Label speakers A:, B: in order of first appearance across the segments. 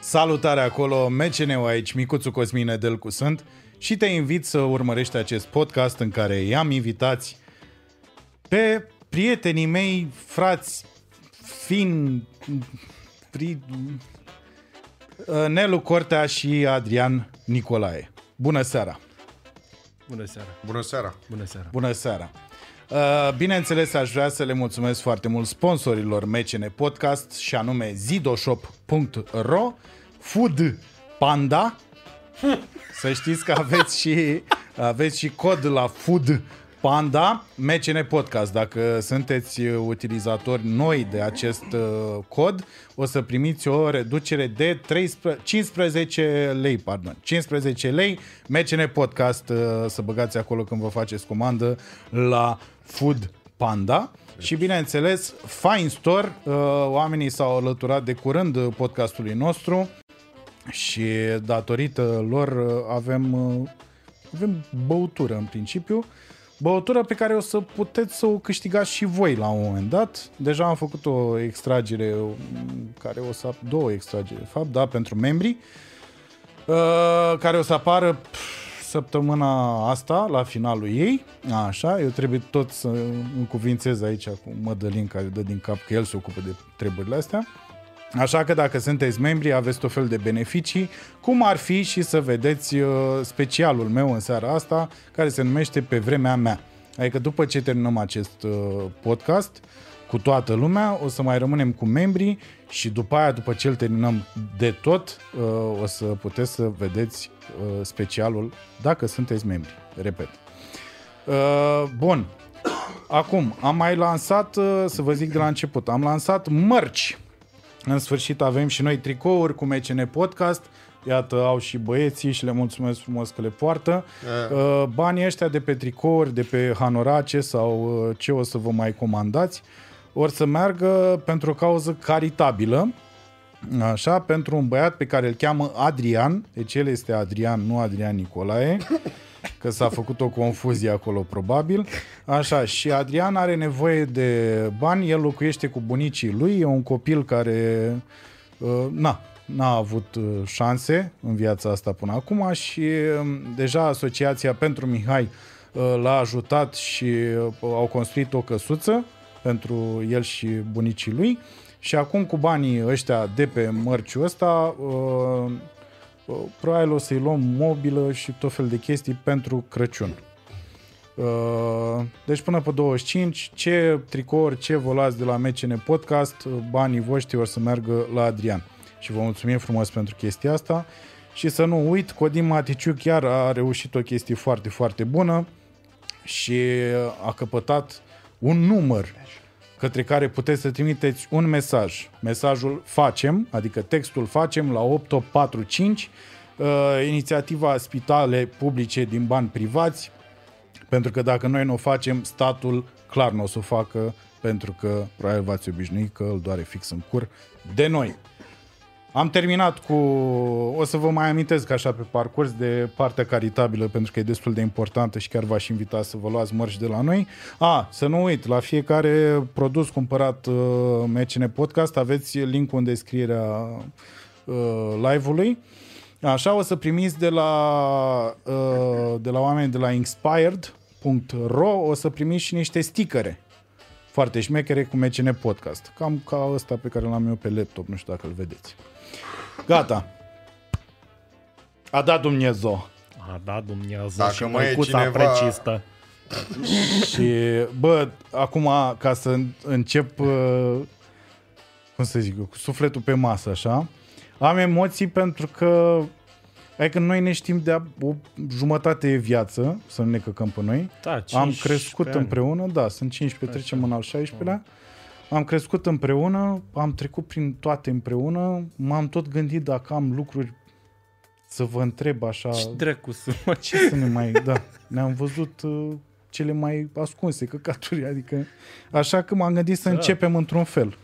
A: Salutare acolo, MCNU aici, Micuțu Cosmin Edelcu sunt și te invit să urmărești acest podcast în care i-am invitați pe prietenii mei, frați, fin, pri, Nelu Cortea și Adrian Nicolae. Bună seara!
B: Bună seara!
C: Bună seara!
B: Bună seara!
A: Bună seara! Uh, bineînțeles, aș vrea să le mulțumesc foarte mult sponsorilor MCN Podcast și anume zidoshop.ro, Food Panda. Să știți că aveți și, aveți și cod la Food Panda MCN Podcast. Dacă sunteți utilizatori noi de acest uh, cod, o să primiți o reducere de 13, 15 lei, pardon, 15 lei MCN Podcast uh, să băgați acolo când vă faceți comandă la Food Panda. Și bineînțeles, Fine Store, uh, oamenii s-au alăturat de curând podcastului nostru și datorită lor uh, avem, uh, avem băutură în principiu. Băutură pe care o să puteți să o câștigați și voi la un moment dat. Deja am făcut o extragere, um, care o să două extragere, de fapt, da, pentru membrii, uh, care o să apară pf, săptămâna asta, la finalul ei. Așa, eu trebuie tot să încuvințez aici cu Mădălin, care dă din cap că el se ocupă de treburile astea. Așa că dacă sunteți membri, aveți tot fel de beneficii, cum ar fi și să vedeți uh, specialul meu în seara asta, care se numește Pe vremea mea. Adică după ce terminăm acest uh, podcast cu toată lumea, o să mai rămânem cu membrii și după aia, după ce îl terminăm de tot, uh, o să puteți să vedeți uh, specialul dacă sunteți membri. Repet. Uh, Bun. Acum, am mai lansat, uh, să vă zic de la început, am lansat mărci. În sfârșit avem și noi tricouri cu MCN Podcast. Iată, au și băieții și le mulțumesc frumos că le poartă. Uh, Banii ăștia de pe tricouri, de pe hanorace sau uh, ce o să vă mai comandați, or să meargă pentru o cauză caritabilă. Așa, pentru un băiat pe care îl cheamă Adrian, deci el este Adrian, nu Adrian Nicolae, că s-a făcut o confuzie acolo probabil. Așa, și Adrian are nevoie de bani, el locuiește cu bunicii lui, e un copil care uh, na, n-a avut uh, șanse în viața asta până acum și uh, deja Asociația pentru Mihai uh, l-a ajutat și uh, au construit o căsuță pentru el și bunicii lui și acum cu banii ăștia de pe mărciul ăsta uh, Uh, probabil o să-i luăm mobilă și tot fel de chestii pentru Crăciun. Uh, Deci până pe 25, ce tricouri, ce vă luați de la MCN Podcast, uh, banii voștri o să meargă la Adrian. Și vă mulțumim frumos pentru chestia asta. Și să nu uit, Codin Maticiu chiar a reușit o chestie foarte, foarte bună și a căpătat un număr către care puteți să trimiteți un mesaj. Mesajul facem, adică textul facem la 845, uh, inițiativa Spitale Publice din Bani Privați, pentru că dacă noi nu o facem, statul clar nu o să o facă, pentru că probabil v-ați obișnuit că îl doare fix în cur de noi. Am terminat cu... O să vă mai amintesc așa pe parcurs de partea caritabilă, pentru că e destul de importantă și chiar v-aș invita să vă luați mărci de la noi. A, să nu uit, la fiecare produs cumpărat uh, MCN Podcast aveți linkul în descrierea uh, live-ului. Așa o să primiți de la, uh, de la oameni de la inspired.ro o să primiți și niște sticăre foarte șmechere cu MCN Podcast. Cam ca ăsta pe care l-am eu pe laptop, nu știu dacă îl vedeți. Gata. A dat Dumnezeu.
B: A, da, Dumnezeu
C: Dacă
B: și
C: mai e
B: măicuța
C: cineva-
B: precistă.
A: Și, bă, acum, ca să încep, uh, cum să zic eu, cu sufletul pe masă, așa, am emoții pentru că, adică noi ne știm de o jumătate de viață, să nu ne căcăm pe noi.
B: Da,
A: Am
B: 15
A: crescut
B: ani.
A: împreună, da, sunt 15, trecem în al 16-lea. Am crescut împreună, am trecut prin toate împreună, m-am tot gândit dacă am lucruri să vă întreb așa
B: Ce dracu sunt, mă, ce...
A: ce să ne mai... Da, ne-am văzut uh, cele mai ascunse căcaturi, adică... Așa că m-am gândit să
B: Da.
A: începem într-un fel,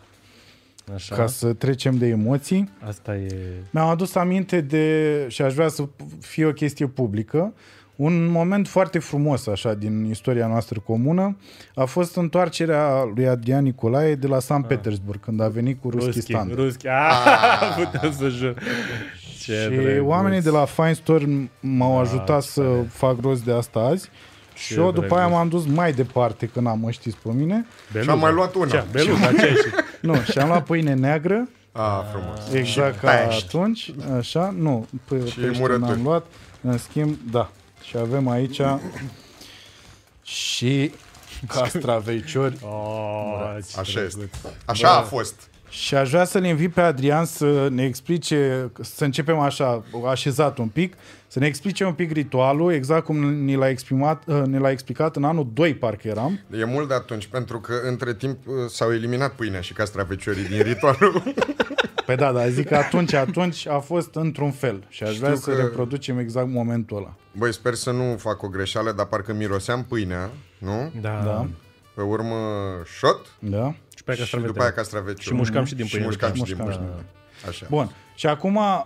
B: Așa,
A: ca să trecem de emoții.
B: asta e...
A: Mi-am adus aminte de, și aș vrea să fie o chestie publică, Un moment foarte frumos, așa, din istoria noastră comună, a fost întoarcerea lui Adrian Nicolae de la San Petersburg, când a venit cu Ruski
B: Ah. Ruschi,
A: Standard.
B: ruschi. Ah, putem să jur. Ce
A: Și
B: drăguț.
A: oamenii de la Fine Store m-au ajutat
B: ce
A: să fac rost de asta azi. și eu după
B: drăguț.
A: aia m-am dus mai departe când am ăștiți pe mine.
B: Beluga.
C: Și-am mai luat Da. una.
B: Ce, beluga, ce ești?
A: Nu, și am luat pâine neagră,
C: A, frumos.
B: Ah,
A: exact
C: Și
A: ca
C: pești.
A: atunci, așa, nu, pe, pește
C: murături.
A: n-am luat, în schimb, da. Și avem aici și castraveciori.
B: Oh, ce
C: Așa
B: drăguț.
C: este. Așa a fost.
A: Și aș vrea să-l invit pe Adrian să ne explice, să începem așa, așezat un pic, să ne explice un pic ritualul, exact cum ni l-a, exprimat, ne l-a explicat în anul 2, parcă eram.
C: E mult de atunci, pentru că între timp uh, s-au eliminat pâinea și castraveciorii din ritualul.
A: Păi da, dar zic că atunci, atunci a fost într-un fel și aș
C: Știu
A: vrea să
C: că-
A: reproducem exact momentul ăla.
C: Băi, sper să nu fac o greșeală, dar parcă miroseam pâinea, nu?
B: Da.
A: Da.
B: da.
C: Pe urmă șot
A: Da?
B: Și pe aia
C: și
B: castraveți.
C: după aia castraveciori.
B: Și mușcam și din
C: Și
B: pâine, deci
C: mușcam și
A: după
C: din
A: aia.
C: pâine. Așa.
A: Bun. Și acum uh,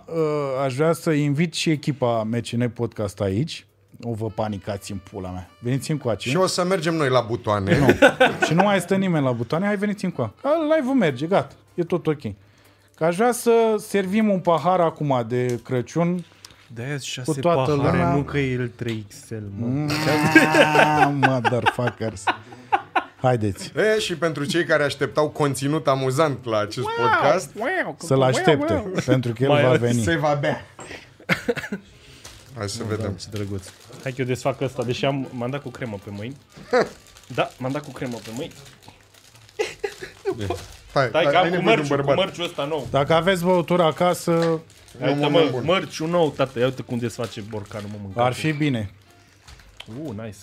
A: aș vrea să invit și echipa MCN Podcast aici. O vă panicați în pula mea. Veniți încoace.
C: Și o să mergem noi la butoane.
A: Nu. și nu mai stă nimeni la butoane, hai veniți încoa. Că Live-ul merge, gata, e tot ok. Că aș vrea să servim un pahar acum de Crăciun.
B: De aia șase
A: Cu toată
B: pahare,
A: lumea.
B: nu că e el 3XL, mă.
A: Ah, motherfuckers. Haideți,
C: E, și pentru cei care așteptau conținut amuzant la acest podcast,
A: să-l aștepte, pentru că el
B: Mai
A: va
B: ales
A: veni.
C: va bea. Hai să vedem.
B: Ce drăguț. Hai că eu desfac asta, deși am, m-am dat cu cremă pe mâini. Da, m-am dat cu cremă pe mâini.
C: Stai,
B: Dai că
C: ai
B: am cu
C: nevoie de un
B: mărciu, cu
C: bărbat.
B: mărciu ăsta nou.
A: Dacă aveți băutură acasă,
B: Ia uite,
C: un moment
B: mă,
C: bun.
B: mărciu nou, tată, ia uite cum desface borcanul, mă, mâncat.
A: ar fi bine.
B: Uh, nice.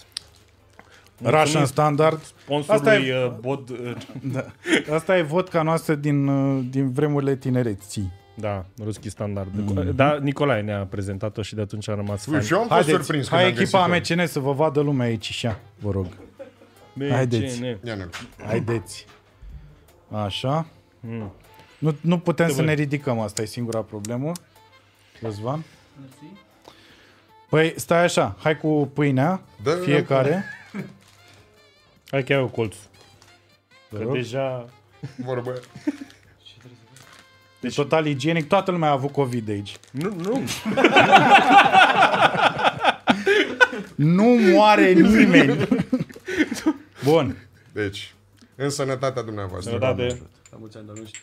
A: Russian standard. Asta
B: Sponsorului
A: e-
B: uh, Bod... uh,
A: Da. Asta e vodka noastră din, uh, din vremurile tinereții.
B: Da, Ruschi Standard. Da, Nicolae ne-a prezentat-o și de atunci a rămas fan.
C: Ui, Și eu am fost
A: Haideți,
C: surprins când
A: hai
C: am
A: echipa
C: găsit-o.
A: MCN să vă vadă lumea aici și așa, vă rog.
B: BCN.
A: Haideți.
C: Ia ne
A: Haideți. Așa. Nu, nu putem să
B: voi.
A: ne ridicăm, asta e singura problemă. Răzvan? Păi stai așa, hai cu pâinea,
C: Dă-
A: fiecare.
B: Hai că iau colțul. Că
A: rog.
B: deja...
C: vorbă.
A: Deci... Total igienic, toată lumea a avut COVID de aici.
B: Nu, nu.
A: Nu moare nimeni. Bun.
C: Deci, în sănătatea dumneavoastră.
B: Sănătate.
D: La mulți ani, doamne, și-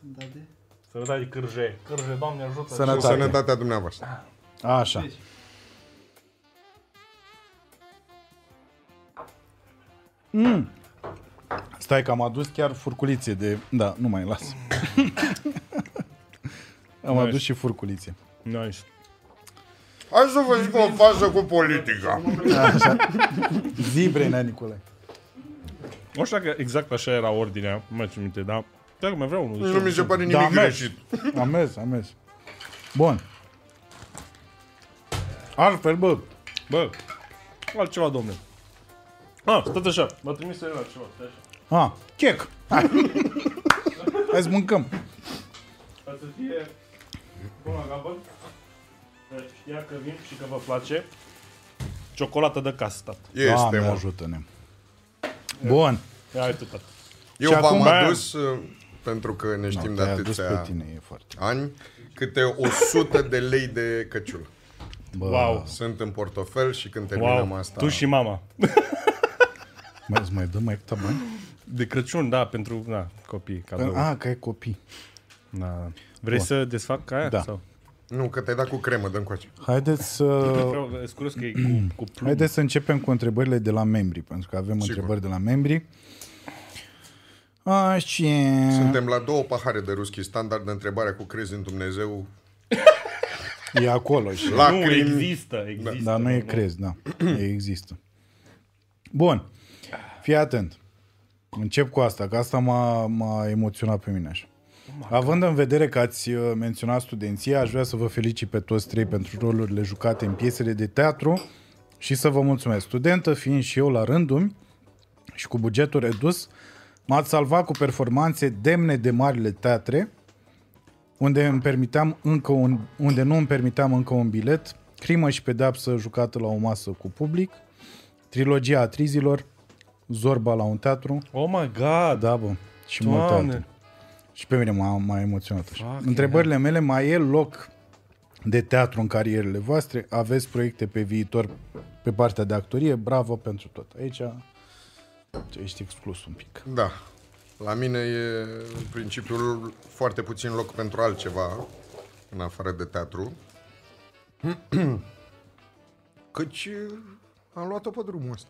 D: Da, de...
B: Sănătate, cârje. Cârje, doamne ajută.
C: În
A: Sănătate.
C: sănătatea dumneavoastră. Deci.
A: Așa. Mm. Stai că am adus chiar furculițe de... Da, nu mai las. am adus și furculițe.
B: Nice.
C: Hai să vă zic o fază cu politica.
A: Zibre, nea Nicolae.
B: Nu știu dacă exact așa era ordinea, nu mai țin minte, dar... Dacă mai vreau unul.
C: Nu mi se
A: Da,
C: pare nimic
A: am mers.
C: greșit.
A: Am mers, am mers. Bun. Altfel, bă.
B: Bă, altceva, domne. Ah, stați așa, m-a trimis să la ceva, stai așa.
A: A, chec. Hai. Hai să mâncăm.
B: Ca să fie până la capăt. Să Știa că vin și că vă place. Ciocolată de casă, tată.
C: Este,
A: Doamne,
C: mă.
A: ajută-ne. Bun.
B: Ia uite, tată.
C: Eu
A: Și acum-
C: v-am adus, uh, pentru că ne știm de
A: Te-ai adus pe
C: atâția
A: tine, e foarte.
C: ani, câte 100 de lei de căciulă.
A: Bă,
B: Wow.
C: Sunt în portofel și când terminăm
B: Wow,
C: asta...
B: tu și mama.
A: Mai îți mai dă mai câte bani?
B: De Crăciun, da, pentru na, copii, cadou.
A: Păi, A, că ai copii.
B: Na. Vrei Bun. să desfac ca aia?
A: Da.
B: Sau?
C: Nu, că te-ai dat cu cremă, dă încoace.
A: Haideți să,
B: Vreau, scurs că e cu, cu plumb.
A: haideți să începem cu întrebările de la membri, pentru că avem
C: Sigur.
A: întrebări de la membri. Așa.
C: Suntem la două pahare de ruschi standard, întrebarea cu crezi în Dumnezeu,
A: E acolo și...
B: Nu,
C: lacrimi...
B: există, există.
A: Da, Dar nu e crez, da. E Există. Bun. Fii atent. Încep cu asta, că asta m-a, m-a emoționat pe mine așa. Având în vedere că ați uh, menționat studenția, aș vrea să vă felicit pe toți trei pentru rolurile jucate în piesele de teatru și să vă mulțumesc. Studentă fiind și eu la rândul mi și cu bugetul redus, m-ați salvat cu performanțe demne de marile teatre, unde îmi permiteam încă un, unde nu îmi permiteam încă un bilet, Crimă și pedapsă jucată la o masă cu public, trilogia atrizilor, Zorba la un teatru,
B: Oh my god!
A: da, bă, și multe altele.
B: Doamne!
A: Și pe mine m-a, m-a emoționat așa.
B: Fuck,
A: Întrebările mele, mai e loc de teatru în carierele voastre? Aveți proiecte pe viitor pe partea de actorie? Bravo pentru tot. Aici ești exclus un pic.
C: Da. La mine e în principiu foarte puțin loc pentru altceva în afară de teatru. Căci am luat-o pe drumul ăsta.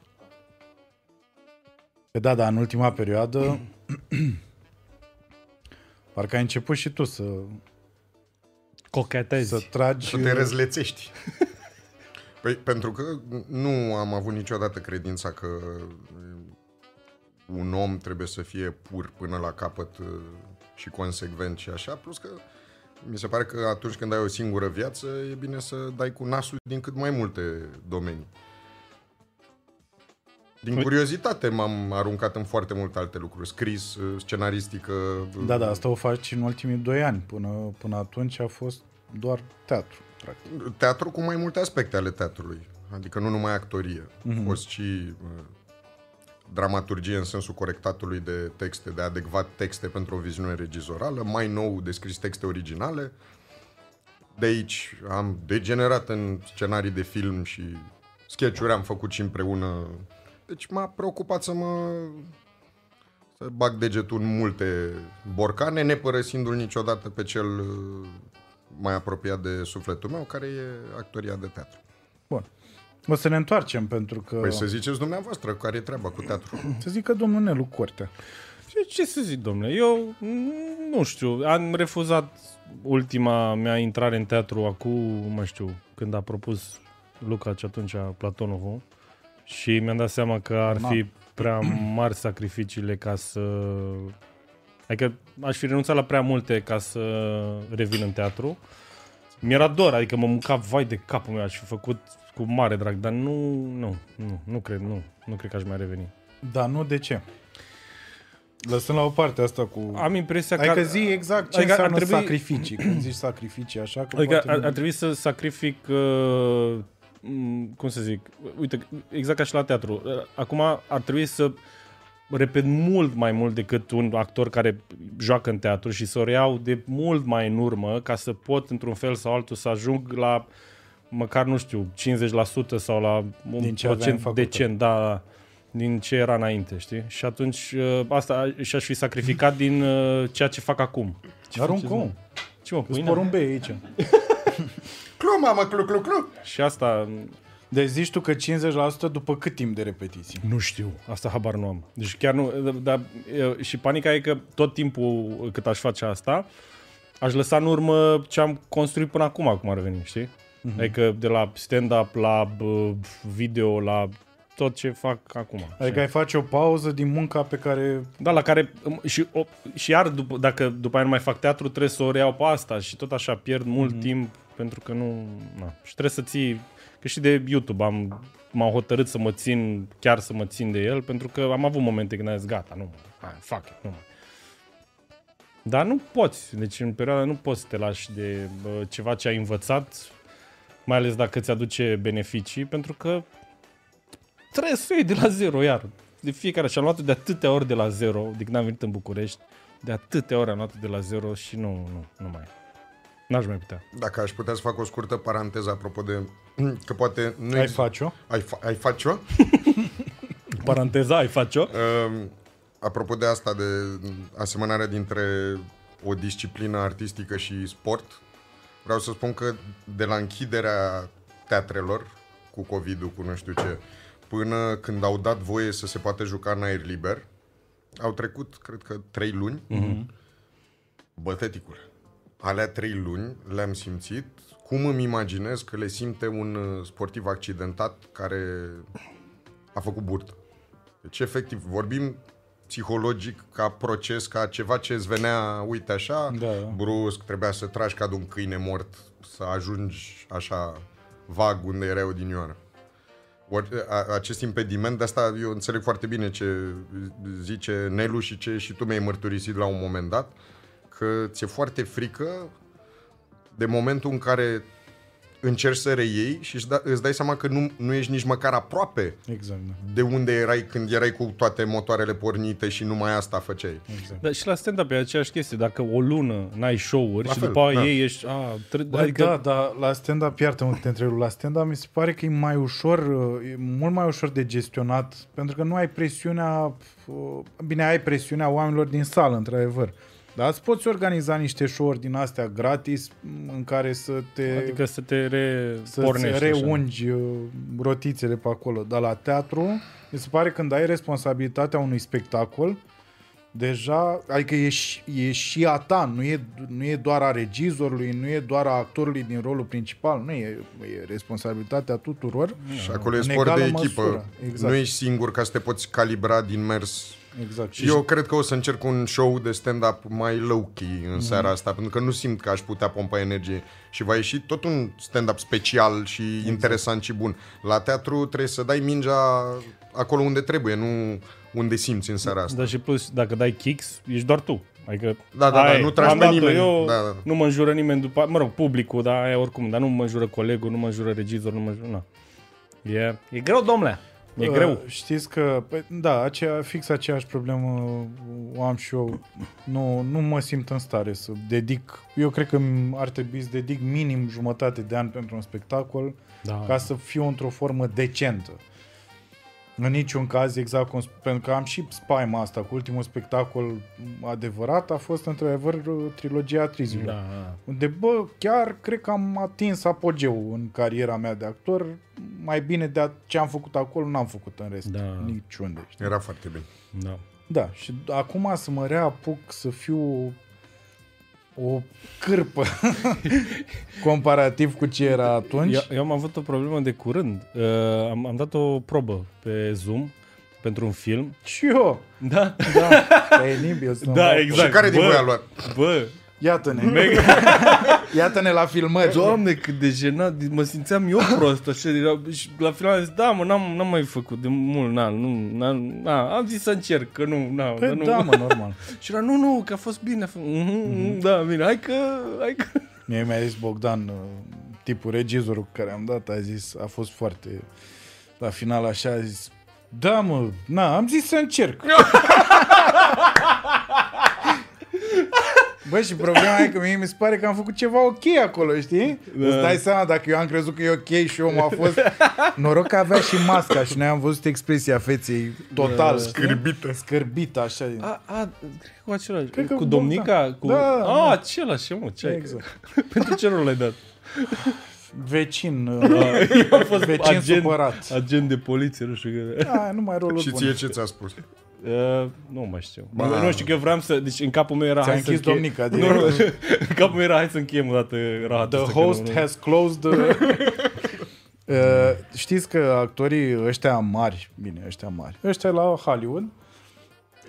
A: Pe da, da, în ultima perioadă parcă ai început și tu să,
B: Cochetezi.
A: să tragi...
C: Să te răzlețești. Păi, pentru că nu am avut niciodată credința că un om trebuie să fie pur până la capăt uh, și consecvent și așa, plus că mi se pare că atunci când ai o singură viață, e bine să dai cu nasul din cât mai multe domenii.
A: Păi-
C: Din curiozitate m-am aruncat în foarte multe alte lucruri, scris, uh, scenaristică, uh,
A: Da, da, asta o faci în ultimii doi ani. Până, până atunci a fost doar teatru, practic.
C: teatru cu mai multe aspecte ale teatrului. Adică nu numai actorie. Mm-hmm. A fost și uh, dramaturgie în sensul corectatului de texte, de adecvat texte pentru o viziune regizorală, mai nou descris texte originale. De aici am degenerat în scenarii de film și sketch-uri am făcut și împreună. Deci m-a preocupat să mă să bag degetul în multe borcane, nepărăsindu-l niciodată pe cel uh, mai apropiat de sufletul meu, care e actoria de teatru.
A: Bun. O să ne întoarcem pentru că...
C: Păi să ziceți dumneavoastră care e treaba cu teatru.
A: Să zic că domnul Nelu Cortea.
B: Ce, ce să zic, domnule? Eu mm, nu știu. Am refuzat ultima mea intrare în teatru acum, mă știu, când a propus Luca și atunci Platonovul și mi-am dat seama că ar
A: Ma.
B: fi prea mari sacrificiile ca să... Adică aș fi renunțat la prea multe ca să revin în teatru. Mi-era dor, adică mă muca vai de capul meu, aș fi făcut cu mare drag, dar nu, nu, nu, nu cred, nu, nu cred că aș mai reveni.
A: Da, nu, de ce? Lăsăm la o parte asta cu...
B: Am impresia
A: Adică
B: că...
A: zi exact ce
B: adică ar
A: înseamnă
B: trebui-
A: sacrificii. Când zici sacrificii așa, că
B: Adică
A: poate
B: ar,
A: nu-
B: ar trebui să sacrific, uh, m, cum să zic, uite, exact ca și la teatru. Uh, Acum ar trebui să repet mult mai mult decât un actor care joacă în teatru și să o reiau de mult mai în urmă ca să pot într-un fel sau altul să ajung la măcar, nu știu, 50% sau la un
A: Din ce aveai în
B: procent
A: facultate.
B: decent, da, din ce era înainte, știi? Și atunci uh, asta și-aș fi sacrificat din uh, ceea ce fac acum. Ce
A: Dar un
B: faceți, mă?
A: cum?
B: Ce mă,
A: Îți
B: pâine?
A: porumbei aici.
C: Clu, mamă, clu, clu, clu!
B: Și asta
A: Deci zici tu că 50% după cât timp de repetiții?
B: Nu știu. Asta habar nu am. Deci chiar nu... Dar, e, și panica e că tot timpul cât aș face asta, aș lăsa în urmă ce am construit până acum, acum ar veni, știi? Mm-hmm. Adică de la stand-up, la bă, video, la tot ce fac acum.
A: Adică ai face o pauză din munca pe care...
B: Da, la care m- și, o, și iar după, dacă după aia nu mai fac teatru, trebuie să o reiau pe asta și tot așa pierd mult mm-hmm. timp pentru că nu... Na. Și trebuie să ții... Că și de YouTube am, m-am hotărât să mă țin, chiar să mă țin de el, pentru că am avut momente când am zis, gata, nu, hai, fuck it, nu mai. Dar nu poți, deci în perioada nu poți să te lași de bă, ceva ce ai învățat, mai ales dacă îți aduce beneficii, pentru că trebuie să o iei de la zero iar. De fiecare și am luat de atâtea ori de la zero, de când am venit în București, de atâtea ori am luat de la zero și nu, nu, nu mai. N-aș mai putea.
C: Dacă aș putea să fac o scurtă paranteză apropo de... Că poate nu
A: Ai
C: exi-
A: face-o?
C: Ai, fa- ai face-o?
B: Paranteza, ai face-o?
C: Um, apropo de asta, de asemănarea dintre o disciplină artistică și sport, vreau să spun că de la închiderea teatrelor cu COVID-ul, cu nu știu ce, până când au dat voie să se poată juca în aer liber, au trecut, cred că, trei luni. Mm-hmm. Bătăticule, alea trei luni le-am simțit. Cum îmi imaginez că le simte un uh, sportiv accidentat care a făcut burtă? Deci, efectiv, vorbim psihologic, ca proces, ca ceva ce îți venea, uite așa,
A: Da, da.
C: brusc, trebuia să tragi ca de un câine mort, să ajungi așa vag unde erai odinioară. Ori, a- Acest impediment, de asta eu înțeleg foarte bine ce zice Nelu și ce și tu mi-ai mărturisit la un moment dat, că ți-e foarte frică de momentul în care încerci să reiei și își da- îți dai seama că nu, nu ești nici măcar aproape
A: Exact, da.
C: de unde erai când erai cu toate motoarele pornite și numai asta făceai.
A: Exact.
B: Dar și la stand-up e aceeași chestie. Dacă o lună n-ai show-uri
C: La
B: și
C: fel,
B: după aia
C: da.
B: ei ești... A, tre-
A: Bă, adică... Da, dar la stand-up, iartă-mă că te întreb, la stand-up mi se pare că e mai ușor, uh, e mult mai ușor de gestionat, pentru că nu ai presiunea, uh, bine, ai presiunea oamenilor din sală, într-adevăr. Dar îți poți organiza niște show-uri din astea gratis m, în care să te
B: Adică să te re...
A: să
B: pornești așa.
A: reungi uh, rotițele pe acolo. Dar la teatru, mi se pare când ai responsabilitatea unui spectacol, deja, adică e și, e și a ta, nu e, nu e doar a regizorului, nu e doar a actorului din rolul principal, nu e, e responsabilitatea tuturor.
C: Și acolo e
A: În
C: sport de
A: egală
C: echipă.
A: măsură, exact.
C: Exact. Nu ești singur ca să te poți calibra din mers.
A: Exact. Și
C: Și eu cred că o să încerc un show de stand-up mai low-key
A: Mhm.
C: în seara asta, pentru că nu simt că aș putea pompa energie. Și va ieși tot un stand-up special și exact. interesant și bun. La teatru trebuie să dai mingea acolo unde trebuie, nu unde simți în seara asta.
B: Dar și plus, dacă dai kicks, ești doar tu. Adică,
C: Da, da,
B: aia
C: da,
B: e.
C: nu tragi
B: Am
C: pe
B: dat-o
C: nimeni.
B: Eu,
C: Da, da.
B: Nu mă înjură nimeni după mă rog, publicul, da, aia oricum, dar nu mă înjură colegul, nu mă înjură regizor, nu mă înjură, na. E, e greu, domnule,
C: Da.
B: e
A: Uh,
B: greu.
A: Știți că, păi, da, aceea, fix aceeași problemă uh, o am și eu. Nu, nu mă simt în stare să dedic, eu cred că mi- ar trebui să dedic minim jumătate de an pentru un spectacol
B: Da.
A: ca să fiu într-o formă decentă. În niciun caz, exact cum, sp- pentru că am și spaima asta cu ultimul spectacol adevărat, a fost într-adevăr trilogia Trizilor.
B: Da, da.
A: Unde, bă, chiar cred că am atins apogeul în cariera mea de actor. Mai bine de a- ce am făcut acolo, n-am făcut în rest.
B: Da.
A: Niciunde. Știi?
C: Era foarte bine.
B: da.
A: Da, și acum să mă reapuc să fiu o cârpă comparativ cu ce era atunci.
B: Eu, eu am avut o problemă de curând. Uh, am, am dat o probă pe Zoom pentru un film.
A: Și eu,
B: Da,
A: da, pe nibil să-mi dau-
C: Exact. Și care din
B: Bă,
C: voi a luat?
B: Bă,
A: Iată-ne,
B: Da, mega.
A: iată-ne la filmări.
B: Doamne, cât de jenat, mă simțeam eu prost, așa, era, și la final am zis, da, mă, n-am, n-am mai făcut de mult, na, nu, na, na, am zis să încerc, că nu, na, că
A: Păi
B: nu.
A: da, mă, normal.
B: Și era, nu, nu, că a fost bine, a fost, mm-hmm, mm-hmm. da, bine, hai că, hai că.
A: Mie mi-a zis Bogdan, uh, tipul regizorul cu care am dat, a zis, a fost foarte... La final așa a zis, da mă, na, am zis să încerc. Bă, și problema e că mie mi se pare că am făcut ceva ok acolo, știi? Da. Îți dai seama, dacă eu am crezut că e ok și omul a fost... Noroc că avea și masca și noi am văzut expresia feței total... Da. Scârbită. Scârbită, așa. A,
B: A, a, cred că cu același,
A: Cred
B: cred
A: că
B: că cu
A: Bogdan.
B: domnica, cu,
A: Da,
B: a,
A: da.
B: același, mă, ce ai?
A: Exact.
B: Pentru ce rol ai dat?
A: Vecin, uh,
B: A fost
A: vecin supărat.
B: agent de poliție, nu știu că...
A: Da, nu mai rolul
C: Și
A: bun.
C: ție ce ți-a spus?
B: Uh, nu mai știu.
C: Ba.
B: Nu știu că vreau să... Deci în capul meu era...
A: Ți-a
B: hai să
A: închis
B: închei-
A: domnica direct.
B: Nu,
C: adică
B: nu, În capul meu era hai să încheiem o dată rahatul
A: The
B: ăsta, că nu-
A: host
B: nu-
A: has closed the... Uh, știți că actorii ăștia mari, bine, ăștia mari, ăștia la Hollywood,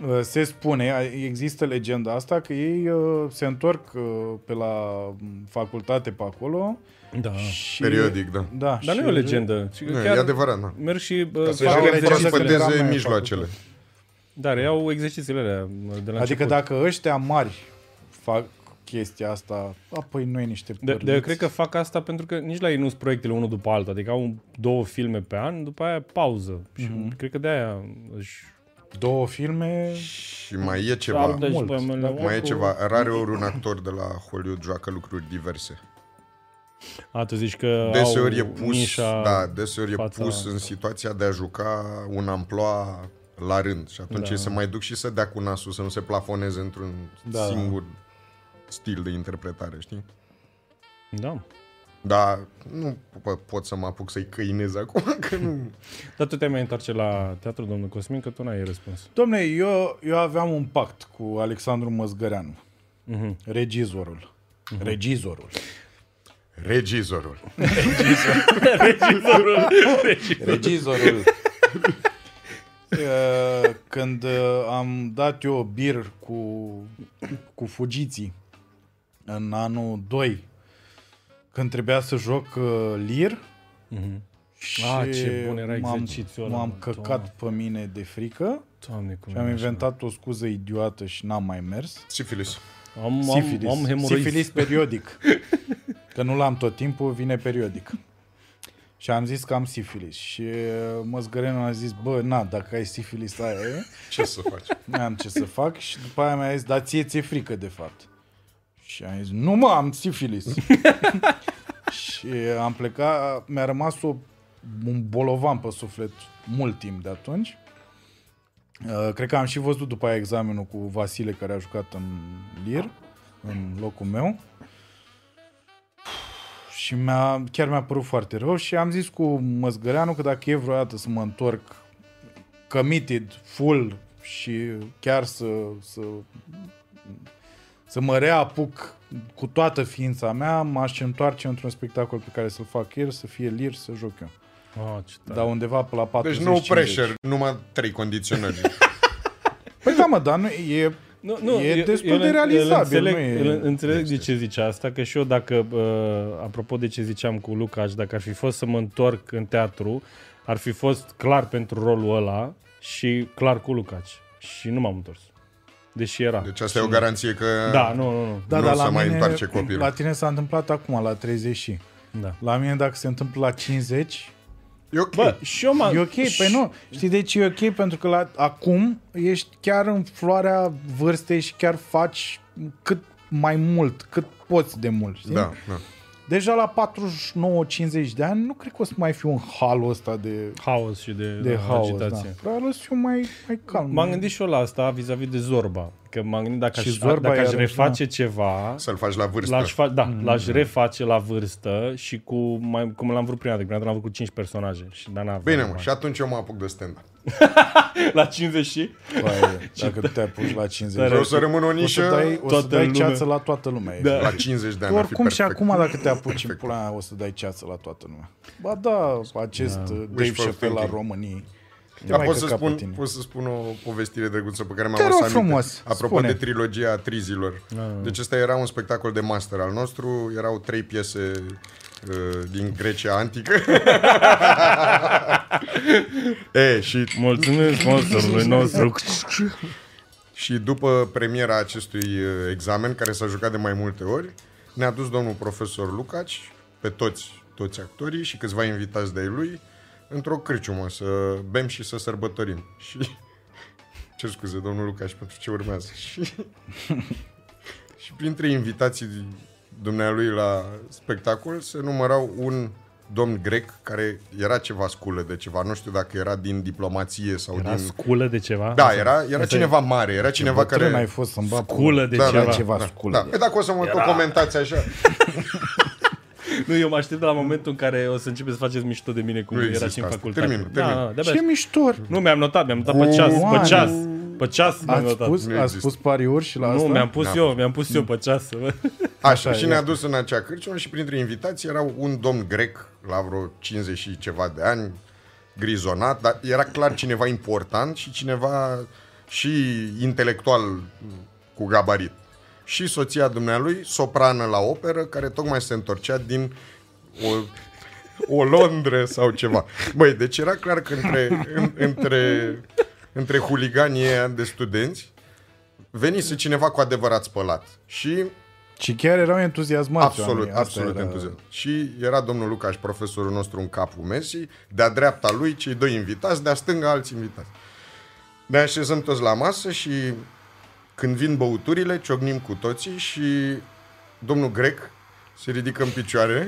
A: uh, se spune, a- există legenda asta că ei uh, se întorc uh, pe la m, facultate pe acolo
B: Da.
A: și...
C: Periodic, da.
A: Da,
B: Dar nu e o legendă. Ci că
C: Nu,
B: chiar
C: E adevărat, da.
B: Merg și uh,
C: Să-și
A: fac
B: fac
A: refer-
B: exerciții.
A: exercițiile
C: reprofiteze
A: la mea,
C: mijloacele.
B: Dar iau exercițiile alea de
A: Adică
B: la început.
C: da,
A: dacă ăștia mari fac chestia asta, apoi noi niște
B: De, de,
A: pârliți.
B: cred că fac asta pentru că nici la ei nu sunt proiectele unul după altul. Adică au două filme pe an, după aia pauză. Și
C: Mhm.
B: cred că de-aia își...
A: Două filme...
C: Și mai e ceva.
B: Deci,
A: mult.
B: bă, mă
A: Mai
B: le-
C: Mai e ceva. Rare ori un actor de la Hollywood joacă lucruri diverse.
B: A, tu zici că
C: Deseori
B: au
C: e pus,
B: nișa...
C: da, deseori e
B: fața-
C: pus în situația de a juca un amploa la rând și atunci
B: Da.
C: ei se mai duc și să dea cu nasul să nu se plafoneze într-un
A: Da.
C: da. singur stil de interpretare, știi?
B: da.
C: Dar nu po- pot să mă apuc să-i căinez acum, că nu...
B: Dar tu te mai întoarce la teatru, domnul Cosmin, că tu n-ai răspuns.
A: Domne, eu, eu aveam un pact cu Alexandru Măzgăreanu,
B: Mhm.
A: regizorul. Regizorul.
C: Regizorul.
A: Regizorul. Uh, Când uh, am dat eu bir cu, cu fugiții în anul 2, când trebuia să joc uh, lir, și
B: Ah, ce bun era
A: m-am,
B: exercițiul ăla,
A: m-am
B: mă,
A: căcat
B: Doamne.
A: pe mine de frică
B: Doamne, cum
A: și am inventat o scuză idiotă și n-am mai mers.
C: Sifilis.
B: Am, am,
A: Sifilis.
B: am hemoroizi.
A: Sifilis periodic. Că nu l-am tot timpul, vine periodic. Și am zis că am sifilis. Și uh, măzgărenul a zis, bă, na, dacă ai sifilis, aia e.
C: Ce să faci? Deci
A: N-am ce să fac și după aia mi-a zis, dar ție ți-e frică de fapt. Și am zis, nu mă, am sifilis. și am plecat, mi-a rămas o, un bolovan pe suflet mult timp de atunci. Uh, Cred că am și văzut după aia examenul cu Vasile care a jucat în Lir, în locul meu. Și mi-a, chiar mi-a părut foarte rău și am zis cu Măzgăreanu că dacă e vreodată să mă întorc committed, full și chiar să, să, să mă reapuc cu toată ființa mea, m-aș întoarce într-un spectacol pe care să-l fac el, să fie lir, să joc eu.
B: Oh, ce tare.
A: Dar undeva pe la 40
C: Da. Deci no pressure, numai trei condiționări.
A: Păi da, mă, dar nu, e,
B: Nu, nu,
A: E
B: eu-
A: destul
B: eu
A: de
B: îl-
A: realizabil,
B: Îl înțeleg,
A: nu e- deci-
B: îl înțeleg de ce zice asta, că și eu dacă, uh, apropo de ce ziceam cu Lucaș, dacă ar fi fost să mă întorc în teatru, ar fi fost clar pentru rolul ăla și clar cu Lucaș. Și nu m-am întors. Deși era.
C: Deci asta e o garanție că...
B: Da, nu, nu, nu.
A: da,
C: Nu
A: dar
C: o să
A: la
C: mai
A: mine,
C: întoarce copilul.
A: La tine s-a întâmplat acum, la 30 și.
B: Da.
A: La mine dacă se întâmplă la 50,
C: E ok.
B: Bă, și eu m-am...
A: E ok, păi nu. Știi, deci e ok pentru că la, acum ești chiar în floarea vârstei și chiar faci cât mai mult, cât poți de mult, știi?
C: da, da.
A: Deja la 49-50 de ani nu cred că o să mai fi un halul ăsta de,
B: Haos și de,
A: de
B: da,
A: haos. Da.
B: agitație.
A: Probabil o să fiu mai, mai calm.
B: M-am gândit și eu la asta vis-a-vis de Zorba. Că m-am gândit dacă,
A: Și
B: aș,
A: Zorba
B: dacă aș
A: iarăși, da.
B: reface ceva,
C: Să-l faci la vârstă.
B: L-aș fa- da, l-aș reface la vârstă și cu mai, cum l-am vrut prima dată. Prima dată l-am vrut cu 5 personaje. Și da, n-aveam
C: Bine, mă,
B: bani.
C: și atunci eu mă apuc de stand-up.
B: La 50 și?
A: Păi, dacă tu te apuci la 50
C: Vreau să rămân o
A: o să dai,
C: nișă
A: o să
B: toată
A: dai
B: lumea.
A: ceață la toată lumea.
B: Da.
C: la 50 de
A: Tu
C: ani. ar fi
A: oricum și
C: perfect.
A: acum dacă te apuci în
C: Perfect.
A: pula mea, o să dai ceață la toată lumea. Ba da, acest da. Dave
C: Wish for
A: Chappelle al
C: thinking.
A: României. te
C: Dar
A: mai
C: pot să,
A: căca pe
C: spun,
A: tine.
C: pot să spun o povestire drăguță pe care mi-am
A: Te
C: adus
A: rog
C: aminte.
A: frumos,
C: Apropo
A: spune. Da,
C: de trilogia Trizilor. Deci ăsta era un spectacol de master al nostru. Erau trei piese uh, din Grecia antică. e, și
B: Mulțumim sponsorului nostru.
C: Și după premiera acestui uh, examen, care s-a jucat de mai multe ori, ne-a dus domnul profesor Lucaci, pe toți, toți actorii și câțiva invitați de lui, într-o cârciumă, să bem și să sărbătorim. Și... Ce scuze, domnul Lucaci, pentru ce urmează. Și, și printre invitații dumnealui la spectacol se numărau un domn grec care era ceva sculă de ceva, nu știu dacă era din diplomație sau
B: Era
C: din...
B: sculă de ceva?
C: Da, era, era cineva mare, era cineva
A: Bătrân
C: care...
A: ai fost să-mi bag
B: Sculă de
A: da,
B: ceva.
A: Da, ceva
C: da,
A: sculă.
C: da.
A: de-
C: Păi dacă o să mă tot comentați așa.
B: Nu, eu mă aștept la momentul în care o să începeți să faceți mișto de mine cum
C: Nu
B: era
C: există
B: și în
C: asta.
B: facultate.
C: Termin,
B: Da,
C: termin.
B: da, de-abia
A: Ce
B: aștept.
A: miștor!
B: Nu, mi-am notat, mi-am notat pe ceas, pe
A: Oameni.
B: ceas. Pe ceas mi-am
A: Ați
B: notat.
A: spus,
C: Nu
A: ați
C: există.
A: spus pariuri și la
B: Nu,
A: asta?
B: mi-am
C: Da.
B: pus eu, mi-am pus eu pe ceas. să văd.
C: Așa, și
A: e.
C: ne-a dus în acea cârciumă și printre invitații era un domn grec la vreo 50 și ceva de ani, grizonat, dar era clar cineva important și cineva și intelectual cu gabarit. Și soția dumnealui, soprană la operă, care tocmai se întorcea din o, o Londră sau ceva. Băi, deci era clar că între, în, între, între huliganii ăia de studenți venise cineva cu adevărat spălat. Și
A: Și chiar erau entuziasmați
C: Absolut,
A: oamenii, asta
C: absolut
A: era-
C: entuziasm. Și era domnul Lucaș, profesorul nostru în capul mesii, de-a dreapta lui cei doi invitați, de-a stânga alți invitați. Ne așezăm toți la masă și când vin băuturile, ciocnim cu toții și domnul grec se ridică în picioare.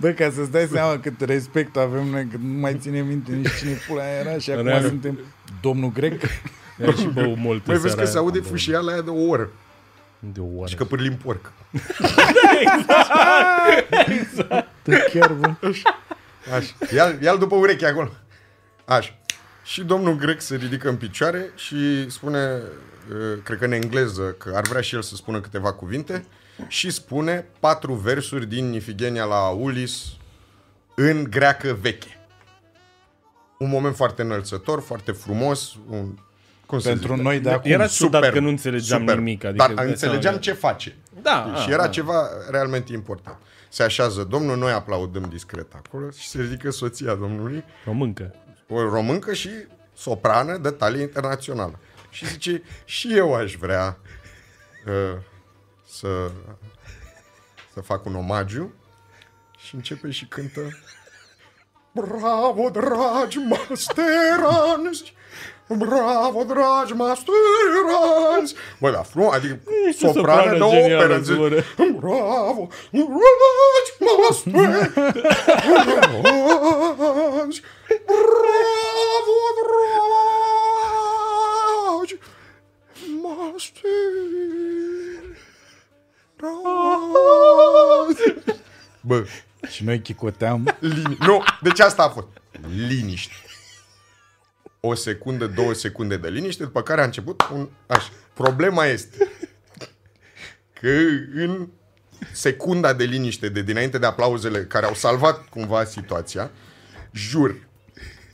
A: Bă, ca să-ți dai seama cât respect avem noi, că nu mai ținem minte nici cine pula aia era și acum
B: Real.
A: suntem domnul grec.
B: Mi-am și băut mult.
C: Mai
B: în
C: vezi că
B: seara
C: se aude
B: aia.
C: fâșiala aia de o oră
B: De o
C: și
B: oră.
C: că pârlim porc.
A: Da, chiar, bă.
C: Așa. Ia-l, ia-l după ureche acolo. Așa. Și domnul grec se ridică în picioare și spune, uh, cred că în engleză, că ar vrea și el să spună câteva cuvinte, și spune patru versuri din Ifigenia la Ulis în greacă veche. Un moment foarte înălțător, foarte frumos, un, cum să
A: Pentru
C: zic,
A: noi de acum.
B: Era ciudat
C: superb,
B: că nu înțelegeam
C: superb.
B: nimic. Adică îți
C: Dar
B: dai
C: înțelegeam
B: seama
C: ce face.
B: Da,
C: Știi? și
B: a,
C: era
B: da.
C: ceva realmente important. Se așează domnul, noi aplaudăm discret acolo și se ridică soția domnului,
B: că- O mâncă.
C: o româncă și soprană de talie internațională. Și zice, și eu aș vrea uh, să, să să fac un omagiu și începe și cântă Bravo, dragi masteranți! Bravo, dragi masteranți! Bă, da, frumos, adică
B: soprană
C: soprană de
B: genială,
C: operă.
B: îți ură.
C: zici, Bravo, dragi masteranți! Bravo, dragi masteranți! Bă,
A: Și noi chicoteam.
C: Lini- nu, deci asta a fost. Liniște. O secundă, două secunde de liniște, după care a început un... Așa. Problema este că în secunda de liniște de dinainte de aplauzele care au salvat cumva situația, jur,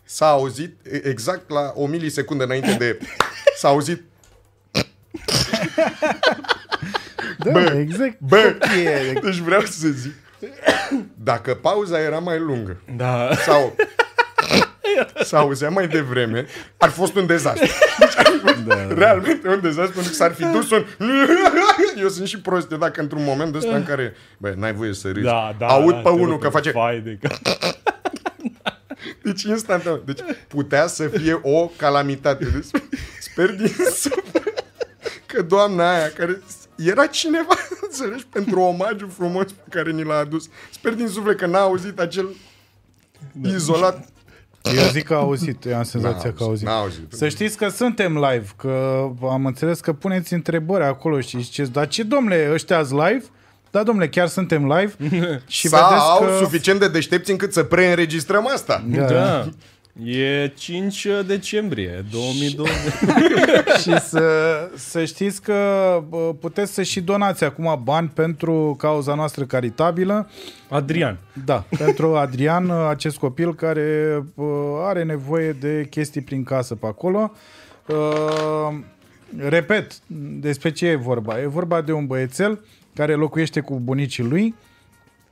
C: s-a auzit e- exact la o milisecundă înainte de... S-a auzit...
A: Da, Bă. exact.
C: Bă!
A: E,
C: Deci vreau să zic... Dacă pauza era mai lungă,
B: Da.
C: sau să auzea mai devreme, ar fost un dezastru. Da. Realmente un dezastru, pentru că s-ar fi dus un... Eu sunt și prost, de dacă într-un moment ăsta în care... Bă, n-ai voie să râzi.
B: Da, da.
C: Aud
B: da,
C: pe
B: te
C: unul
B: rup
C: că
B: în
C: face...
B: Fai de cap.
C: Deci instantaneu. Deci putea să fie o calamitate. Deci, sper din suflet că doamna aia care era cineva, înțelegi, pentru omagiu frumos pe care ni l-a adus. Sper din suflet că n-a auzit acel
B: Da.
C: izolat
A: Eu zic că a auzit, eu am senzația
C: N-a
A: că a auzit.
C: n-a auzit.
A: Să știți că suntem live, că am înțeles că puneți întrebări acolo și ziceți, dar ce domnule, ăștia live? Da, domnule, chiar suntem live și
C: Sau
A: vedeți că...
C: suficient de deștepți încât să preînregistrăm asta.
A: Da.
B: Da. E 5 decembrie 2020.
A: și să, să știți că bă, puteți să și donați acum bani pentru cauza noastră caritabilă.
B: Adrian.
A: Da, pentru Adrian, acest copil care uh, are nevoie de chestii prin casă pe acolo. Uh, repet, despre ce e vorba? E vorba de un băiețel care locuiește cu bunicii lui.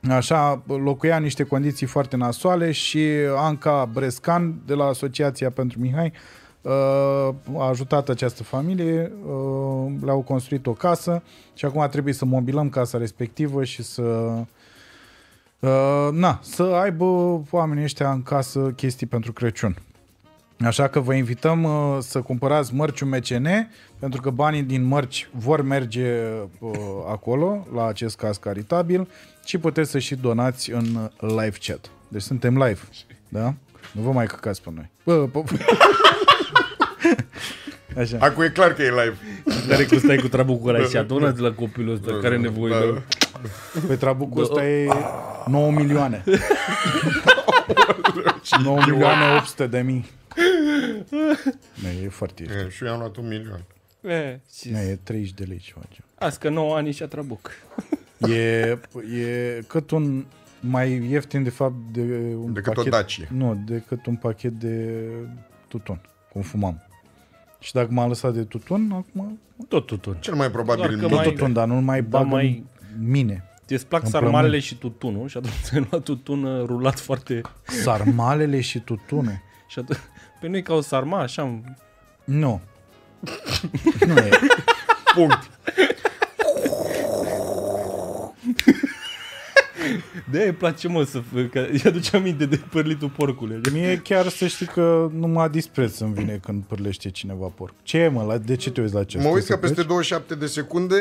A: Așa, locuia în niște condiții foarte nasoale și Anca Brescan de la Asociația pentru Mihai uh, a ajutat această familie, uh, le-au construit o casă și acum trebuie să mobilăm casa respectivă și să Uh, na, să aibă oamenii ăștia în casă chestii pentru Crăciun. Așa că vă invităm uh, să cumpărați mărciul MCN, pentru că banii din mărci vor merge uh, acolo, la acest caz caritabil, și puteți să și donați în live chat. Deci suntem live, da? Nu vă mai căcați pe noi. Bă, bă, bă. Așa.
C: Acum e clar că e live.
B: Care că stai cu trabucul ăla și adună-ți la copilul ăsta care are nevoie de...
A: Pe trabucul ăsta e 9 milioane. 9 milioane 800 de mii. Ne, e foarte ieftin.
C: E, Și eu am luat un milion.
A: Da.
B: E, Eh, și
A: Ne, e 30 de lei ceva. gen.
B: azi că 9 ani și a trabuc.
A: E, e cât un mai ieftin de fapt de un
C: Decât o
A: pachet,
C: Dacie.
A: Nu, decât un pachet de tutun, cum fumam. Și dacă m-am lăsat de tutun, acum
B: Tot tutun.
C: Cel mai probabil
B: Doar că
C: nu.
A: tot
B: mai-
A: tutun, dar nu mai bag mai...
B: mai-
A: în mine.
B: Îți plac
A: Îmi
B: sarmalele
A: plămân.
B: și tutunul și atunci ai luat tutun uh, rulat foarte...
A: Sarmalele și tutunul.
B: Și atunci... Pe nu e ca o sarma, așa... am-
A: Nu. nu e.
C: Punct.
B: De-aia îi place, mă, să... f- Că îi aduce aminte de părlitul porcului.
A: Mie chiar să știi că nu mă dispreț îmi vine când pârlește cineva porc. Ce e, mă? La, de ce te uiți la acest?
C: Mă uit că peste 27 de secunde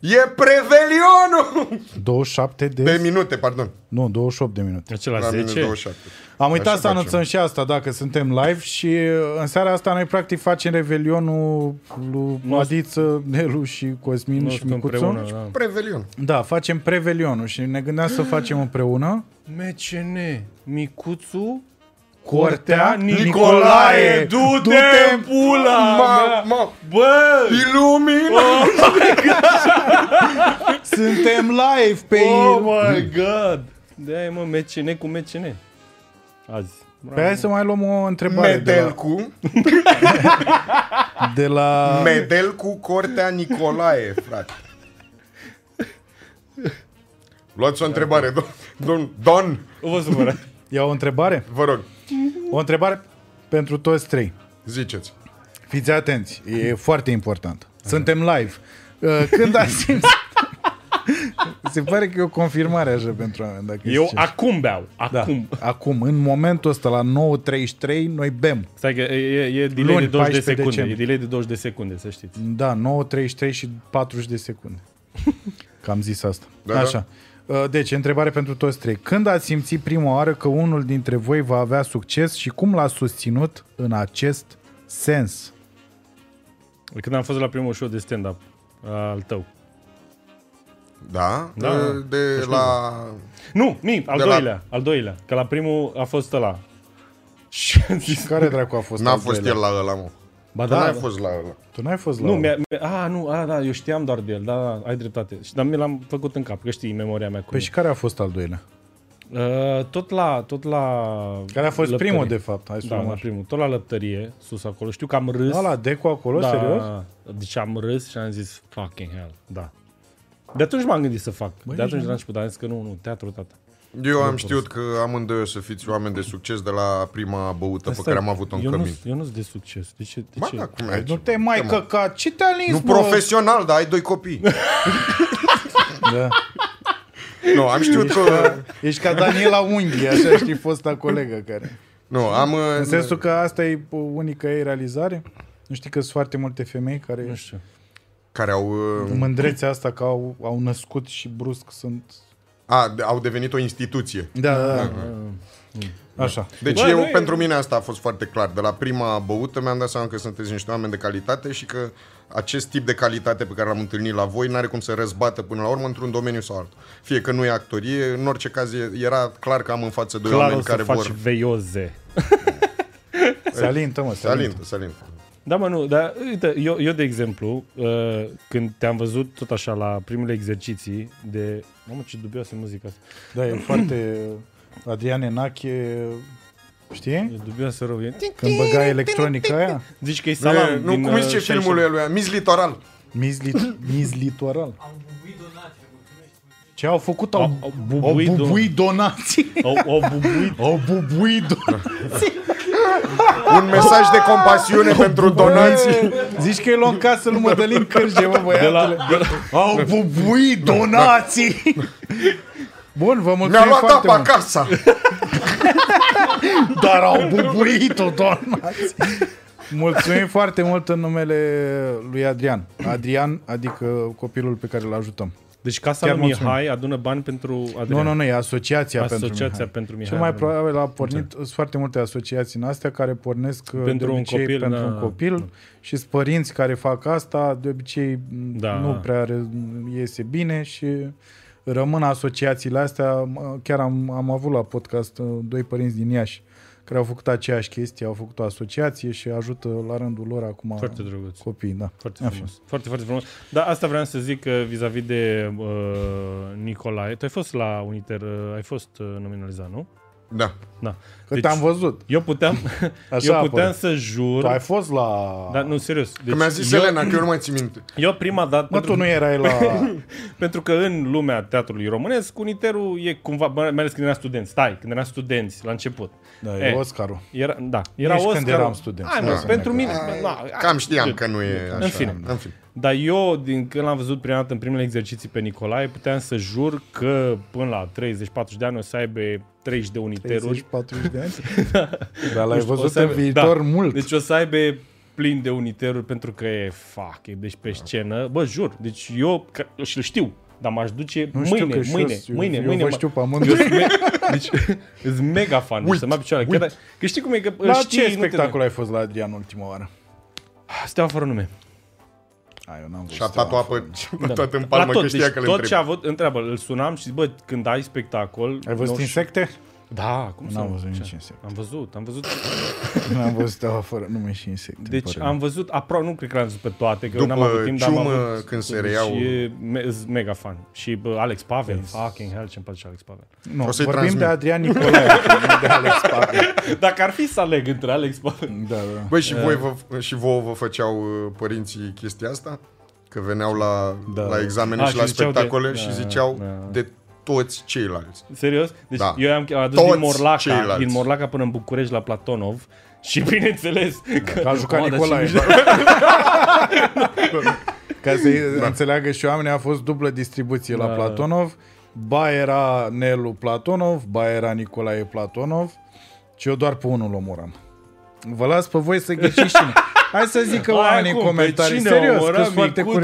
C: e prevelionul!
A: 27 Deci, de...
C: De
A: de
C: minute, pardon.
A: nu, 28 de minute.
B: Acela
C: La minus
B: 10?
C: 27.
A: Am uitat
C: Așa
A: să
C: facem.
A: anunțăm și asta, dacă suntem live și uh, în seara asta noi practic facem revelionul lui
B: Nostru.
A: Adiță, Nelu și Cosmin
B: Nu
A: și
B: știu
A: Micuțu.
B: împreună, da.
C: Prevelion.
A: Da, facem prevelionul și ne gândeam să facem împreună.
B: MCN, Micuțu,
A: Cortea
B: Nicolae, du-te în pula
C: Ma,
B: mea!
C: ma,
B: Bă!
C: Ilumina!
B: Oh!
A: Suntem live pe
B: Oh my god! De-aia e, mă, MCN cu MCN. Azi.
A: Păi hai să mai luăm o întrebare de la,
C: Medelcu,
A: de la...
C: Medelcu Cortea Nicolae, frate. Luați o întrebare, domn, domn, don,
B: Nu vă supăra.
A: Ia o întrebare?
C: vă rog,
A: O întrebare pentru toți trei.
C: ziceți.
A: Fiți atenți, e foarte important. Suntem live. Uh, Când ați simțit... Se pare că e o confirmare așa pentru oameni. Dacă
B: Eu
A: zicești.
B: acum beau. Acum.
A: Da. Acum, în momentul ăsta, la 9.33, noi bem.
B: Stai că e, e, e delay
A: Luni,
B: de 20 de
A: 14
B: secunde. E
A: decembrie.
B: delay de 20 de secunde, să știți.
A: Da, 9.33 și 40 de secunde. Că am zis asta.
C: Da, da.
A: Așa. Uh, Deci, întrebare pentru toți trei. Când ați simțit prima oară că unul dintre voi va avea succes și cum l-ați susținut în acest sens?
B: Când am fost la primul show de stand-up al tău.
C: Da?
B: Da.
C: De, de la...
B: Nu, mi, al
C: De la-
B: doilea, al doilea. Că la primul a fost ăla. Și am zis,
A: Care dracu a fost
C: N-a
A: al
C: fost
A: doilea?
C: el la ăla, mă.
B: ba
C: Da,
B: da,
C: N-a fost la ăla.
A: Tu n-ai fost la
B: nu,
A: ăla.
B: mi-a, mi-a- a, nu, a, da, eu știam doar de el, da, da, ai dreptate. Și, dar mi l-am făcut în cap, că știi memoria mea cum
A: Păi și
B: e.
A: care a fost al doilea?
B: Uh, tot la, tot la...
A: Care a fost
B: lăptărie.
A: primul, de fapt. Hai să
B: Da,
A: luăm
B: la
A: așa.
B: primul, tot la lăptărie, sus acolo. Știu că am râs.
A: Da, la Deco acolo,
B: da,
A: serios?
B: Deci am râs și am zis, fucking hell, da. De atunci m-am gândit să fac. Băi, de atunci de la început, dar am zis că nu, nu, teatru, tata.
C: Eu am știut că amândoi o să fiți oameni de succes de la prima băută pe
B: Asta-
C: care am avut-o în
B: eu
C: cămin.
B: Nu, eu nu-s de succes. De ce? De
C: Ba,
B: ce?
C: da, cum ai
A: Nu
C: ce?
A: te mai
C: mă.
A: căca, ce te-a lins,
C: Nu
A: mă?
C: profesional, dar ai doi copii.
A: Da.
C: nu, am știut că...
B: Da.
A: Ești ca Daniela Unghi, așa știi, fosta colegă care...
C: Nu, am...
A: În sensul că asta e unica ei realizare? Nu știi că sunt foarte multe femei care
B: Nu știu.
C: Care au... uh,
A: mândrețea asta că au, au născut și brusc sunt...
C: A, de- au devenit o instituție.
A: Da, da, da. Așa.
C: Deci
B: Bă,
C: eu,
B: nu e-
C: pentru mine asta a fost foarte clar. De la prima băută mi-am dat seama că sunteți niște oameni de calitate și că acest tip de calitate pe care l-am întâlnit la voi n-are cum să răzbată până la urmă într-un domeniu sau altul. Fie că nu e actorie, în orice caz e- era clar că am în față doi
B: Clar o
C: oameni
B: să
C: care
B: faci
C: vor...
B: veioze.
A: Salintă, mă, salintă.
C: Salint, salint.
B: Da, mă, nu, dar uite, eu, eu de exemplu, uh, când te-am văzut tot așa la primele exerciții de... Mamă, ce dubioasă e muzica asta.
A: Da, e foarte... Adrian Enache,
B: E
A: știi?
B: dubioasă rău. E...
A: Când băga electronica aia,
B: Zici că e salam
C: Nu,
B: din,
C: nu, cum
B: uh,
C: zice
B: 60.
C: filmul lui lui Miz Litoral.
A: miz, lit, miz litoral.
E: Am bubuit donații, mulțumesc.
A: Ce au făcut? Au,
B: Au- au
A: au,
B: bubuit don-
A: bubuit donații.
B: Au, au bubuit.
A: Au bubuit donații.
C: Un mesaj de compasiune pentru donații.
A: Zici că e luat în casă lui Mădălin Cârge, mă,
B: De
A: băiatule.
B: la, de la,
A: Au bubuit donații! Bun, vă mulțumim
C: Mi-a luat
A: foarte
C: apa
A: mult.
C: acasă.
A: Dar au bubuit-o donații! Mulțumim foarte mult în numele lui Adrian. Adrian, adică copilul pe care îl ajutăm.
B: deci casa
A: Chiar
B: lui
A: mulțumim.
B: Mihai adună bani pentru
A: Nu,
B: Adrian.
A: nu, nu, e asociația, pentru
B: Asociația
A: Mihai.
B: pentru Mihai
A: Cel mai
B: Adrian.
A: probabil a pornit, sunt foarte multe asociații în astea care pornesc pentru de
B: Pentru un
A: obicei
B: copil,
A: pentru
B: da.
A: un copil și sunt părinți care fac asta, de obicei
B: Da.
A: da. nu prea re- iese bine și rămân asociațiile astea. Mă, Chiar am, am avut la podcast uh, doi părinți din Iași care au făcut aceeași chestie, au făcut o asociație și ajută la rândul lor acum
B: Foarte drăguț.
A: copiii. Da.
B: Foarte
A: Așa.
B: frumos. Foarte, foarte frumos. Dar asta vreau să zic uh, vis-a-vis de uh, Nicolae. Tu ai fost la Uniter, uh, ai fost uh, nominalizat, nu?
C: Da.
B: Da.
A: Că te-am văzut.
B: eu puteam,
A: Așa
B: eu puteam
A: apare.
B: să jur,
A: Tu ai fost la...
B: dar nu, serios. Deci,
C: Că mi-a zis
B: eu,
C: Elena că eu nu mai țin minte.
B: eu prima dată,
A: Mă, tu nu erai la...
B: pentru că în lumea teatrului românesc, Uniterul e cumva, mai ales când era student, stai, când era studenți, la început.
A: Da, e
B: Eh.
A: Oscarul.
B: Era, da, era
A: Nici când
B: Oscarul.
A: eram student.
B: Hai, mă,
A: Da.
B: pentru
A: Da.
B: mine,
C: Ah,
B: da,
C: Cam știam că nu e așa.
B: În fine.
C: În fine.
B: Dar eu, din când l-am văzut prima dată în primele exerciții pe Nicolae, puteam să jur că până la 30-40 de ani o să aibă 30 de
A: Păi
B: uniteruri.
A: 40 de ani? Da. Dar l-ai
B: Nu știu, o
A: văzut
B: să
A: în
B: aibă-
A: viitor mult.
B: Deci o să aibă plin de uniteruri pentru că e fuck, e deci pe scenă. Bă, jur, deci eu că- și-l știu, dar m-aș duce
A: Nu știu
B: mâine,
A: că și eu-
B: mâine,
A: eu-
B: mâine,
A: eu
B: mâine.
A: vă
B: mă-
A: știu pe amândoi.
B: Eu sunt me- deci, sunt mega fan, deci
C: Uit,
B: să mă picioare. Chiar,
C: uit.
B: dacă- că știi cum e că îl
A: la
B: știi,
A: ce
B: nu te- Ah,
A: spectacol ai fost la Adrian ultima oară?
B: Steaua fără nume.
A: Ai, eu n-am văzut.
C: Și a dat o apă
B: Da.
C: tot în palmă,
B: La tot,
C: că știa
B: deci
C: că le
B: tot
C: întreb.
B: ce a avut, întreabă, îl sunam și zic, bă, când ai spectacol...
A: Ai văzut
B: nu știu-
A: insecte?
B: Da, cum să
A: N-am
B: nu?
A: văzut
B: Ce?
A: nici insecte.
B: Am văzut, am văzut.
A: N-am văzut steaua fără nume și insecte. îmi
B: Deci
A: pare rău.
B: am văzut, aproape, nu cred că l-am văzut pe toate, că
C: După
B: n-am avut timp, dar am
C: ciumă,
B: avut,
C: când se reiau-
B: Și e me- îs mega fan. Și bă, Alex Pavel, fucking hell, ce-mi place Alex Pavel.
A: Nu,
C: O să-i
A: vorbim
C: transmit.
A: de Adrian Nicolae, nu de Alex Pavel.
B: Dacă ar fi să aleg între Alex Pavel...
A: Da, da.
C: Băi, și, voi vă, și vouă vă făceau uh, părinții chestia asta? Că veneau la,
A: Da.
C: da. la examene
B: A,
C: și,
B: Ah, și
C: la
B: ziceau de-
C: spectacole
B: da,
C: și ziceau
B: da.
C: de toți ceilalți.
B: Serios? Deci
C: Da.
B: eu am adus
C: Toți
B: din Morlaca,
C: ceilalți.
B: din Morlaca până în București la Platonov și bineînțeles că...
A: Că a jucat
B: Mamă, dar ce
A: Nicolae.
B: mișto-
A: Că Ca să da. înțeleagă și oamenii, a fost dublă distribuție da. la
B: Da.
A: Platonov. Ba era Nelu Platonov, ba era Nicolae Platonov. Și eu doar pe unul omuram. Vă las pe voi să ghiciți cine. Hai să zic că
B: Hai
A: oamenii în
B: acum, pe
A: comentarii.
B: cine
A: Serios,
B: omora
A: că sunt foarte
B: micuțul?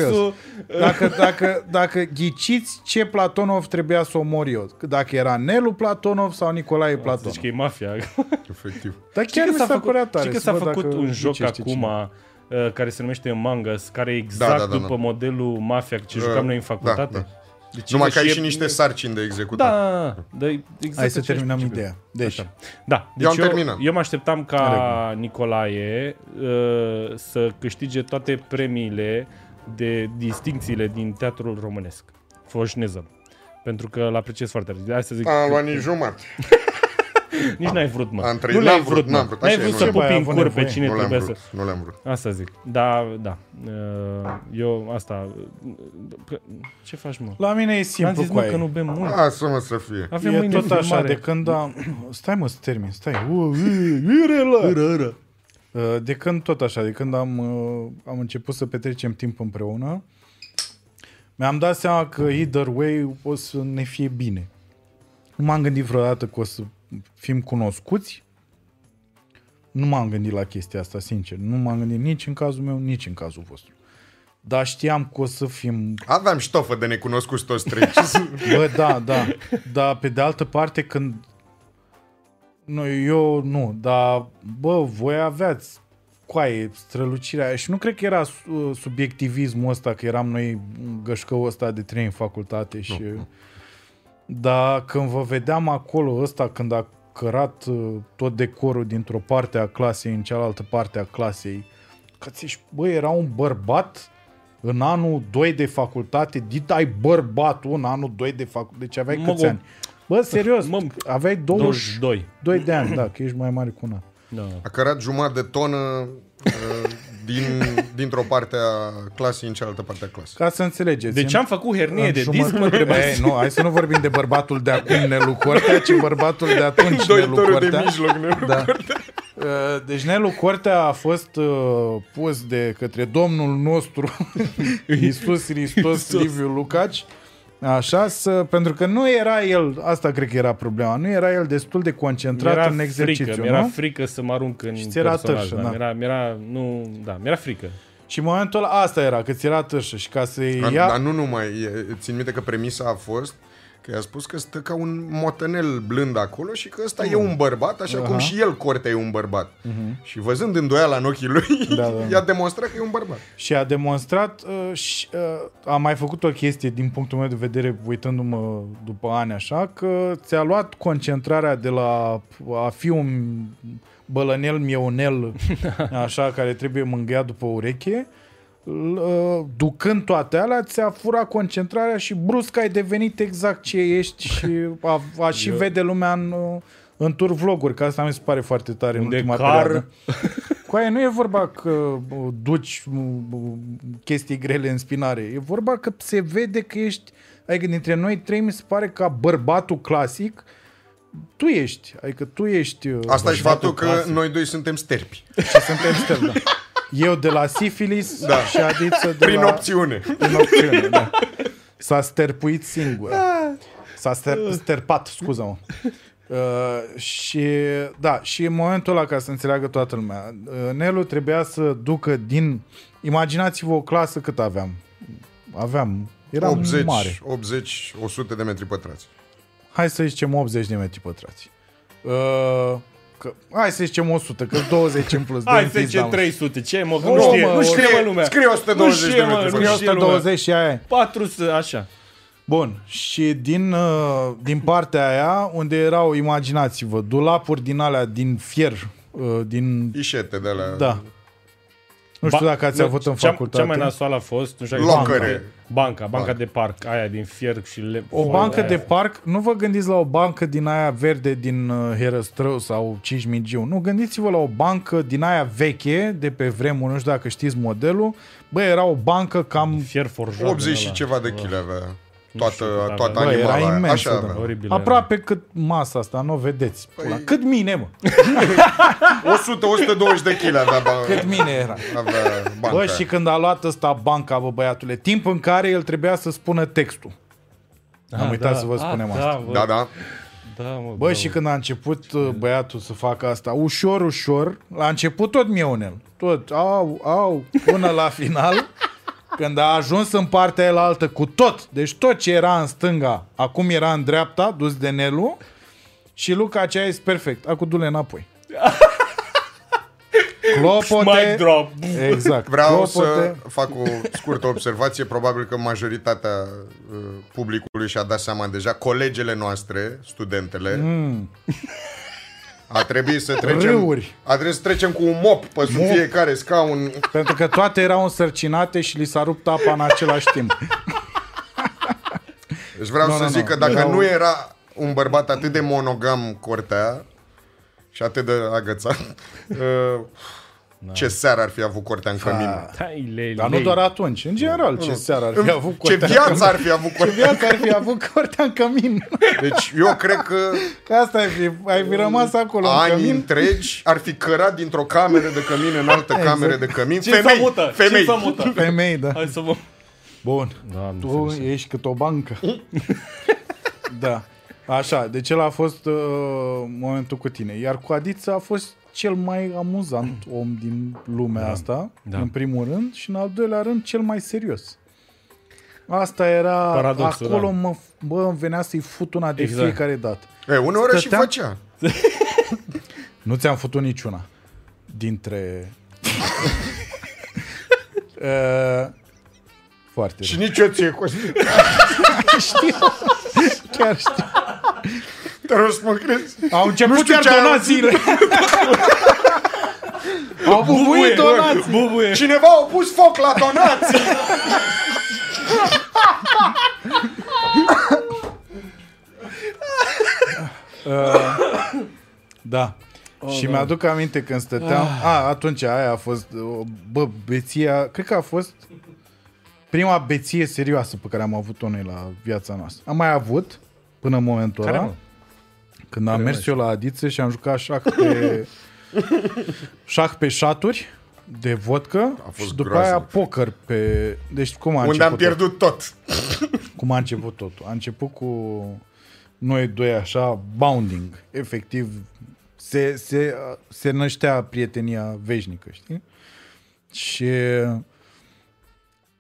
A: curios. Dacă, dacă, dacă ghiciți ce Platonov trebuia să omor eu. Dacă era Nelu Platonov sau Nicolae Platonov.
B: Zici Deci că e mafia.
C: efectiv.
A: Dar
B: Știi
A: chiar
B: că
A: mi s-a
B: s-a
A: făcut
B: făcut,
A: tare.
B: știi că
A: să
B: s-a
A: văd
B: făcut
A: dacă
B: un joc
A: ghicește
B: acum
A: cine.
B: uh, care se numește Among Us, care e exact
C: Da, da, da, da.
B: după modelul mafia ce
C: Uh,
B: jucam noi în
C: da,
B: facultate.
C: da.
B: Deci
C: Numai că ai
B: e-
C: și niște sarcini de executat.
B: Da, da, exact
A: Hai să
B: aceeași
A: terminăm
B: principiu.
A: ideea. Deci,
B: Așa. Da, deci
C: am
B: eu,
C: terminat.
B: eu mă așteptam ca Nicolae uh, să câștige toate premiile de distincțiile din teatrul românesc, foșneză. Pentru că l apreciez foarte tare. Hai să zic,
C: Am luat nici jumate.
B: nici n-ai vrut, mă.
C: Am trăit.
B: nu le-ai
C: N-am vrut,
B: vrut, mă.
C: n-am vrut,
B: N-ai
C: așa e,
B: vrut
C: nu
B: să
C: le-am
A: vrut.
B: pupi în
A: Mai
B: cur pe
A: avut
B: cine
C: Nu le-am
B: trebuie
C: vrut,
B: să...
C: nu le-am vrut.
B: Asta zic. Da, da. Uh, Eu, asta... uh, Ce faci, mă?
A: la mine e
B: Am
A: simplu
B: zis,
A: cu
B: mă, că nu
A: aia.
B: bem mult.
C: Lasă-mă să fie.
B: Avem
A: E
B: mâine
A: tot așa,
B: filmare.
A: de când am... Stai mă, să termin, stai. U, i, ire, la. Uh, De când tot așa, de când am, uh, am început să petrecem timp împreună, mi-am dat seama că either way o să ne fie bine. Nu m-am gândit vreodată că o să fim cunoscuți. Nu m-am gândit la chestia asta, sincer. Nu m-am gândit nici în cazul meu, nici în cazul vostru. Dar știam că o să fim
C: Aveam ștofă de necunoscuți toți trei. Ce să-
A: Bă, da, da. Dar pe de altă parte, când... Nu, eu nu, dar bă, voi aveați coaie, strălucirea aia. și nu cred că era su- subiectivismul ăsta, că eram noi gășcăul ăsta de trei în facultate și... Dar când vă vedeam acolo ăsta, când a cărat uh, tot decorul dintr-o parte a clasei în cealaltă parte a clasei, că ți bă, era un bărbat în anul 2 de facultate, dit ai bărbatul în anul 2 de facultate, deci aveai
B: Mă,
A: câți
B: o-
A: ani? Bă, serios,
B: Mă,
A: aveai 22
B: 22.
A: de ani, da, că ești mai mare cu un an.
B: Da.
C: A cărat jumătate de tonă uh, din, dintr-o parte a clasei în cealaltă parte a clasei.
A: Ca să înțelegeți.
B: De ce am Eh, făcut hernie de disc, mă
A: Ei,
B: întrebați?
A: nu, hai să nu vorbim de bărbatul de acum Nelu Cortea, ci bărbatul de atunci Nelu
C: Doritorul de
A: Cortea.
C: mijloc, nu?
A: da. Uh, Deci Nelu Cortea a fost uh, pus de către domnul nostru Iisus Hristos Liviu Lucaci Așa, să, pentru că nu era el, asta cred că era problema, nu era el destul de concentrat
B: Mi-era
A: în exercițiu,
B: frică,
A: nu?
B: mi-era frică să mă arunc în
A: Și ți era
B: personaj.
A: târșă,
B: da.
A: da.
B: Mi-era, mi-era, nu, da, mi-era frică.
A: Și în momentul ăla, asta era, că ți era târșă și ca să
C: Dar-
A: ia...
C: Dar nu numai, e- țin minte că premisa a fost că i-a spus că stă ca un motenel blând acolo și că ăsta e
A: Mm.
C: un bărbat, așa cum și el, Cortea, e un bărbat. Și văzând îndoiala în ochii lui,
A: Mhm. Da, da.
C: i-a demonstrat că e un bărbat.
A: Și a demonstrat, uh, și, uh, a mai făcut o chestie din punctul meu de vedere, uitându-mă după ani așa, că ți-a luat concentrarea de la a fi un bălănel mieunel, așa, care trebuie mângâiat după ureche, l- uh, ducând toate alea, ți-a furat concentrarea și brusc ai devenit exact ce ești și a, a și
B: Eu-
A: vede lumea în, uh, în tur vloguri, că asta mi se pare foarte tare în
B: Unde
A: ultima
B: car-
A: perioadă. Cu aia nu e vorba că bă, duci bă, chestii grele în spinare, e vorba că se vede că ești, adică dintre noi trei mi se pare ca bărbatul clasic, tu ești, adică tu ești uh,
C: Asta și faptul
A: bărbatul
C: că
A: clasic.
C: noi doi suntem sterpi.
A: Și suntem stel, da. Eu de la sifilis da. și Adiță de
C: Prin
A: la...
C: opțiune.
A: Prin opțiune, da. S-a sterpuit singur.
B: Da.
A: S-a ster- sterpat, scuză-mă. Uh, și da, și în momentul ăla ca să înțeleagă toată lumea uh, Nelu trebuia să ducă din imaginați-vă o clasă cât aveam aveam, eram
C: 80,
A: mare
C: 80, 100 de metri pătrați.
A: hai să zicem 80 de metri pătrați uh, că, hai să zicem 100, că 20 în plus de
B: Hai
A: închis,
B: să zicem
A: da, mă.
B: 300, ce Oh, mă, că
A: Nu,
B: nu știe,
A: mă,
B: nu știe
C: scrie-
B: mă lumea.
C: scrie 120
B: Nu știe,
C: de
B: mă,
C: metri,
B: nu
C: frate.
B: știe lumea.
A: 120 și aia e.
B: 400, așa.
A: Bun, și din, uh, din partea aia, unde erau, imaginați-vă, dulapuri din alea, din fier, uh, din...
C: Ișete de la...
A: Da. Nu știu
B: Ba-
A: dacă ați
B: nu,
A: avut în
B: cea-
A: facultate.
B: Cea mai nasoală a fost, nu știu dacă-
C: Locăre.
B: Banca, banca de parc, aia din fier și le...
A: o bancă
B: aia.
A: de parc, nu vă gândiți la o bancă din aia verde din uh, Herăstrău sau Cismigiu, nu, gândiți-vă la o bancă din aia veche, de pe vremuri, nu știu dacă știți modelul, bă, era o bancă cam
B: Fier forjat.
C: 80
B: din
A: Da,
C: și
B: ăla.
C: ceva de kg avea.
B: știu cât
C: toată,
B: avea.
C: toată
B: Bă,
A: Bă,
C: animala
A: era
C: aia.
A: imensă,
C: Așa
A: da.
C: avea.
B: Oribil era.
A: Aproape cât masa asta, nu o vedeți. Pula.
C: Păi-
A: Cât mine, mă.
C: 100-120 de kg avea, ba,
A: da. Cât mine era.
C: avea banca.
A: Bă, și când a luat ăsta banca, bă, băiatule, timp în care el trebuia să spună textul. Am uitat să vă spunem
B: Ah, da,
A: asta.
B: Bă,
C: Da, da.
B: da, mă,
A: Bă,
B: da,
A: și
B: mă.
A: când a început uh, băiatul să facă asta, ușor, ușor, la început tot mieunel, tot, au, au, până la final, când a ajuns în partea aia la altă cu tot, deci tot ce era în stânga, acum era în dreapta, dus de Nelu, și Luca aceea este perfect, acum du-le înapoi. Clopote,
B: Mic drop.
A: exact,
C: Vreau
A: clopote,
C: să fac o scurtă observație. Probabil că majoritatea uh, publicului și-a dat seama deja. Colegele noastre, studentele, a trebuit să trecem...
A: Mm. Râuri.
C: A trebuit să trecem cu un mop pe sub fiecare scaun.
A: pentru că toate erau însărcinate și li s-a rupt apa în același timp.
C: Deci vreau
A: Nu,
C: să
A: nu,
C: zic
A: nu.
C: că dacă
A: Erau-
C: nu era un bărbat atât de monogam cortea și atât de agățat, uh,
A: Da.
C: ce seară ar fi avut cortea în cămin.
B: Hai, lei,
A: Dar nu
B: lei.
A: doar atunci, în general, ce seară ar fi avut
C: Ce
A: cortea în
C: viață
A: cămin.
C: ar fi avut
A: Ce
C: cortea.
A: viață ar fi avut cortea în cămin.
C: Deci eu cred că
A: Că asta ai fi, ai fi rămas acolo în
C: ani
A: cămin.
C: întregi ar fi cărat dintr-o cameră de cămin în altă
A: Exact.
C: cameră de cămin.
B: Cine
C: Femei,
B: s-a mută?
C: femei.
B: Cine s-a mută?
A: Femei, da.
B: Hai să vă...
A: Bun.
B: Doamne,
A: tu
B: ferește.
A: ești cât o bancă. da. Așa, deci el a fost uh, momentul cu tine. Iar cu Adiță a fost cel mai amuzant om din lumea da. asta, da.
B: Da.
A: în primul rând, și în al doilea rând, cel mai serios. Asta era,
B: Paradoxul,
A: acolo
B: da.
A: mă, bă, îmi venea să-i fut una de
B: Exact.
A: fiecare dată.
C: E, uneori și
A: Stăteam-
C: făcea.
A: Nu ți-am făcut niciuna dintre... uh, foarte
C: Și
A: rău.
C: nici eu ție, Cosmin.
A: Chiar știu.
C: Te rog să mă crezi.
A: Au început
C: știu
A: chiar
C: ce ai
A: donațiile. Au bubuit donații.
B: Bubuie!
C: Cineva a pus foc la donații.
A: Da.
B: Oh,
A: și mi-aduc aminte când stăteam...
B: Ah.
A: A, atunci aia a fost... o- Bă, beția... Cred că a fost prima beție serioasă pe care am avut-o noi la viața noastră. Am mai avut până în momentul
B: Care,
A: ăla.
B: mă?
A: Când am mers eu la Adițe și am jucat șah pe, șah pe șaturi de vodcă
C: A fost
A: și după
C: groaznic.
A: aia poker pe... Deci cum a
C: Unde
A: început
C: am pierdut tot.
A: Tot? Cum a început totul? A început cu noi doi așa, bounding. Efectiv, se, se, se năștea prietenia veșnică, știi? Și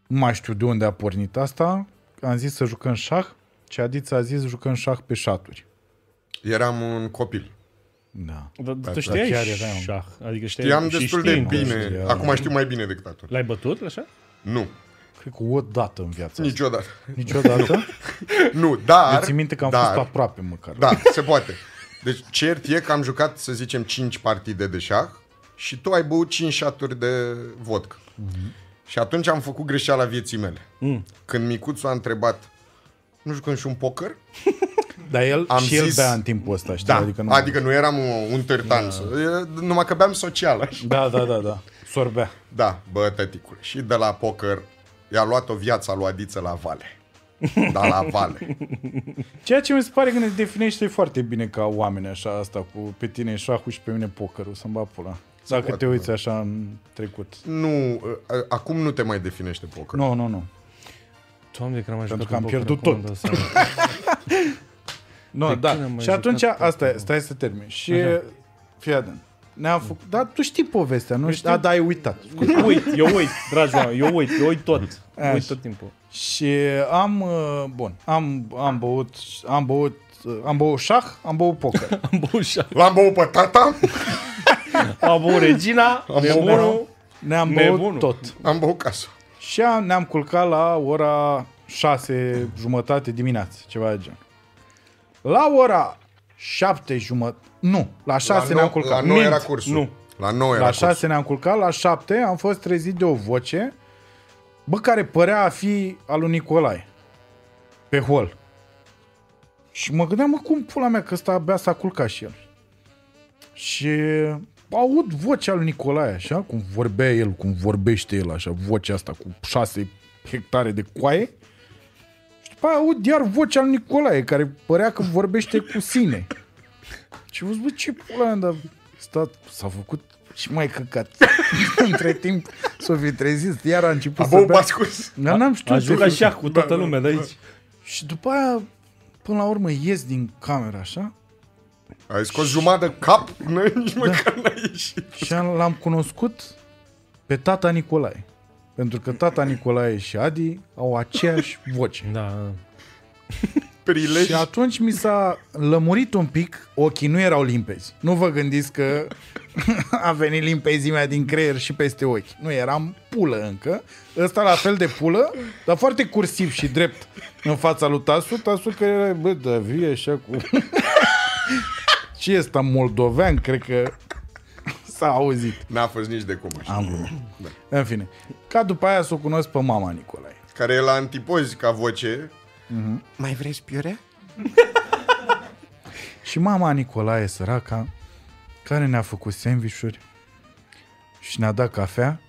A: nu mai știu de unde a pornit asta. Am zis să jucăm șah și Adiță a zis jucăm șah pe șaturi.
C: Eram un copil.
A: Da.
B: Dar tu
C: da,
B: știai
A: chiar eram.
B: șah? Adică știai
C: Știam
B: și
C: destul
B: știi,
C: de
B: mă.
A: știi,
C: bine.
A: da.
C: Acum știu mai bine decât atunci.
B: L-ai bătut, așa?
C: Nu.
A: Cred că o dată în viața asta.
C: Niciodată.
A: Niciodată?
C: Nu, dar...
A: Eu țin minte că am
C: dar,
A: fost aproape măcar.
C: Da, se poate. Deci cert e că am jucat, să zicem, 5 partide de șah și tu ai băut 5 șaturi de vodcă. Și atunci am făcut greșeala vieții mele. Când micuțul a întrebat, nu jucăm și un poker?
A: Dar el
C: Am
A: am și el
C: zis-
A: bea în timpul ăsta, știi?
C: Da,
A: Adică nu...
C: adică nu eram un, un târtan, da. numai că beam socială.
A: Da, da, da, da. Sorbea.
C: Da, bă, tăticule. Și de la poker i-a luat-o viața lui Adiță la vale. Da, la vale.
A: Ceea ce mi se pare că ne definește foarte bine ca oameni așa asta cu pe tine șahul și pe mine pokerul, să-mi bat pula. Dacă
C: poate,
A: te uiți așa în trecut.
C: Nu, a- acum nu te mai definește poker.
A: Nu, nu, nu.
B: Doamne, că n-am mai
A: Pentru
B: jucat
A: că am
B: un
A: pierdut
B: poker acum,
A: tot.
B: îmi dau seama.
A: Nu,
B: De când
A: da.
B: am mai
A: Și atunci,
B: jucat
A: asta e, stai să termin. Și fii atent. Ne-am
B: Mm.
A: făcut... Dar tu știi povestea,
B: Păi
A: nu? știi? Da, da, ai uitat.
B: Uit, eu uit, dragi oameni, eu uit, eu uit tot.
A: Așa.
B: Uit tot timpul.
A: Și am, uh, bun, am, am băut, am băut, uh, am băut șah, am băut poker.
B: Am băut șah.
C: L-am băut pe tata,
B: Am băut regina, nebunul.
A: Ne-am băut
B: Nebunul.
A: tot.
C: am băut casa.
A: Și am- ne-am culcat la ora 6 jumătate dimineață, ceva de gen. La ora 7 jumătate, nu, la 6
C: la
A: ne-am
C: nou-
A: culcat.
C: La 9 era
B: Mint.
C: cursul.
B: Nu.
C: La 9 era
A: La
C: cursul.
A: 6 ne-am culcat, la 7 am fost trezit de o voce, bă, care părea a fi al lui Nicolae, pe hol. Și mă gândeam, mă, cum pula mea, că ăsta abia s-a culcat și el. Și aud vocea lui Nicolae, așa, cum vorbea el, cum vorbește el, așa, vocea asta cu șase hectare de coaie. Și După aia aud iar vocea lui Nicolae, care părea că vorbește cu sine. Și vă zic, bă, ce pula mea, dar stat, s-a făcut și mai căcat. Între timp s-o fi trezit, iar a început
C: Bă,
A: să bea.
C: m-a scos.
A: Dar n-am știut
B: Ajung
A: de
B: la
A: fi-
B: șah cu toată lumea de aici.
A: Și după aia, până la urmă, ies din cameră așa
C: Ai scos jumătate de cap, n-ai nici
A: Da.
C: măcar n-ai ieșit.
A: și am- l-am cunoscut pe tata Nicolae. Pentru că tata Nicolae și Adi au aceeași voce.
B: Da.
C: Prilej.
A: Și atunci mi s-a lămurit un pic, ochii nu erau limpezi. Nu vă gândiți că a venit limpezimea din creier și peste ochi. Nu, eram pulă încă. Ăsta la fel de pulă, dar foarte cursiv și drept în fața lui Tasu. Tasu că era, bă, da, vie așa cu... Ce ăsta moldovean, cred că s-a auzit.
C: N-a fost nici de cum așa.
A: Am glumit. Da. În fine, ca după aia să o cunosc pe mama Nicolae.
C: Care e la antipozi ca voce. Mai vrei piure?
A: Și mama Nicolae, săraca, care ne-a făcut sandvișuri și ne-a dat cafea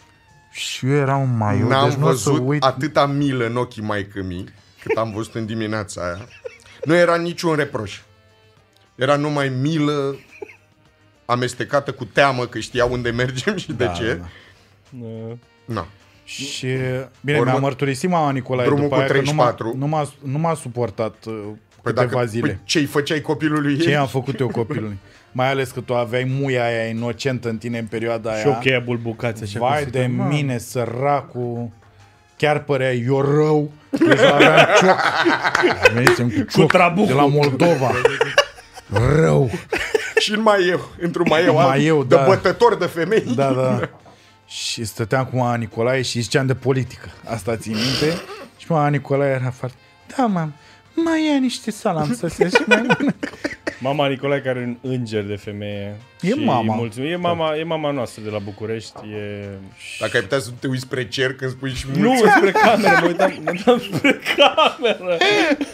A: și eu eram un maiu,
C: N-am
A: deci nu o să
C: văzut
A: uit.
C: atâta milă în ochii mai mi cât am văzut în dimineața aia. Nu era niciun reproș. Era numai milă amestecată cu teamă că știa unde mergem și
A: Da,
C: de ce.
B: Uh,
C: Na. Păi
A: și bine,
C: Urmă-
A: mi-a mărturisit mama Nicolae
C: Drumul
A: după
C: cu
A: aia că nu m-a,
C: 34.
A: nu, m-a, nu m-a suportat uh,
C: Păi
A: câteva
C: dacă,
A: zile.
C: păi ce-i făceai copilului ei?
A: Ce am făcut eu copilului? Mai ales că tu aveai muia aia inocentă în tine în perioada aia.
B: și o cheia bulbucați așa.
A: Vai
B: cum se
A: de
B: cheamă.
A: mine, săracul. Chiar părea eu rău. Deci aveam cioc. Venisem cu cioc
B: trabucul.
A: de la Moldova. Rău.
C: Și în mai eu, într-un mai eu,
A: Mai eu,
C: de
A: da.
C: bătător de femei.
A: Da, da. Și stăteam cu mama Nicolae și ziceam de politică. Asta ții minte? Și mama Nicolae era foarte... Da, mam, mai ia niște salam să se și mai mănânc."
B: Mama Nicolae care e un înger de femeie.
A: E
B: Și
A: mama.
B: Mulțumim. E mama, e mama noastră de la București. E...
C: Dacă ai putea să te uiți spre cer când spui și
B: Nu,
C: mulțumim,
B: spre cameră, mă uitam, mă uitam spre cameră.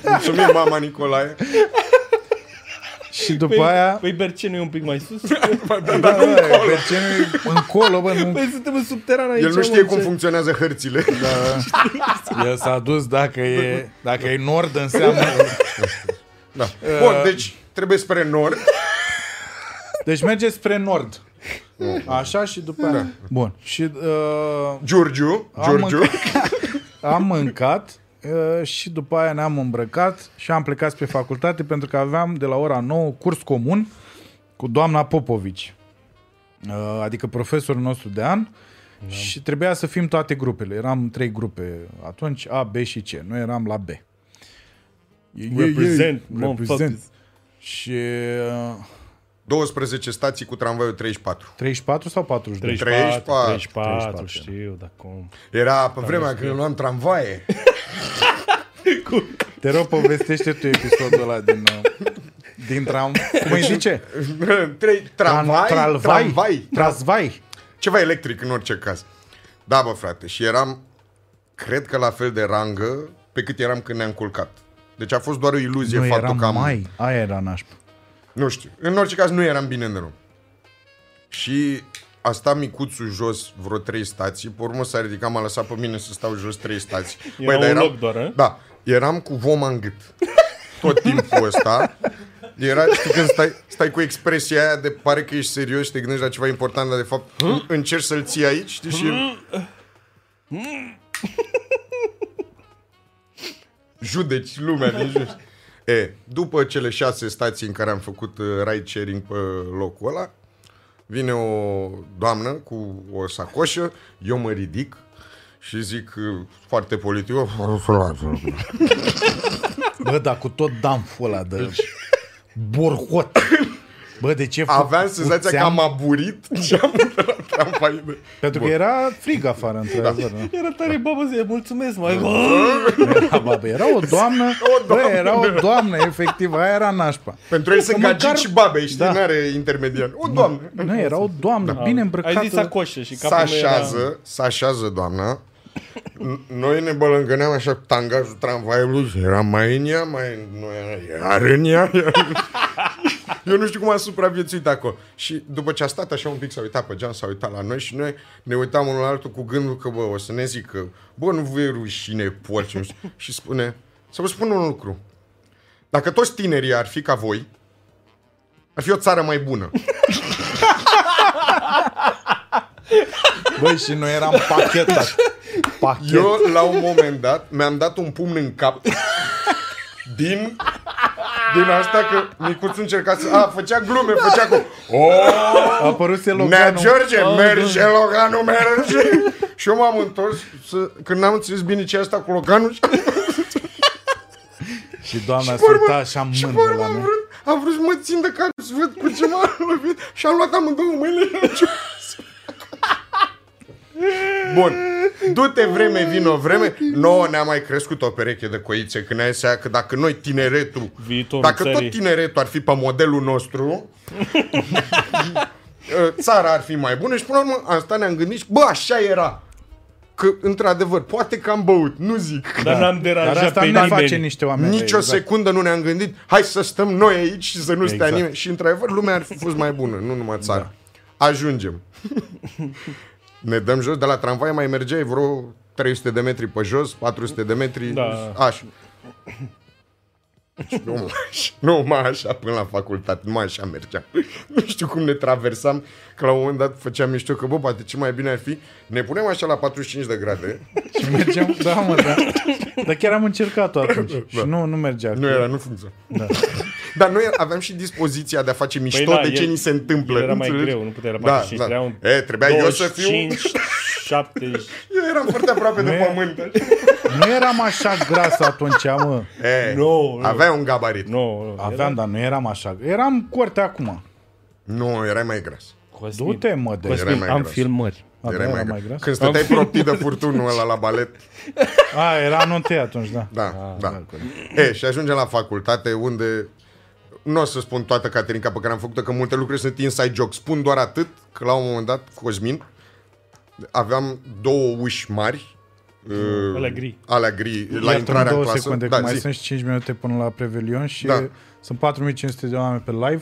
C: mulțumim mama Nicolae.
A: Și după aia...
B: Păi Bercenu e un pic mai sus.
A: Da, da, pe ce nu- încolo, bă, nu
B: Păi suntem în subteran aici.
C: El nu
B: mă,
C: știe cum
B: ce-
C: funcționează hârțile.
A: El s-a dus dacă e, dacă e nord înseamnă...
C: Da. Bun, deci trebuie spre nord.
A: Deci mergeți spre nord. Așa și după aia. Bun. Și uh,
C: Giurgiu,
A: Am
C: Giurgiu.
A: am mâncat uh, și după aia ne-am îmbrăcat și am plecat spre facultate pentru că aveam de la ora 9 curs comun cu doamna Popovici. Uh, adică profesorul nostru de an și trebuia să fim toate grupele. Eram trei grupe atunci, A, B și C. Noi eram la B.
B: Represent,
A: represent.
B: represent.
A: Și uh,
C: 12 stații cu tramvaiul 34.
A: 34 sau 42?
C: 34,
B: 34, 34,
A: 34,
B: știu, dar cum.
C: Era pe vremea când luam tramvaie.
A: Te rog, povestește tu episodul ăla din, uh, din tram... Cum îi zice?
C: Trei tramvai, tramvai.
A: Trazvai.
C: Ceva electric în orice caz. Da, bă, frate, și eram, cred că la fel de rangă pe cât eram când ne-am culcat. Deci a fost doar o iluzie
A: Nu
C: faptul
A: era
C: că am...
A: mai, aia era nașpa.
C: Nu știu. În orice caz nu eram bine în drum. Și a stat micuțul jos vreo trei stații, pe urmă s-a ridicat, m-a lăsat pe mine să stau jos trei stații.
B: Era
C: dar
B: un loc doar, eh? a?
C: Da, eram cu voma în gât. Tot timpul ăsta. Era, știi, când stai, stai cu expresia aia de pare că ești serios și te gândești la ceva important, dar de fapt încerci să-l ții aici, știi, și... judeci lumea din jur. E, după cele șase stații în care am făcut uh, ride sharing pe locul ăla, vine o doamnă cu o sacoșă, eu mă ridic și zic uh, foarte politic, "Oh, vă rog să luați."
A: Bă, dar cu tot damful ăla de borhot. Bă, de ce
C: aveam senzația că
A: făcuțeam?
C: am aburit și am dat la tramvai.
A: Pentru că era frig afară, într-adevăr. Da.
B: Era tare, babă, zi, mulțumesc, mai
A: Era, bă, bă, era o doamnă, o doamnă, bă, era o doamnă, efectiv, aia era nașpa.
C: Pentru ei sunt
A: măcar-
C: gagici și babe, știi,
A: Da.
C: da. n-are intermediar. O, doamnă!
A: Nu, era o doamnă, da. bine îmbrăcată.
B: Ai zis sacoșe și
C: Se
B: capul meu era...
C: așează, se așează, doamna. N- Noi ne bălângâneam așa cu tangajul tramvaiului și era mai în ea, mai în- nu era, iar în ea. iar- Eu nu știu cum a supraviețuit acolo. Și după ce a stat așa un pic, s-a uitat pe geam, s-a uitat la noi și noi ne uitam unul la altul cu gândul că, bă, o să ne zică, bă, nu vă e rușine, porci, nu știu. Și spune, Să vă spun un lucru. Dacă toți tinerii ar fi ca voi, ar fi o țară mai bună.
A: Băi, și noi eram pachetat. Pachet.
C: Eu, la un moment dat, mi-am dat un pumn în cap din, din asta că micuțul încerca să... A, făcea glume, făcea cu...
A: A apărut
C: Nea
A: sloganul.
C: George, merge, Loganul merge. și eu m-am întors să, când n-am înțeles bine ce e asta cu Loganul și
A: Și doamna
C: pe
A: se
C: urmă-
A: uita așa
C: și pe
A: mândră
C: urmă
A: la
C: am
A: mine.
C: vrut, am vrut să mă țin de cap să văd cu ce m-am lovit și am luat amândouă mâinile și nu știu să- Bun. Du-te vreme, vino vreme. Nouă ne-a mai crescut o pereche de coițe când ai seama că dacă noi tineretul,
B: Viitorul
C: dacă
B: țării.
C: tot tineretul ar fi pe modelul nostru, uh, țara ar fi mai bună și până la urmă asta ne-am gândit și, bă, așa era. Că, într-adevăr, poate că am băut, nu zic.
B: Dar n-am
A: Dar
B: deranjat
A: asta
B: pe
A: ne
B: nimeni. Păi
A: face niște oameni.
C: Nici
A: răi, da.
C: exact. o secundă nu ne-am gândit, hai să stăm noi aici și să nu exact. stea
A: Exact.
C: nimeni. Și într-adevăr, lumea ar fi fost mai bună, nu numai țara. Da. Ajungem. ne dăm jos de la tramvai, mai mergeai vreo 300 de metri pe jos, 400 de metri,
B: Da.
C: așa. Și nu, mă- și nu mă așa până la facultate, nu mă așa mergeam. Nu știu cum ne traversam, că la un moment dat făceam mișto că, bă, poate ce mai bine ar fi, ne punem așa la 45 de grade,
A: Și mergeam, da, mă, da. Dar chiar am încercat-o atunci. Și nu, nu mergea.
C: Da. Nu era, nu funcționa. Da. Dar noi aveam și dispoziția de a face mișto
B: Păi da,
C: păi, de ce
B: el-
C: ni se întâmplă.
B: el era mai
C: înțelegi?
B: greu, nu putea, era
C: da,
B: 45,
C: da.
B: era un
C: E, trebuia eu să fiu...
B: 70...
C: Eu eram foarte aproape de
A: Nu e-
C: pământ.
A: Nu eram așa gras atunci, mă.
C: E,
B: Nu, nu.
C: avea un gabarit. Nu.
B: Nu, nu,
A: Aveam, dar nu eram așa. Eram corte acum.
C: nu, erai mai gras.
B: Cosmin.
A: Du-te, mă, de...
C: Erai
B: Cosmin,
C: mai
B: am
C: gras.
B: filmări.
A: A,
C: Erai
A: da,
C: mai,
A: era
C: mai
A: mai
C: gras.
A: gras?
C: Când stăteai proptit de furtunul ăla la balet.
A: A, era anunței atunci, da.
C: Da, ah, da. E, și ajungem la facultate unde... Nu o să spun toată Caterinca pe care am făcut-o, că multe lucruri sunt inside joke. Spun doar atât că la un moment dat, Cosmin, aveam două uși mari. uh,
B: Alea gri.
C: Alea gri, la
A: Iartă-mă
C: intrarea în
A: două
C: clasă.
A: secunde,
C: da,
A: că mai
C: zi.
A: sunt și 5 minute până la Prevelion și
C: Da.
A: sunt 4500 de oameni pe live.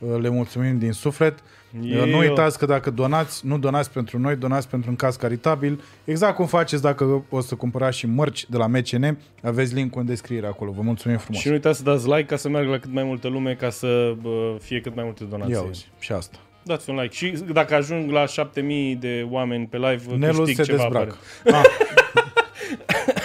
A: Uh, Le mulțumim din suflet. Uh,
B: Ieu.
A: Nu uitați că dacă donați, nu donați pentru noi, donați pentru un caz caritabil. Exact cum faceți dacă o să cumpărați și mărci de la MCN. Aveți link în descriere acolo. Vă mulțumim frumos.
B: Și nu uitați să dați like ca să meargă la cât mai multă lume, ca să bă, fie cât mai multe
A: Ia
B: donații.
A: uzi, și asta.
B: Dați un like. Și dacă ajung la 7000 de oameni pe live,
A: Nelu
B: câștig
A: se
B: ceva.
A: dezbracă.
B: apare.
A: Ah.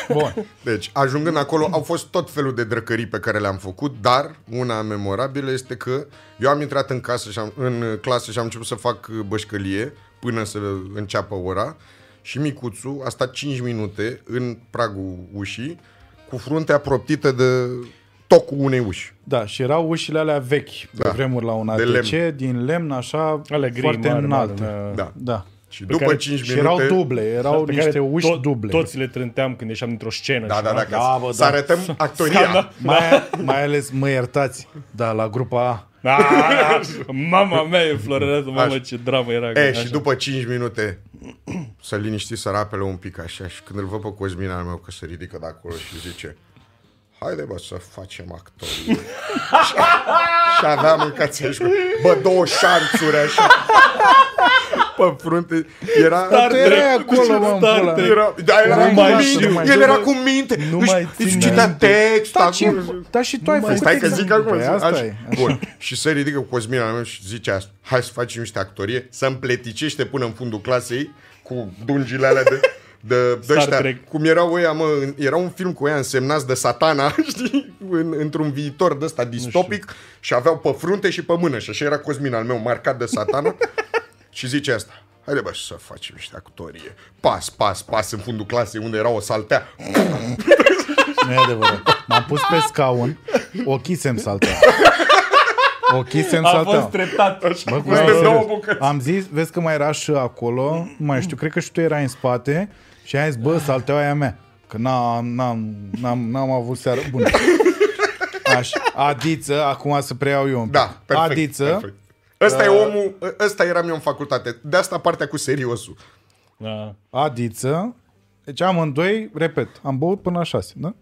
A: Bun.
C: Deci, ajungând acolo, au fost tot felul de drăcării pe care le-am făcut, dar una memorabilă este că eu am intrat în, casă și am, în clasă și am început să fac uh, bășcălie până să înceapă ora și micuțul a stat 5 minute în pragul ușii cu fruntea proptită de tocul unei uși.
A: Da, și erau ușile alea vechi, pe
C: Da.
A: vremuri la un
C: De
A: ATC, din lemn, așa,
B: Alea gri,
A: foarte
B: mari, mari,
A: înalte.
B: da.
C: Da.
A: Da.
C: Și după
B: care-
C: 5
A: Și
C: minute...
A: erau duble, erau
B: Pe
A: niște
B: care
A: uși
B: to-
A: duble.
B: Toți le trânteam când ieșeam dintr-o scenă.
C: Da,
B: și
C: da, da,
B: mai-
C: ca
A: Da,
C: da,
A: bă,
C: bă,
A: da.
C: să arătăm actoria.
A: Mai, mai ales, mă iertați, da, la grupa A.
B: Ah, mama mea e florărează, mamă
C: da. Așa.
B: ce dramă era.
C: E,
B: Așa.
C: și după 5 minute să liniști să rapele un pic așa și când îl văd pe Cosmin al meu că se ridică de acolo și zice Haide bă să facem actori. și, și aveam în cațeșcu, bă, două șanțuri așa. Pe frunte. Era...
A: Tu erai Păi, acolo, mă, în
B: Deci, Star
A: pula.
B: Trek.
C: Era, da, era
A: Nu
C: cu
A: mai
C: minte,
A: știu,
C: el
A: nu
C: era
A: mai-
C: cu minte.
A: nu
C: Își-
A: mai
C: își
A: țin
C: citea
A: minte.
C: text
A: Da, și,
C: acum.
A: da, și tu ai făcut
C: Stai că zic acum.
A: Păi
C: zic,
A: asta
C: așa.
A: e.
C: Bun. Și se ridică cu Cosmin al meu și zice asta. Hai să facem niște actorie, să împleticește până în fundul clasei cu dungile alea de... De, de ăștia,
B: Trek.
C: cum erau ăia, mă, în- era un film cu ea însemnați de satana, știi, în, într-un viitor de ăsta distopic și aveau pe frunte și pe mână și așa era Cosmin al meu marcat de satana și zice asta. Haide bă să facem niște actorie. Pas, pas, pas în fundul clasei unde era o saltea.
A: Nu e adevărat. M-am pus pe scaun, ochii se-mi saltau. Ochii se-mi
B: A
A: saltau.
B: fost treptat.
A: Bă, cu
C: Peste
A: serios.
C: două bucăți.
A: Am zis, vezi că mai era și acolo, nu mai știu, cred că și tu erai în spate și ai zis, bă, salteaua aia mea. Că n-am, n-am, n-am, n-am avut seară bună. Așa. Adiță, acum să preiau eu un pic.
C: Da, perfect.
A: Adiță, Da.
C: perfect. Ăsta e omul, ă- ăsta eram eu în facultate. De asta partea cu seriosul.
B: Da.
A: adiță. Deci amândoi, repet, am băut până la șase, da?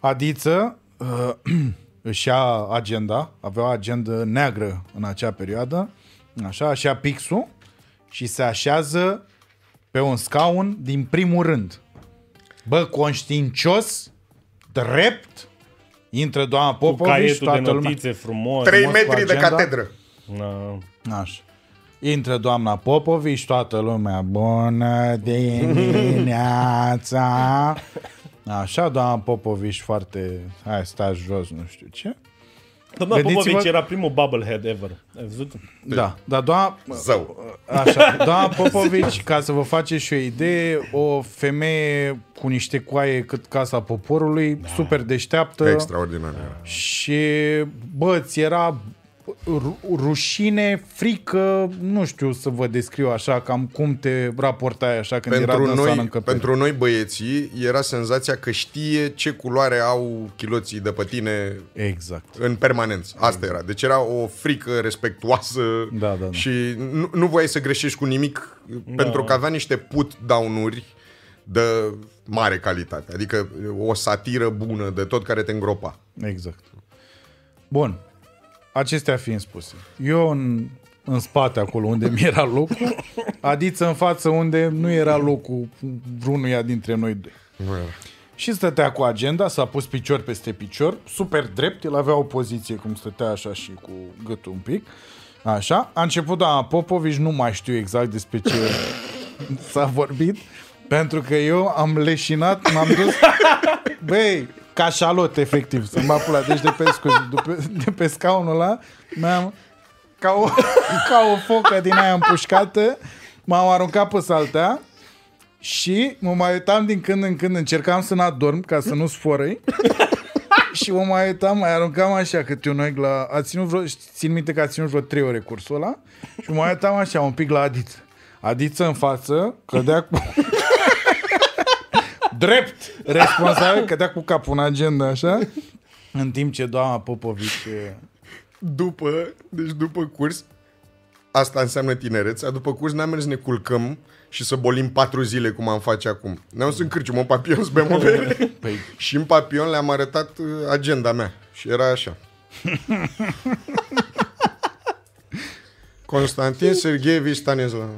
A: Adiță uh, își ia agenda, avea o agendă neagră în acea perioadă, așa, își ia pixul și se așează pe un scaun din primul rând. Bă, conștiincios drept, intră doamna
B: Cu
A: Popovici,
B: caietul de
A: toată lumea...
B: notițe frumos.
C: 3
A: frumos cu
C: metri de
A: agenda.
C: catedră.
B: Na,
A: Așa. Intră doamna Popovici, toată lumea, bună dimineața! Așa, doamna Popovici, foarte, hai, stați jos, nu știu ce.
B: Doamna
A: Gândiți-vă-
B: Popovici era primul bubblehead ever. Ai văzut?
A: Da, dar doamna,
C: Zău.
A: așa, doamna Popovici, ca să vă faceți și o idee, o femeie cu niște coaie cât casa poporului, super deșteaptă.
C: Extraordinar. era.
A: uh, Și, bă, ți era ru- rușine, frică, nu știu să vă descriu așa, cam cum te raportai așa când era
C: Pentru
A: dânsa în
C: noi,
A: încăpere.
C: pentru noi băieții era senzația că știe ce culoare au chiloții de pe tine
A: Exact.
C: în permanență. Asta era. Deci era o frică respectuoasă
A: Da, da, da.
C: și nu, nu voiai să greșești cu nimic da. pentru că avea niște put-down-uri de mare calitate. Adică o satiră bună de tot care te îngropa.
A: Exact. Bun. Acestea fiind spuse. Eu în, în spate acolo unde mi era locul, adiță în față unde nu era locul vreunuia dintre noi doi.
C: Nu era.
A: Și stătea cu agenda, s-a pus picior peste picior, super drept, el avea o poziție cum stătea așa și cu gâtul un pic. Așa, a început doamna Popovici, nu mai știu exact despre ce s-a vorbit, pentru că eu am leșinat, m-am dus, băi, ca șalot, efectiv, să-mi bat pula, deci de pe, scuze, de pe, de pe scaunul ăla, mi-am, ca o, ca o focă din aia împușcată, m-am aruncat pe saltea, și mă mai uitam din când în când, încercam să n-adorm ca să nu sforăi. și mă mai uitam, mai aruncam așa câte un ochi la... A ținut vreo, țin minte că a ținut vreo 3 ore cursul ăla. Și mă mai uitam așa un pic la Adiță. Adiță în față, cădea cu... Drept! Responsabil, cădea cu capul în agenda, așa. În timp ce doamna Popovici... e-
C: după, deci după curs, asta înseamnă tinerețea, după curs n-am mers să ne culcăm și să bolim patru zile cum am face acum. Ne-am dus în cârciumă, în papion, să bem o bere.
A: Păi,
C: și în papion le-am arătat uh, agenda mea. Și era așa. Constantin Sergeevici Stanislav.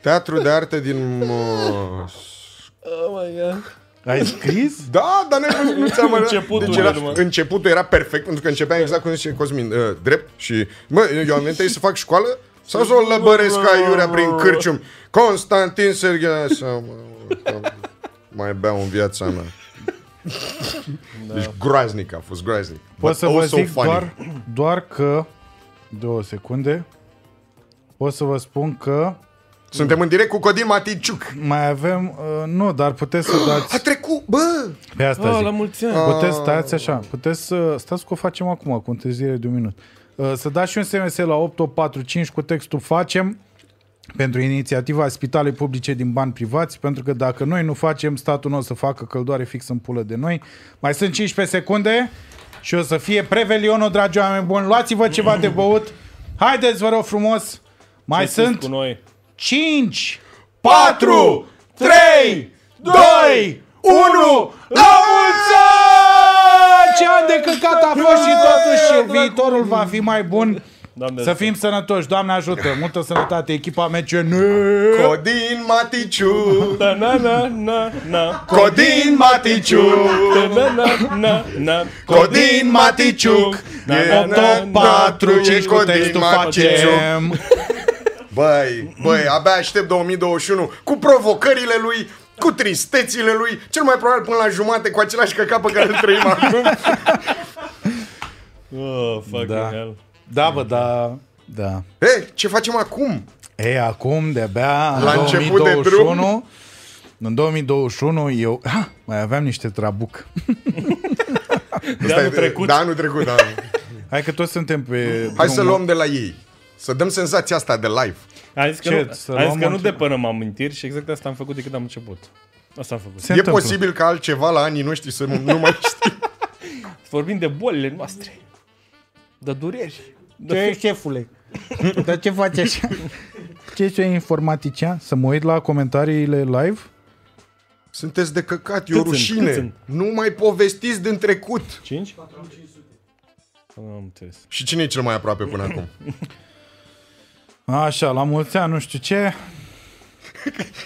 C: Teatru de artă din uh, Mos-
A: ai scris?
C: da, dar n-ai văzut, nu ți-am arătat.
B: Începutul,
C: deci era,
B: urmă.
C: începutul era perfect, pentru că începea exact cum zice Cosmin, uh, drept și... Bă, eu am venit aici să fac școală? Sau să o lăbăresc aiurea prin cârcium? Constantin Serghea... Sau, mă, mai beau în viața mea. Da. Deci groaznic a fost, groaznic.
A: Pot să
C: But
A: vă
C: also
A: zic
C: funny.
A: doar, doar că... Două secunde. Pot să vă spun că
C: Suntem în direct cu Codin Maticiuc.
A: mai avem... Uh, nu, dar puteți să
C: A
A: dați...
C: trecut, bă!
A: Pe asta
B: Ah,
A: zic.
B: la mulți ani.
A: Puteți, stați așa, puteți să... Stați că o facem acum, cu întârziere de un minut. Uh, Să dați și un SMS la 8845 cu textul Facem pentru inițiativa Spitale Publice din Bani Privați, pentru că dacă noi nu facem, statul nu o să facă căldoare fix în pulă de noi. Mai sunt 15 secunde și o să fie prevelionul, dragi oameni buni. Luați-vă ceva de băut. Haideți, vă rog frumos. Mai sunt
B: Cu noi.
A: 5, 4, 3, 2, 1, la mulți ani! Ce an de căcat a fost și totuși viitorul va fi mai bun.
B: Doamne
A: Să
B: ajută.
A: fim sănătoși, Doamne ajută, multă sănătate, echipa MCN.
C: Codin Maticiuc!
B: Da, na, na, na, na.
C: Codin Maticiuc!
B: Da, na, na, na, na.
C: Codin Maticiuc
B: Da,
C: e
B: da, da,
A: 8, 4, 5 cu
C: Codin
A: textul
C: Maticiuc.
A: facem.
C: Băi, băi, abia aștept 2021 Cu provocările lui cu tristețile lui, cel mai probabil până la jumate cu același căcat pe care îl trăim acum.
B: Oh, fucking
A: Da.
B: hell.
A: Da, bă, da. Da.
C: He, ce facem acum?
A: E, acum, de-abia, în
C: La început de
A: 2021, în 2021 eu... Ah, mai aveam niște trabuc.
B: De anul trecut.
C: Da, anul trecut, da.
A: Hai că toți suntem pe
C: Hai
A: drumul-
C: să luăm de la ei. Să dăm senzația asta de live.
B: Am zis că
A: Ce,
B: nu,
A: să
B: am
A: luăm
B: zis că nu
A: între-
B: depărăm amintiri și exact asta am făcut de când am început. Asta am făcut.
A: Se
C: e
A: întâmplă.
C: posibil ca altceva la anii noștri să nu, nu mai știi.
B: Vorbim de bolile noastre. De dureri.
A: Ce, șefule? Dar ce faci așa? Ce ești informatician? Să mă uit la comentariile live?
C: Sunteți de căcat, e
B: Câți
C: o
B: sunt? Câți
C: rușine.
B: sunt?
C: Nu mai povestiți din trecut.
B: 5? Am înțeles.
C: Și cine e cel mai aproape până acum?
A: Așa, la mulți ani, nu știu ce.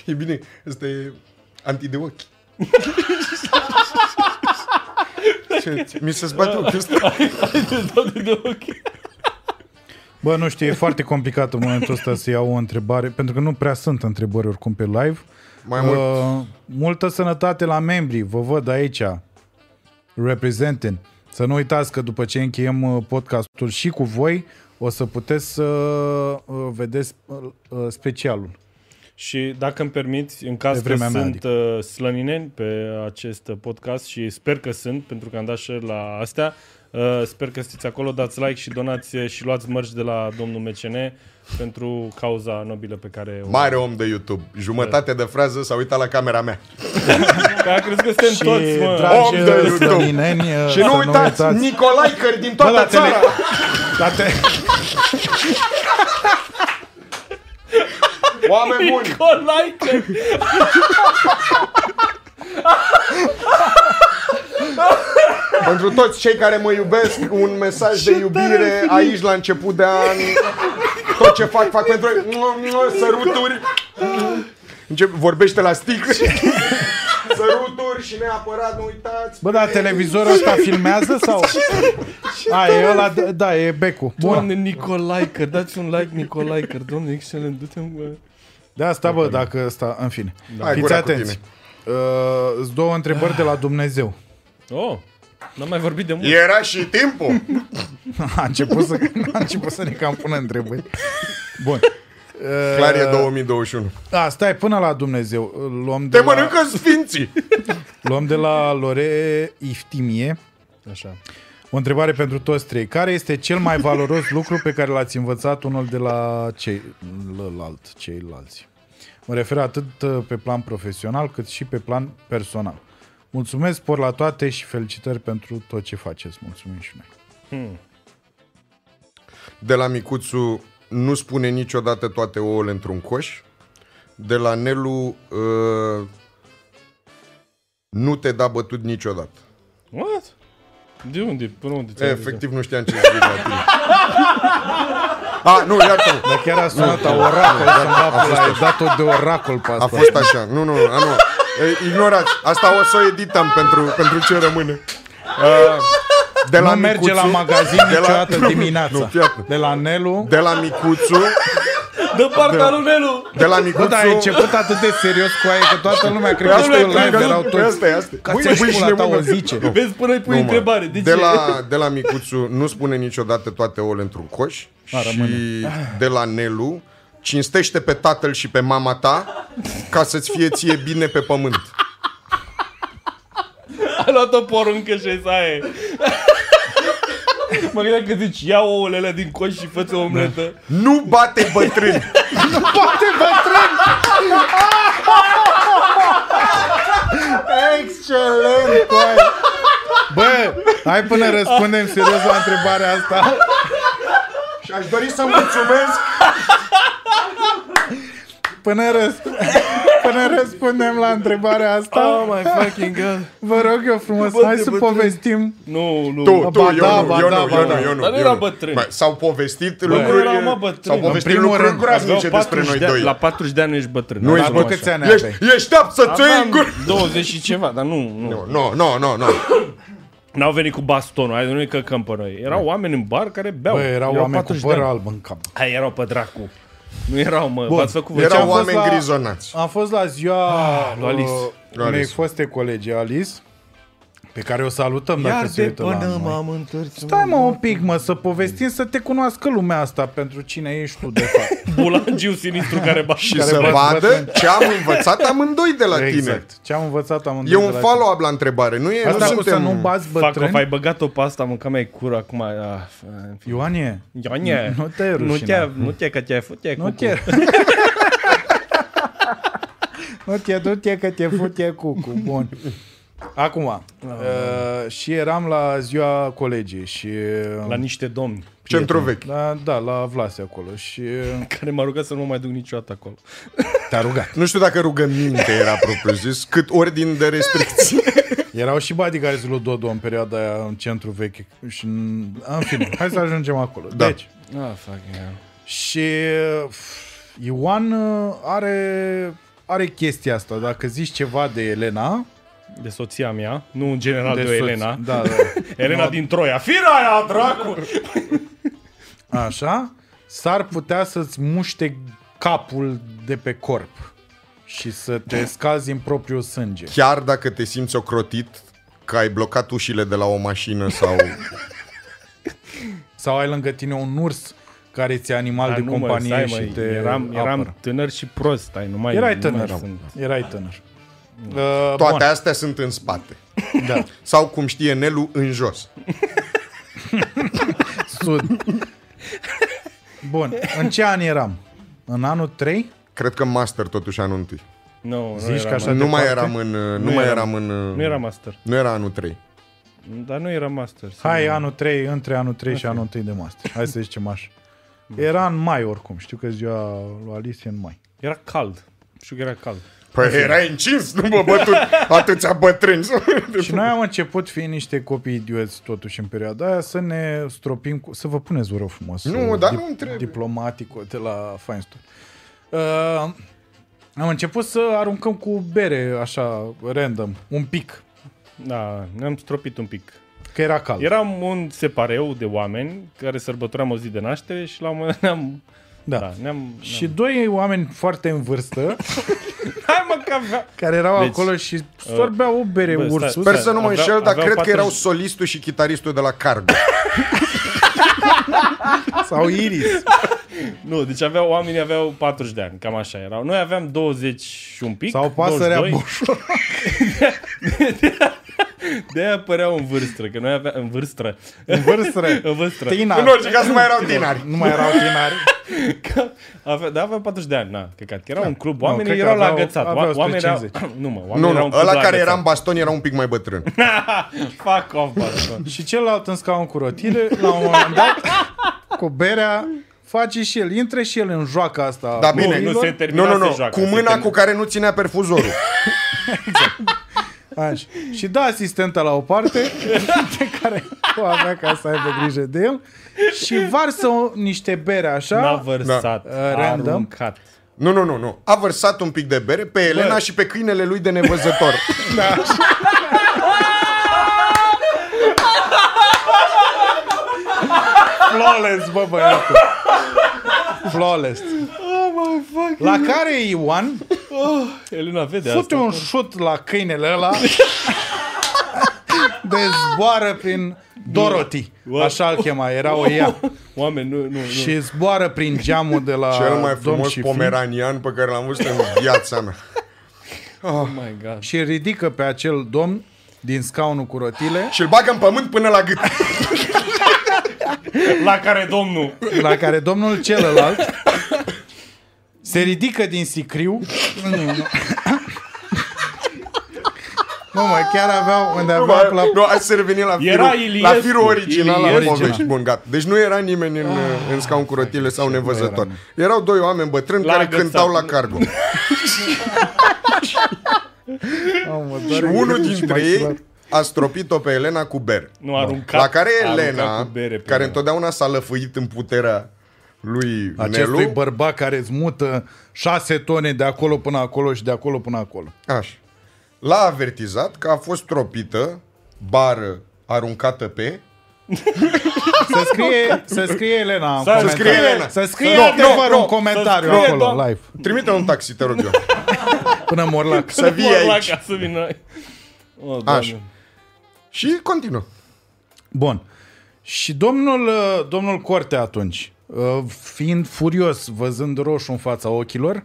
C: E bine, ăsta e anti de ochi. Ce, mi se zbate ochiul ăsta.
B: de ochi.
A: Bă, nu știu, e foarte complicat în momentul ăsta să iau o întrebare, pentru că nu prea sunt întrebări oricum pe live.
C: Mai mult.
A: Uh, multă sănătate la membrii, vă văd aici. Representing. Să nu uitați că după ce încheiem uh, podcastul și cu voi, o să puteți să uh, vedeți uh, uh, specialul.
B: Și dacă îmi permiți, în
A: De
B: caz că
A: vremea mea, adică.
B: sunt uh, slănineni pe acest uh, podcast și sper că sunt, pentru că am dat share la astea, uh, sper că sunteți acolo, dați like și donați uh, și luați mărci de la domnul MCN pentru cauza nobilă pe care o...
C: Mare om de YouTube. Jumătate de frază s-a uitat la camera mea.
B: Că a crezut că
A: Și,
B: suntem toți, mă.
A: dragi
C: Om de
A: uh,
C: YouTube.
A: stălineni, uh,
C: Și
A: să
C: nu uitați,
A: uitați.
C: Nicolai Cări din
A: Bă, la
C: toată
A: tele-
C: țara.
A: la te-
B: Oh,
C: Oameni buni,
B: Nicolai Căr-
C: pentru toți cei care mă iubesc, un mesaj de iubire aici la început de an. Tot ce fac, fac pentru ei. Mua, mua, Săruturi. Încep, vorbește la sticlă. Săruturi și neapărat nu uitați.
A: Bă, dar televizorul ăsta filmează sau? A, e ăla, da, e becul. Bun.
B: Doamne, Nicolaică, dați un like Nicolaică, doamne, excelent, du-te mă.
A: De asta, bă, dacă ăsta, în fine.
C: Hai,
A: Fiți
C: Da. gura cu
A: atenți. Uh, Sunt două întrebări de la Dumnezeu.
B: Oh, n-am mai vorbit de mult.
C: Era și timpul.
A: A început să, a început să ne cam pună întrebări. Bun. Uh,
C: Clar e 2021.
A: A, stai, până la Dumnezeu. Luăm de,
C: Te
A: la,
C: mănâncă sfinții.
A: luăm de la Lore Iftimie.
B: Așa.
A: O întrebare pentru toți trei. Care este cel mai valoros lucru pe care l-ați învățat unul de la ceilalalt, ceilalți? Mă refer atât uh, pe plan profesional cât și pe plan personal. Mulțumesc por la toate și felicitări pentru tot ce faceți. Mulțumim și noi.
C: De la Micuțu nu spune niciodată toate ouăle într-un coș. De la Nelu uh, nu te da bătut niciodată.
B: What? De unde? Până unde?
C: E,
B: ți-am zis?
C: efectiv nu știam ce să zic la tine. A, nu, iartă
A: Dar chiar a sunat
C: Da,
A: a oracol să-mi dea pe la- ai dat-o de oracol pe
C: A
A: asta.
C: fost așa. Nu, nu, a, nu. E, Ignorați. Asta o să o edităm pentru, pentru ce rămâne. Uh, de
A: Nu merge la magazin niciodată
C: Nu,
A: dimineața.
C: fii atent.
A: De la Nelu...
C: de la Micuțu,
B: Dă partea lui Nelu!
C: de la
A: Bă, da,
C: Micuțu,
A: dar ai început atât de serios cu aia că toată lumea
C: Păi
A: cred că
C: asta e,
A: live
C: că
A: erau
C: păi
A: toți.
C: asta e, asta e.
A: Ca ți-aș pula ta o zice.
C: Nu,
B: Vezi, până îi pui
C: nu, mă.
B: întrebare. De,
C: de,
B: ce?
C: la, de la Micuțu nu spune niciodată toate ouăle într-un coș și de la Nelu cinstește pe tatăl și pe mama ta ca să-ți fie ție bine pe pământ.
B: A luat o poruncă și ai să aia. Mă gândeam că zici, ia ouăle alea din coș și fă-ți o omletă.
C: Nu bate bătrân!
A: Poate bătrân! Excelent, coi! Bă, hai până răspundem serios la întrebarea asta.
C: și aș dori să mulțumesc
A: Până, răs... până răspundem la întrebarea asta,
B: my fucking god.
A: vă rog eu frumos, hai să povestim.
B: Nu, nu.
C: tu, tu,
A: Ba
C: eu,
A: da,
C: nu,
A: ba
C: eu,
A: da,
C: nu,
A: ba
C: eu,
A: da.
C: nu, eu nu,
B: Dar nu
C: eu
B: era
C: nu.
B: bătrân.
C: Bă, S-au povestit
B: nu
C: lucruri,
B: era, mă, bătrân.
C: s-au
B: În
C: povestit
A: primul
C: lucruri
A: rând,
C: groaznice despre noi
B: de,
C: doi.
B: La 40 de ani nu ești bătrân. Nu
A: Dar tu câți ani
C: Ești,
A: aveai?
C: ești apt să-ți iei în gură.
B: 20 și ceva, dar nu, nu.
C: Nu, nu, nu, nu.
B: N-au venit cu bastonul, hai nu-i căcăm pe noi. Erau oameni în bar care beau.
A: Bă, erau oameni cu
B: 40 de
A: păr
B: ani.
A: alb în cap.
B: Hai, erau pe dracu. Nu erau, mă, v-ați făcut voi.
A: Deci am
C: Erau
A: fost
C: oameni
A: la-
C: grizonați.
A: Am fost la ziua
B: lui Alice.
A: uh,
C: Lui
A: unei
C: Alice.
A: foste colegi, Alice, pe care o salutăm dacă se uită la noi.
B: întors.
A: Stai mă un pic mă să povestim să te cunoască lumea asta pentru cine ești tu de fapt.
B: Bulangiu sinistru care bate.
C: Și
A: care
C: să
A: v-ați
C: vadă
A: bătrân.
C: ce am învățat amândoi de la tine.
A: exact. Ce am învățat amândoi.
C: E
A: de
C: un
A: la
C: follow-up la întrebare, nu e?
A: tine. Asta
C: nu
A: cu să
C: suntem...
A: nu bați
B: Fac of, ai
A: bătrâni.
B: băgat-o pe asta, mânca mea e cură acum. Ah, f- în fine.
A: Ioanie,
B: Ioane,
A: Nu te rușina.
B: nu te, nu te, că te-ai făcut, te-ai
A: nu
B: cucu.
A: te... nu te du-te că te fute cucu. Bun. Acum,
B: Ah.
A: uh, și eram la ziua colegii și...
B: La niște domni
C: Centru vechi.
A: La, da, la Vlase acolo și... uh,
B: care m-a rugat să nu mă mai duc niciodată acolo.
A: Te-a rugat.
C: Nu știu dacă rugăminte era propriu zis, cât ordin de restricții.
A: Erau și bodyguards lui Dodo în perioada aia în centru vechi și în, în fine, hai să ajungem acolo. Da.
C: Da.
A: Deci,
B: Ah, fuck, yeah.
A: și pf, Ioan uh, are are chestia asta. Dacă zici ceva de Elena...
B: De soția mea, nu în general de, de
A: soț-
B: Elena. Da.
A: Da,
B: Elena din Troia. Fira aia, dracu!
A: da. Așa? S-ar putea să-ți muște capul de pe corp și să
B: Da.
A: te scazi în propriul sânge.
C: Chiar dacă te simți ocrotit că ai blocat ușile de la o mașină sau...
A: Sau ai lângă tine un urs care ți-e animal de
B: Da, nu,
A: companie
B: stai,
A: și te
B: eram,
A: apără.
B: eram tânăr și prost, stai, nu mai
A: Erai
B: nu mai
A: tânăr.
B: sunt.
A: Erai tânăr. Uh,
C: Toate
A: bun,
C: astea sunt în spate.
A: da.
C: Sau, cum știe Nelu, în jos.
A: Sud. Bun. În ce an eram? În anul 3?
C: Cred că master totuși anul întâi.
B: Nu, nu
A: Zici că
B: eram,
A: așa-
B: așa...
C: Nu mai
A: departe?
C: eram în... uh, Nu mai
B: eram-
C: eram în...
B: nu era master.
C: Nu era anul 3.
B: Dar nu era master. să
A: Hai,
B: nu-
A: anul 3, între anul 3 și anul 1 de master. Hai să zicem așa. Era în mai oricum. Știu că ziua lui Alice e în mai.
B: Era cald. Știu că era cald.
C: Păi erai încins, nu mă bătut atâția bătrâni.
A: Și noi am început, fiind niște copii idioți totuși în perioada aia, să ne stropim cu... Să vă puneți, vă rog frumos.
C: Nu,
A: uh,
C: dar nu-mi trebuie.
A: Diplomatic de la Fine Store. Uh, am început să aruncăm cu bere, așa, random, un pic,
B: Da, ne-am stropit un pic.
A: că era cald.
B: Eram un separeu de oameni care sărbătoream o zi de naștere și la un moment dat ne-am...
A: Da.
B: Da, ne-am...
A: Și doi oameni foarte în vârstă,
B: Hai mă că avea...
A: care erau deci,
B: Deci,
A: acolo și sorbeau o bere
B: bă,
A: bă,
B: stai,
A: ursus.
C: Sper să nu mă
B: Aveau-
C: înșel, dar
B: aveau
C: cred că erau
B: 40
C: solistul și chitaristul de la Cargo.
A: Sau Iris.
B: Nu, deci aveau, oamenii aveau 40 de ani, cam așa erau. Noi aveam 20 și un pic,
A: Sau pasărea
B: 22.
A: Boșor.
B: De-aia păreau în vârstă, că noi aveam... În vârstă.
A: În vârstă.
B: În vârstă.
A: Tinari.
C: În orice caz nu mai
B: Da.
C: erau tinari.
A: Nu mai erau tinari.
B: Că avea, da, avea 40 de ani, na, căcat. Că era un club,
A: Da. cred
B: oamenii
A: că
B: erau la
A: aveau-
B: agățat.
A: aveau spre
B: oamenii erau,
A: 50.
B: nu mă, oamenii
C: Nu,
B: erau
C: nu,
B: un club
C: ăla
B: la
C: care
B: agățat.
C: era în baston era un pic mai bătrân.
B: Fuck off, bă.
A: Și celălalt în scaun cu rotile, la un moment dat, cu berea, face și el, intră și el în joaca asta.
C: Dar
A: Nu,
C: bine,
B: Da, nu, se
C: Nu,
B: termina
C: nu,
B: se
C: nu,
B: joacă.
C: cu
B: se
C: mâna
B: termina.
C: cu care nu ținea perfuzorul.
A: Așa. Și da asistenta la o parte, pe care o avea ca să aibă grijă de el, și varsă o- niște bere
B: N-a
A: așa.
B: vărsat,
A: Da.
B: a
A: Random.
B: aruncat.
C: Nu, nu, nu, nu. A vărsat un pic de bere pe Elena și pe câinele lui de nevăzător.
A: Flawless, bă, băiatul. Flawless. La care Ioan
B: Elena vede
A: fute
B: asta.
A: un șut la câinele ăla de zboară prin Dorothy.
B: What?
A: Așa îl chema, era o ea.
B: Oameni, nu, nu, nu.
A: Mm. Și zboară prin geamul de la
C: Cel mai
A: domn
C: frumos
A: și fiind.
C: pomeranian pe care l-am văzut în viața mea.
B: Oh my god.
A: și ridică pe acel domn din scaunul cu rotile,
C: Și îl bagă în pământ până la gât.
B: La care domnul...
A: la care domnul celălalt se ridică din sicriu. Nu, mă, chiar aveau unde aveau la...
C: Nu, hai să revenim la firul,
B: Era
C: la
B: Iliescu.
C: firul original al
B: Iliescu.
C: povești. Bun, gata. Deci nu era nimeni în, în scaun cu rotile sau nevăzător.
A: era.
C: Erau doi oameni bătrâni
B: La
C: care
B: agățat.
C: cântau la cargo.
A: Mamă,
C: Și
A: doare
C: unul
A: gâtul și
C: dintre
A: maxilar.
C: ei a stropit-o pe Elena cu bere.
B: Nu, a aruncat.
C: La care
B: a aruncat
C: Elena,
B: cu bere pe
C: care
B: ea.
C: întotdeauna s-a lăfăit în puterea lui
A: Acestui
C: Nelu,
A: bărbat care îți mută șase tone de acolo până acolo și de acolo până acolo.
C: Așa. L-a avertizat că a fost tropită, bară, aruncată pe...
A: Să scrie, să scrie Elena în
B: Să scrie
A: comentariu.
C: Elena.
A: Să scrie
C: Nu,
A: adevărul
C: nu, nu.
A: în comentariu
B: Să scrie,
A: acolo,
B: doamne.
A: live.
C: Trimite un taxi, te rog eu.
A: Până mor la
C: Să vii
B: Mă,
C: aici.
B: La ca să vină... O,
C: Așa.
B: doamne.
C: Și continuă.
A: Bun. Și domnul, uh, domnul Corte atunci, uh, fiind furios, văzând roșu în fața ochilor,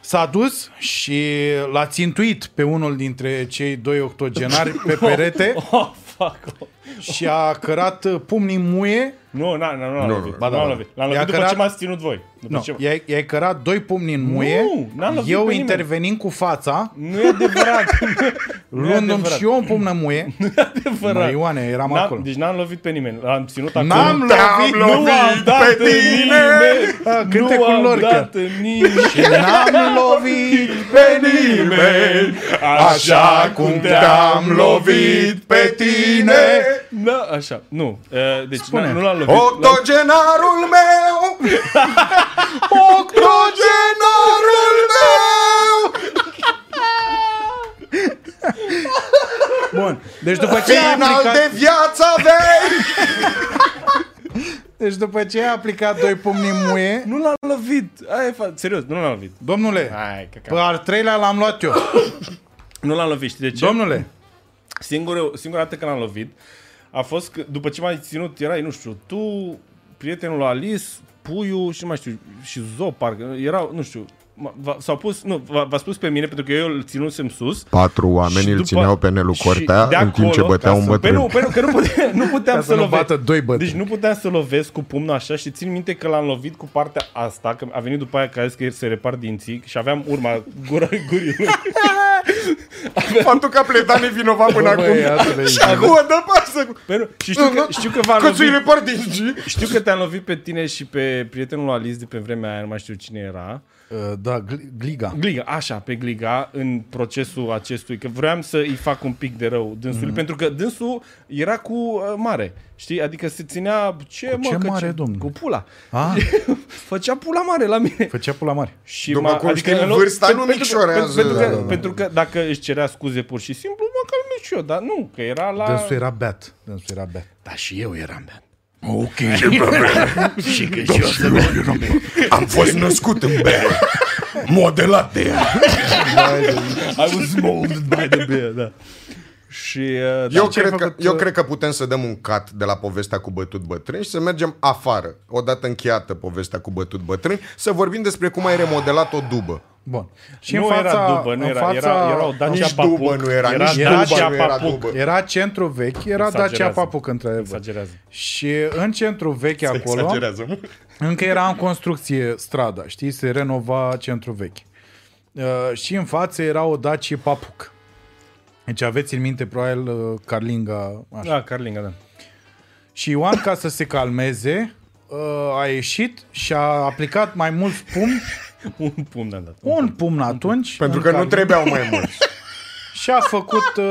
A: s-a dus și l-a țintuit pe unul dintre cei doi octogenari pe perete
B: Oh, fuck off.
A: și a cărat uh, pumnii în muie.
B: Nu, na, na, nu
C: Nu,
B: l-am
C: nu,
B: lovit.
C: ba
B: Ba,
A: da,
B: l-am
A: da.
B: lovit. L-am
A: I-a
B: lovit după
A: cărat-
B: ce m-ați ținut voi. După
A: No,
B: Deci ce...
A: i-ai, i-ai cărat doi pumni în muie,
B: n-am lovit
A: eu
B: pe nimeni.
A: intervenind cu fața,
B: Nu e adevărat. Nu e
A: luându-mi
B: adevărat.
A: și eu un pumn în muie.
B: adevărat.
A: Mă, Ioane, eram
B: N-am-
A: acolo.
B: Deci n-am lovit pe nimeni. L-am ținut acolo.
A: N-am lovit,
B: Nu am dat
C: pe tine.
A: Ah,
B: nimeni.
A: cântecul
B: Nu am
A: lor,
B: dat nimeni.
A: Și n-am lovit
C: Pe nimeni,
A: așa cum te-am lovit pe tine.
B: Da, așa. Nu. Uh, Deci
A: Spune.
B: n-am- nu l-am lovit. L-am-
C: Octogenarul meu! Octogenarul meu!
A: Deci după ce a
C: Final
A: aplicat,
C: de viață vei!
A: deci după ce a aplicat doi pumni în muie,
B: Nu l-a lovit. Aia e fa- Serios, nu l-a lovit.
A: domnule,
B: Hai, că,
A: pe al treilea l-am luat eu.
B: Nu l-a lovit, știi de ce?
A: Domnule,
B: Singurul, singura dată când l-am lovit a fost că, după ce m-ai ținut, erai, nu știu, tu, prietenul lui Alice, Puiu și nu mai știu, și Zo, parcă, erau, nu știu, m- v- s-au pus, nu, v- v-a spus pe mine pentru că eu îl ținusem sus.
C: Patru oameni
B: și
C: îl
B: după-
C: țineau pe Nelu
B: și
C: Cortea
B: de
C: în timp ce
B: acolo,
C: bătea
B: ca
C: un
B: să-
C: bătrân.
B: Pe nu, pe nu, că nu puteam, nu puteam
A: Ca
B: să,
A: să nu
B: lovesc.
A: bată doi bătrâni.
B: Deci nu puteam să lovesc cu pumnul așa și țin minte că l-am lovit cu partea asta, că a venit după aia că a zis că el se repar dinții și aveam urma gura gurii lui.
C: Faptul că a pledat nevinovat până acum.
A: băiatule,
C: Și acum dă pasă. cu-
B: Pe nu- Și Păi, știu că, știu că v-a
C: Că ți-i
B: lovit.
C: repar din G.
B: Știu că te-am lovit pe tine și pe prietenul lui Alice de pe vremea aia, nu mai știu cine era.
A: uh, da, gl- gliga.
B: Gliga, așa, pe Gliga, în procesul acestui, că vreau să-i fac un pic de rău dânsului, mm-hmm. pentru că dânsul era cu uh, mare, știi? Adică se ținea, ce cu mă,
A: ce
B: că
A: mare, domnule?
B: Cu pula.
A: Ah.
B: Făcea pula mare la mine.
A: Făcea pula mare.
B: Și
C: După
B: m-a- adică
C: cum știi,
B: în loc-
C: vârsta
B: pentru-
C: nu
B: pentru că-
C: micșorează.
B: Pentru,
C: Da,
B: că,
C: da, da.
B: pentru că dacă își cerea scuze pur și simplu, măcar mici eu, dar nu, că era la...
A: Dânsul era beat. Dânsul era beat.
B: Da, și eu eram beat.
A: Ok.
C: Am fost născut în bere. Modelat de ea.
B: I was molded by the beer, da. Și uh, da,
C: Eu,
A: ce ai
C: cred că,
A: făcut,
C: eu
A: uh,
C: cred că putem să dăm un cat de la povestea cu bătut bătrâni și să mergem afară, odată încheiată povestea cu bătut bătrâni, să vorbim despre cum ai remodelat o dubă.
A: Bun. Și
B: nu
A: în fața,
B: era dubă, nu
A: în
B: era,
A: fața,
B: era, da- era o Dacia
C: nici
B: Papuc.
C: dubă nu era, nici
A: dubă
B: Dacia
C: nu era
B: Papuc.
C: dubă.
A: Era centru vechi, era
B: Exagerează.
A: Dacia Papuc într-adevăr.
B: Exagerează.
A: Și în centru vechi acolo,
C: Exagerează.
A: încă era în construcție strada, știi, se renova centru vechi. Uh, și în față era o Dacia Papuc. Deci aveți în minte probabil uh, Carlinga așa.
B: Da, Carlinga, da.
A: Și Ioan, ca să se calmeze, uh, a ieșit și a aplicat mai mult pumn,
B: Un pumn am dat.
A: un pumn atunci.
C: Pentru
A: în
C: că nu
A: calm.
C: trebuiau mai mulți.
A: Și a făcut, uh,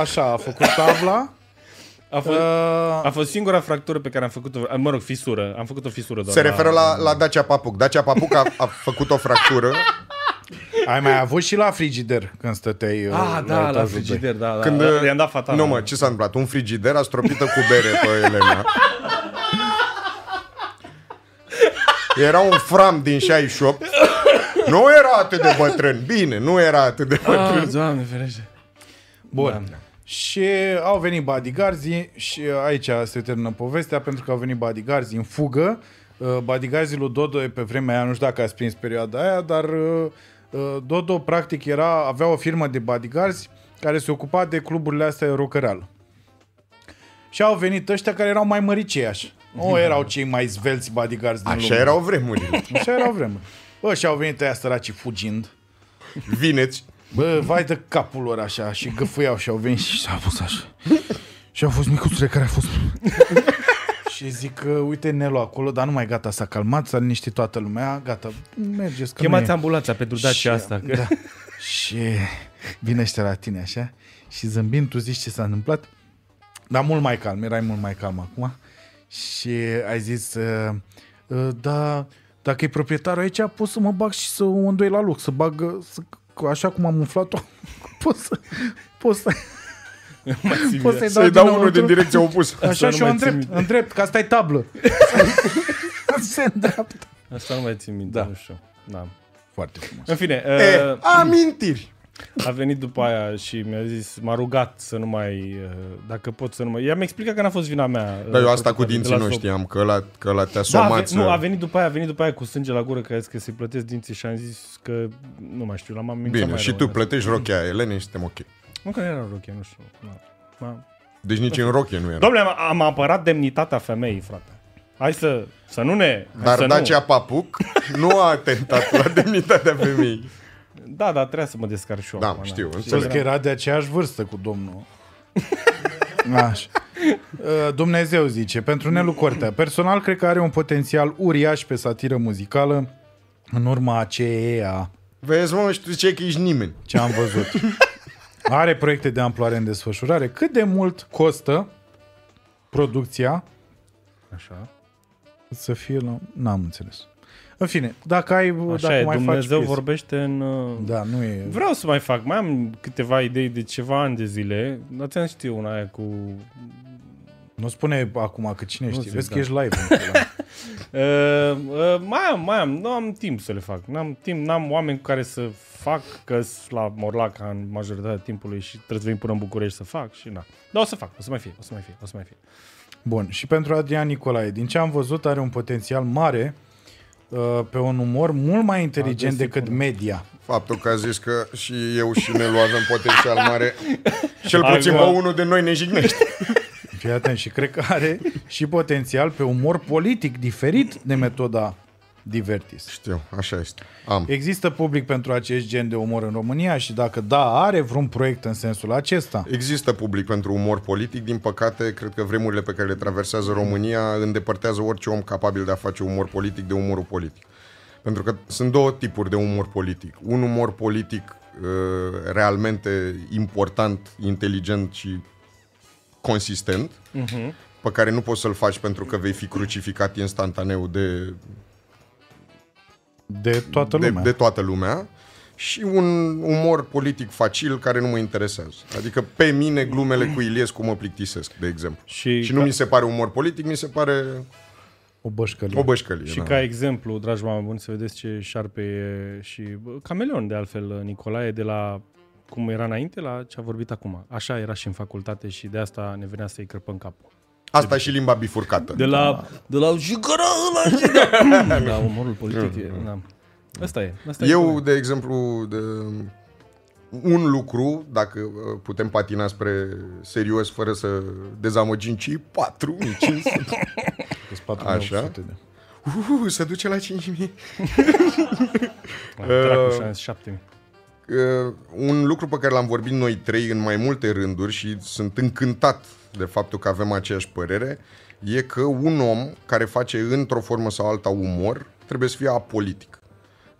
A: așa, a făcut tabla.
B: A fost,
A: Uh,
B: a fost singura fractură pe care am făcut-o, mă rog, fisură. Am făcut o fisură doar.
C: Se referă la, la Dacia Papuc. Dacia Papuc a, a făcut o fractură
A: ai mai avut și la frigider când stăteai uh,
B: Ah, da, la
A: etajul doi.
B: frigider, da, da.
C: Când, uh,
B: Când, I-am dat fatal.
C: Nu mă, ce s-a întâmplat? Un frigider a stropită cu bere pe Elena. Era un fram din 68. Nu era atât de bătrân. Bine, nu era atât de bătrân.
B: Ah, doamne, ferește.
A: Bun. Da. Și au venit bodyguardii și uh, aici se termină povestea pentru că au venit bodyguardii în fugă. Uh, Bodyguardii lui Dodo e pe vremea aia, nu știu dacă ați prins perioada aia, dar uh, uh, Dodo practic era, avea o firmă de bodyguards care se ocupa de cluburile astea rocăreală. Și au venit ăștia care erau mai măriceiași. Nu erau cei mai zvelți bodyguards
B: Ah,
A: din
C: Așa
A: lume.
C: erau vremurile.
A: Așa erau vremuri. Bă, și au venit ăia săracii fugind.
C: Vineți.
A: Bă, vai de capul lor așa și gâfâiau și au venit și s-a fost așa. Și au fost micuțule care a fost. și zic că uite Nelo acolo, dar nu mai gata, s-a calmat, s-a liniștit toată lumea, gata, mergeți că
B: Chemați
A: nu e.
B: ambulanța pentru Dacia asta. Că...
A: Da. și vine ăștia la tine așa și zâmbind tu zici ce s-a întâmplat, dar mult mai calm, erai mult mai calm acum și ai zis, uh, uh, da, dacă e proprietarul aici, pot să mă bag și să o îndoi la loc, să bag, uh, să, cu- așa cum am umflat-o, pot să, pot să, pot să-i dau,
C: Să-i dau unul
A: dinăuntru.
C: din direcția opusă.
A: Așa
B: nu
A: și o
B: mai țin
A: îndrept,
B: minte.
A: îndrept, că asta e tablă. Se îndreaptă.
B: Asta nu mai țin minte,
A: Da.
B: nu știu. Da.
A: Foarte frumos.
B: În fine,
C: E,
B: uh,
C: amintiri.
B: a venit după aia și mi-a zis, m-a rugat să nu mai, uh, dacă pot să nu mai... I-am explicat că n-a fost vina mea.
C: Dar
B: uh,
C: eu asta
B: de
C: cu
B: la
C: dinții nu
B: Sop.
C: știam, că la, că la te
B: Da, a ve-
C: asomați. uh,
B: nu, a venit după aia, a venit după aia cu sânge la gură că a zis că să-i plătesc dinții și am zis că nu mai știu, l-am amintit
C: Bine,
B: mai
C: și
B: rău,
C: tu
B: dar-
C: plătești rochea Elene și suntem ok.
B: Nu că nu era rochie, nu știu. Da. Da.
C: Deci nici în rochie nu era.
B: Domnule, am, am apărat demnitatea femeii, frate. Hai să, să nu ne... hai să
C: Dar Dacia
B: nu.
C: Papuc nu a atentat la demnitatea femeii.
B: Da, dar trebuia să mă descarc și eu.
C: Da,
B: acum,
C: știu,
A: Plus
C: înțeleg.
A: că era de aceeași vârstă cu domnul. Așa. Uh, Dumnezeu zice, pentru Nelu Cortea, personal cred că are un potențial uriaș pe satiră muzicală în urma aceea
C: Vezi, mă, și tu ce că ești nimeni.
A: ce am văzut. Are proiecte de amploare în desfășurare. Cât de mult costă producția
B: Așa.
A: să fie la... N-am înțeles. În fine, dacă ai,
B: Așa
A: dacă
B: e,
A: mai
B: Dumnezeu
A: faci piese.
B: vorbește în... uh,
A: Da, nu e...
B: Vreau să mai fac, mai am câteva idei de ceva ani de zile. Dar ți-am știu una aia cu... uh,
A: Nu spune acum că cine știe.
B: zic,
A: Vezi că
B: da.
A: ești live. în pula.
B: Uh, uh, mai am, mai am, nu am timp să le fac. N-am timp, n-am oameni cu care să fac, că sunt la Morlaca în majoritatea timpului și trebuie să vin până în București să fac și na. Dar o să fac, o să mai fie, o să mai fie, o să mai fie.
A: Bun, și pentru Adrian Nicolae, din ce am văzut, are un potențial mare uh, pe un umor mult mai inteligent
B: Agresiv,
A: decât media.
C: Faptul că a zis că și eu și Nelu avem potențial mare, cel
B: Hai,
C: puțin
B: mă.
C: pe unul de noi ne jignește.
A: Fii atent și cred că are și potențial pe umor politic diferit de metoda Divertis.
C: Știu, așa este. Am.
A: Există public pentru acest gen de umor în România și dacă da, are vreun proiect în sensul acesta.
C: Există public pentru umor politic, din păcate, cred că vremurile pe care le traversează România îndepărtează orice om capabil de a face umor politic de umorul politic. Pentru că sunt două tipuri de umor politic. Un umor politic uh, realmente important, inteligent și consistent, uh-huh. pe care nu poți să-l faci pentru că vei fi crucificat instantaneu de
A: De toată
C: de,
A: lumea.
C: de toată lumea și un umor politic facil care nu mă interesează. Adică pe mine glumele cu Iliescu mă plictisesc, de exemplu.
B: Și
C: Și nu
B: ca-
C: mi se pare umor politic, mi se pare
A: O bășcălie.
C: o bășcălie.
B: Și
C: da.
B: ca exemplu, dragi oameni buni, să vedeți ce șarpe e și bă, cameleon, de altfel, Nicolae, de la cum era înainte la ce a vorbit acum. Așa era și în facultate și de asta ne venea să-i crăpăm capul.
C: Asta și limba bifurcată.
B: De la... De la... Da, da umorul politic e... Da. Asta e. Asta e
C: Mm. Eu, de exemplu, de un lucru, dacă uh, putem patina spre serios fără să dezamăgim cei 4500, Așa.
A: De.
C: uh, se duce la 5000.
B: Dracu, și-a zis șapte mii.
C: Uh, un lucru pe care l-am vorbit noi trei în mai multe rânduri și sunt încântat de faptul că avem aceeași părere, e că un om care face într-o formă sau alta umor trebuie să fie apolitic.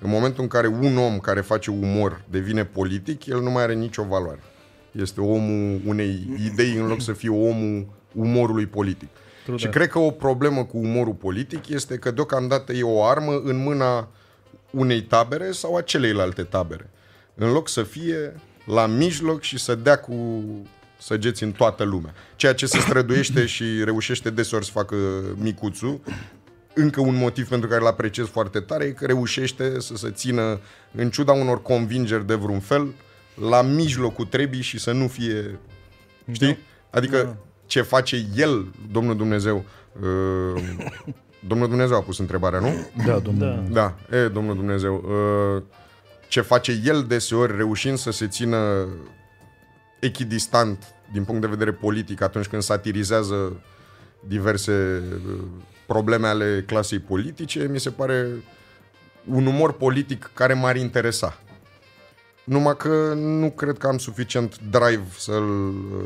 C: În momentul în care un om care face umor devine politic, el nu mai are nicio valoare. Este omul unei idei în loc să fie omul umorului politic. și
B: that.
C: cred că o problemă cu umorul politic este că deocamdată e o armă în mâna unei tabere sau a celeilalte tabere. În loc să fie la mijloc și să dea cu săgeți în toată lumea. Ceea ce se străduiește și reușește deseori să facă micuțul, încă un motiv pentru care îl apreciez foarte tare e că reușește să se țină, în ciuda unor convingeri de vreun fel, la mijlocul trebii și să nu fie... Știi? Adică ce face el, Domnul Dumnezeu... Uh, Domnul Dumnezeu a pus întrebarea, nu?
A: Da, domnule. Da.
C: Da, e, domnul Dumnezeu. uh, Ce face el deseori, reușind să se țină echidistant din punct de vedere politic atunci când satirizează diverse uh, probleme ale clasei politice, mi se pare un umor politic care m-ar interesa. Numai că nu cred că am suficient drive să-l uh,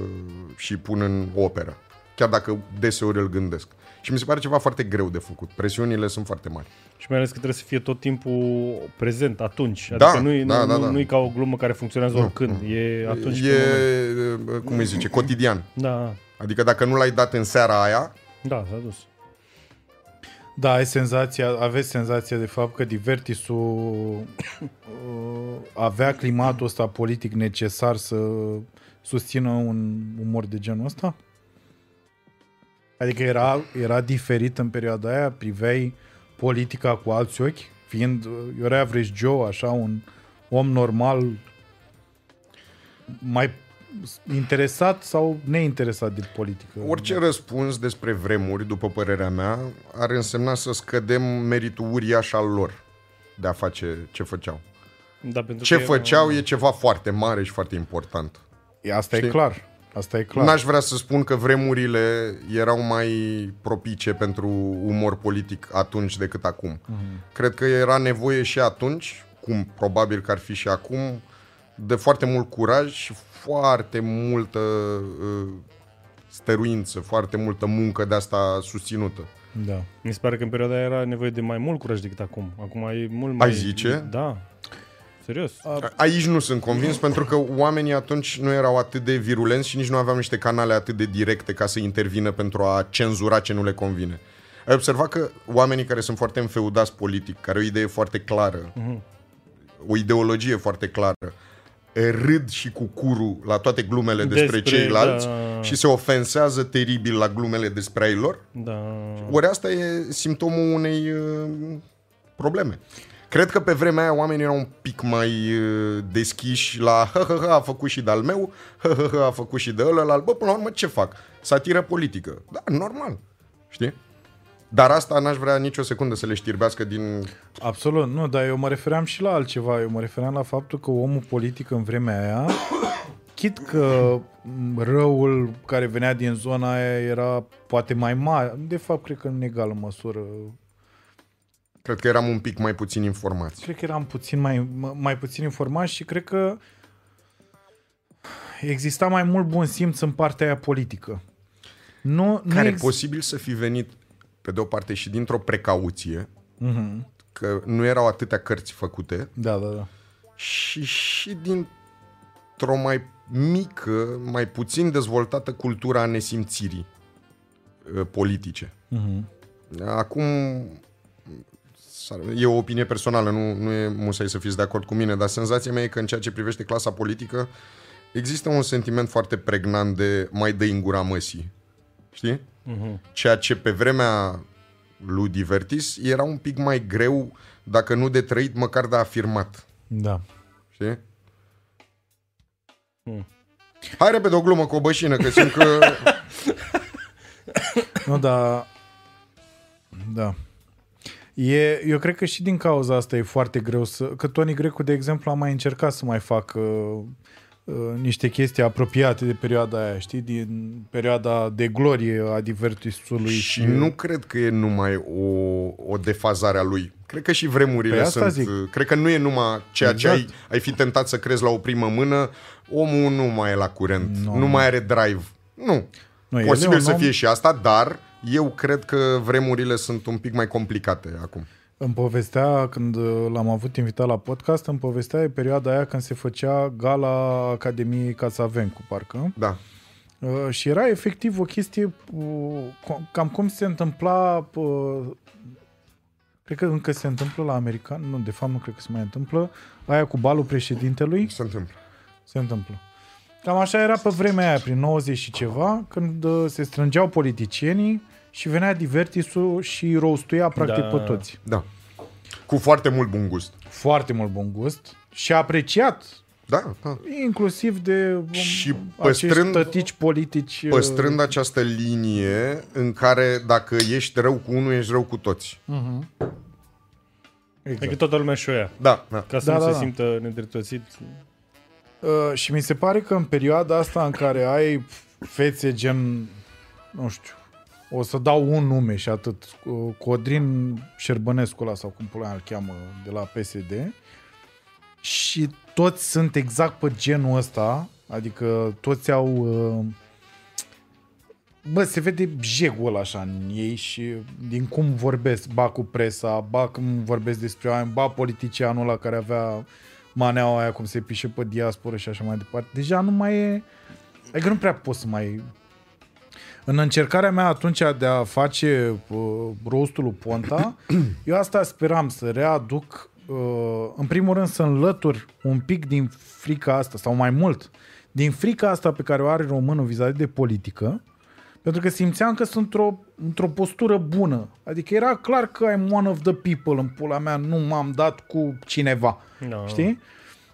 C: și pun în operă, chiar dacă deseori îl gândesc. Și mi se pare ceva foarte greu de făcut. Presiunile sunt foarte mari.
B: Și mai ales că trebuie să fie tot timpul prezent atunci.
C: Da,
B: Adică nu,
C: da,
B: nu,
C: da,
B: nu,
C: da. Mm,
B: nu e ca o glumă care funcționează oricând. E atunci
C: e,
B: când...
C: cum îi zice, cotidian.
B: Da,
C: Adică dacă nu l-ai dat în seara aia,
B: da, s-a dus.
A: da, ai senzația, aveți senzația de fapt că Divertisul uh, avea climatul ăsta politic necesar să susțină un umor de genul ăsta? Adică era, era diferit în perioada aia? Priveai politica cu alți ochi? Fiind uh, Iorea Vrejgeu, așa, un om normal mai interesat sau neinteresat de politică?
C: orice răspuns despre vremuri, după părerea mea, ar însemna să scădem meritul uriaș al lor de a face ce făceau.
B: Da, pentru
C: Ce
B: că e-
C: făceau e ceva foarte mare și foarte important.
A: Asta e
C: Știi?
A: clar. Asta e clar.
C: N-aș vrea să spun că vremurile erau mai propice pentru umor politic atunci decât acum. Cred că era nevoie și atunci, cum probabil că ar fi și acum, de foarte mult curaj și foarte multă uh, stăruință, foarte multă muncă de asta susținută.
A: Da.
B: Mi se pare că în perioada aia era nevoie de mai mult curaj decât acum. Acum e mult mai...
C: Ai zice?
B: Da. Serios.
C: A- Aici nu sunt convins pentru că oamenii atunci nu erau atât de virulenți și nici nu aveam niște canale atât de directe ca să intervină pentru a cenzura ce nu le convine. Ai observat că oamenii care sunt foarte înfeudați politic, care au o idee foarte clară,
B: Mhm.
C: o ideologie foarte clară, râd și cu curul la toate glumele despre,
B: Despre,
C: ceilalți
B: da.
C: și se ofensează teribil la glumele despre ai lor?
B: Da.
C: Ori asta e simptomul unei uh, probleme. Cred că pe vremea aia oamenii erau un pic mai uh, deschiși la hă, hă, hă, a făcut și de-al meu, hă, hă, hă, a făcut și de ălălalt. Bă, până la urmă ce fac? Satiră politică. Da, normal. Știi? Dar asta n-aș vrea nicio secundă să le știrbească din...
A: Absolut, nu, dar eu mă refeream și la altceva. Eu mă refeream la faptul că omul politic în vremea aia, chit că m, răul care venea din zona aia era poate mai mare, de fapt cred că în egală măsură,
C: Cred că eram un pic mai puțin informați.
A: cred că eram puțin mai, m- mai puțin informat și cred că exista mai mult bun simț în partea aia politică. Nu,
C: Care
A: nu ex-
C: posibil să fi venit, pe de o parte, și dintr-o precauție, că nu erau atâtea cărți făcute,
A: Mhm. Da, da, da.
C: și și dintr-o mai mică, mai puțin dezvoltată cultura a nesimțirii uh, politice.
A: Mhm.
C: Acum, s-ar- e o opinie personală, nu, nu e mușai să fiți de acord cu mine, dar senzația mea e că în ceea ce privește clasa politică există un sentiment foarte pregnant de mai dă în gura măsii. Știi?
B: Mhm. Adică
C: Ceea ce pe vremea lui Divertis era un pic mai greu, dacă nu de trăit, măcar de afirmat.
A: Da.
C: Știi?
A: Hmm.
C: Hai repede o glumă cu o bășină, că simt că...
A: Nu, da. Da. E, eu cred că și din cauza asta e foarte greu să... Că Tony Grecu, de exemplu, a mai încercat să mai facă uh, uh, niște chestii apropiate de perioada aia, știi? Din perioada de glorie a divertisului.
C: și nu cred că e numai o, o defazare a lui. Cred că și vremurile
A: Păi asta
C: sunt... uh,
A: zic.
C: Cred că nu e numai ceea
A: Exact.
C: ce ai, ai fi tentat să crezi la o primă mână. Omul nu mai e la curent,
A: Nu.
C: no. nu mai are drive. Nu.
A: Nu, el
C: nu
A: e
C: Posibil
A: un
C: să
A: om-
C: fie și asta, dar eu cred că vremurile sunt un pic mai complicate acum.
A: Îmi povestea, când uh, l-am avut invitat la podcast, îmi povestea e perioada aia când se făcea gala Academiei Casavencu, parcă.
C: Da.
A: Uh, și era efectiv o chestie uh, co- cam cum se întâmpla uh, cred că încă se întâmplă la american, nu, de fapt nu cred că se mai întâmplă aia cu balul președintelui
C: Se întâmplă.
A: se întâmplă cam așa era pe vremea aia, prin 90 și ceva când uh, se strângeau politicienii și venea divertisul și rostuia practic
B: Da.
A: pe toți
C: Da. Cu foarte mult bun gust.
A: foarte mult bun gust și apreciat
C: Da, da.
A: inclusiv de um,
C: Și
A: acești
C: păstrând-
A: tătici politici uh,
C: Păi, Păstrând această linie în care dacă ești rău cu unul, ești rău cu toți.
B: Adică
A: exact.
B: toată lumea și ea.
C: Da, da.
B: Ca să
A: Da,
B: nu
A: da,
B: se
A: da.
B: simtă nedreptățit.
A: Uh, și mi se pare că în perioada asta în care ai fețe gen, nu știu, o să dau un nume și atât, uh, Codrin Șerbănescu ăla sau cum pula mea îl cheamă de la PSD și toți sunt exact pe genul ăsta, adică toți au... uh, Bă, se vede jegul ăla așa în ei și din cum vorbesc, ba cu presa, ba cum vorbesc despre oameni, ba politicianul ăla care avea maneaua aia cum se pișe pe diasporă și așa mai departe. Deja nu mai e... Adică nu prea poți să mai... În încercarea mea atunci de a face uh, rostul lui Ponta, eu asta speram, să readuc, uh, în primul rând să înlătur un pic din frica asta, sau mai mult, din frica asta pe care o are românul vis-a-vis de politică, pentru că simțeam că sunt într-o, într-o postură bună. Adică era clar că I'm one of the people în pula mea, nu m-am dat cu cineva.
B: Da.
A: Știi?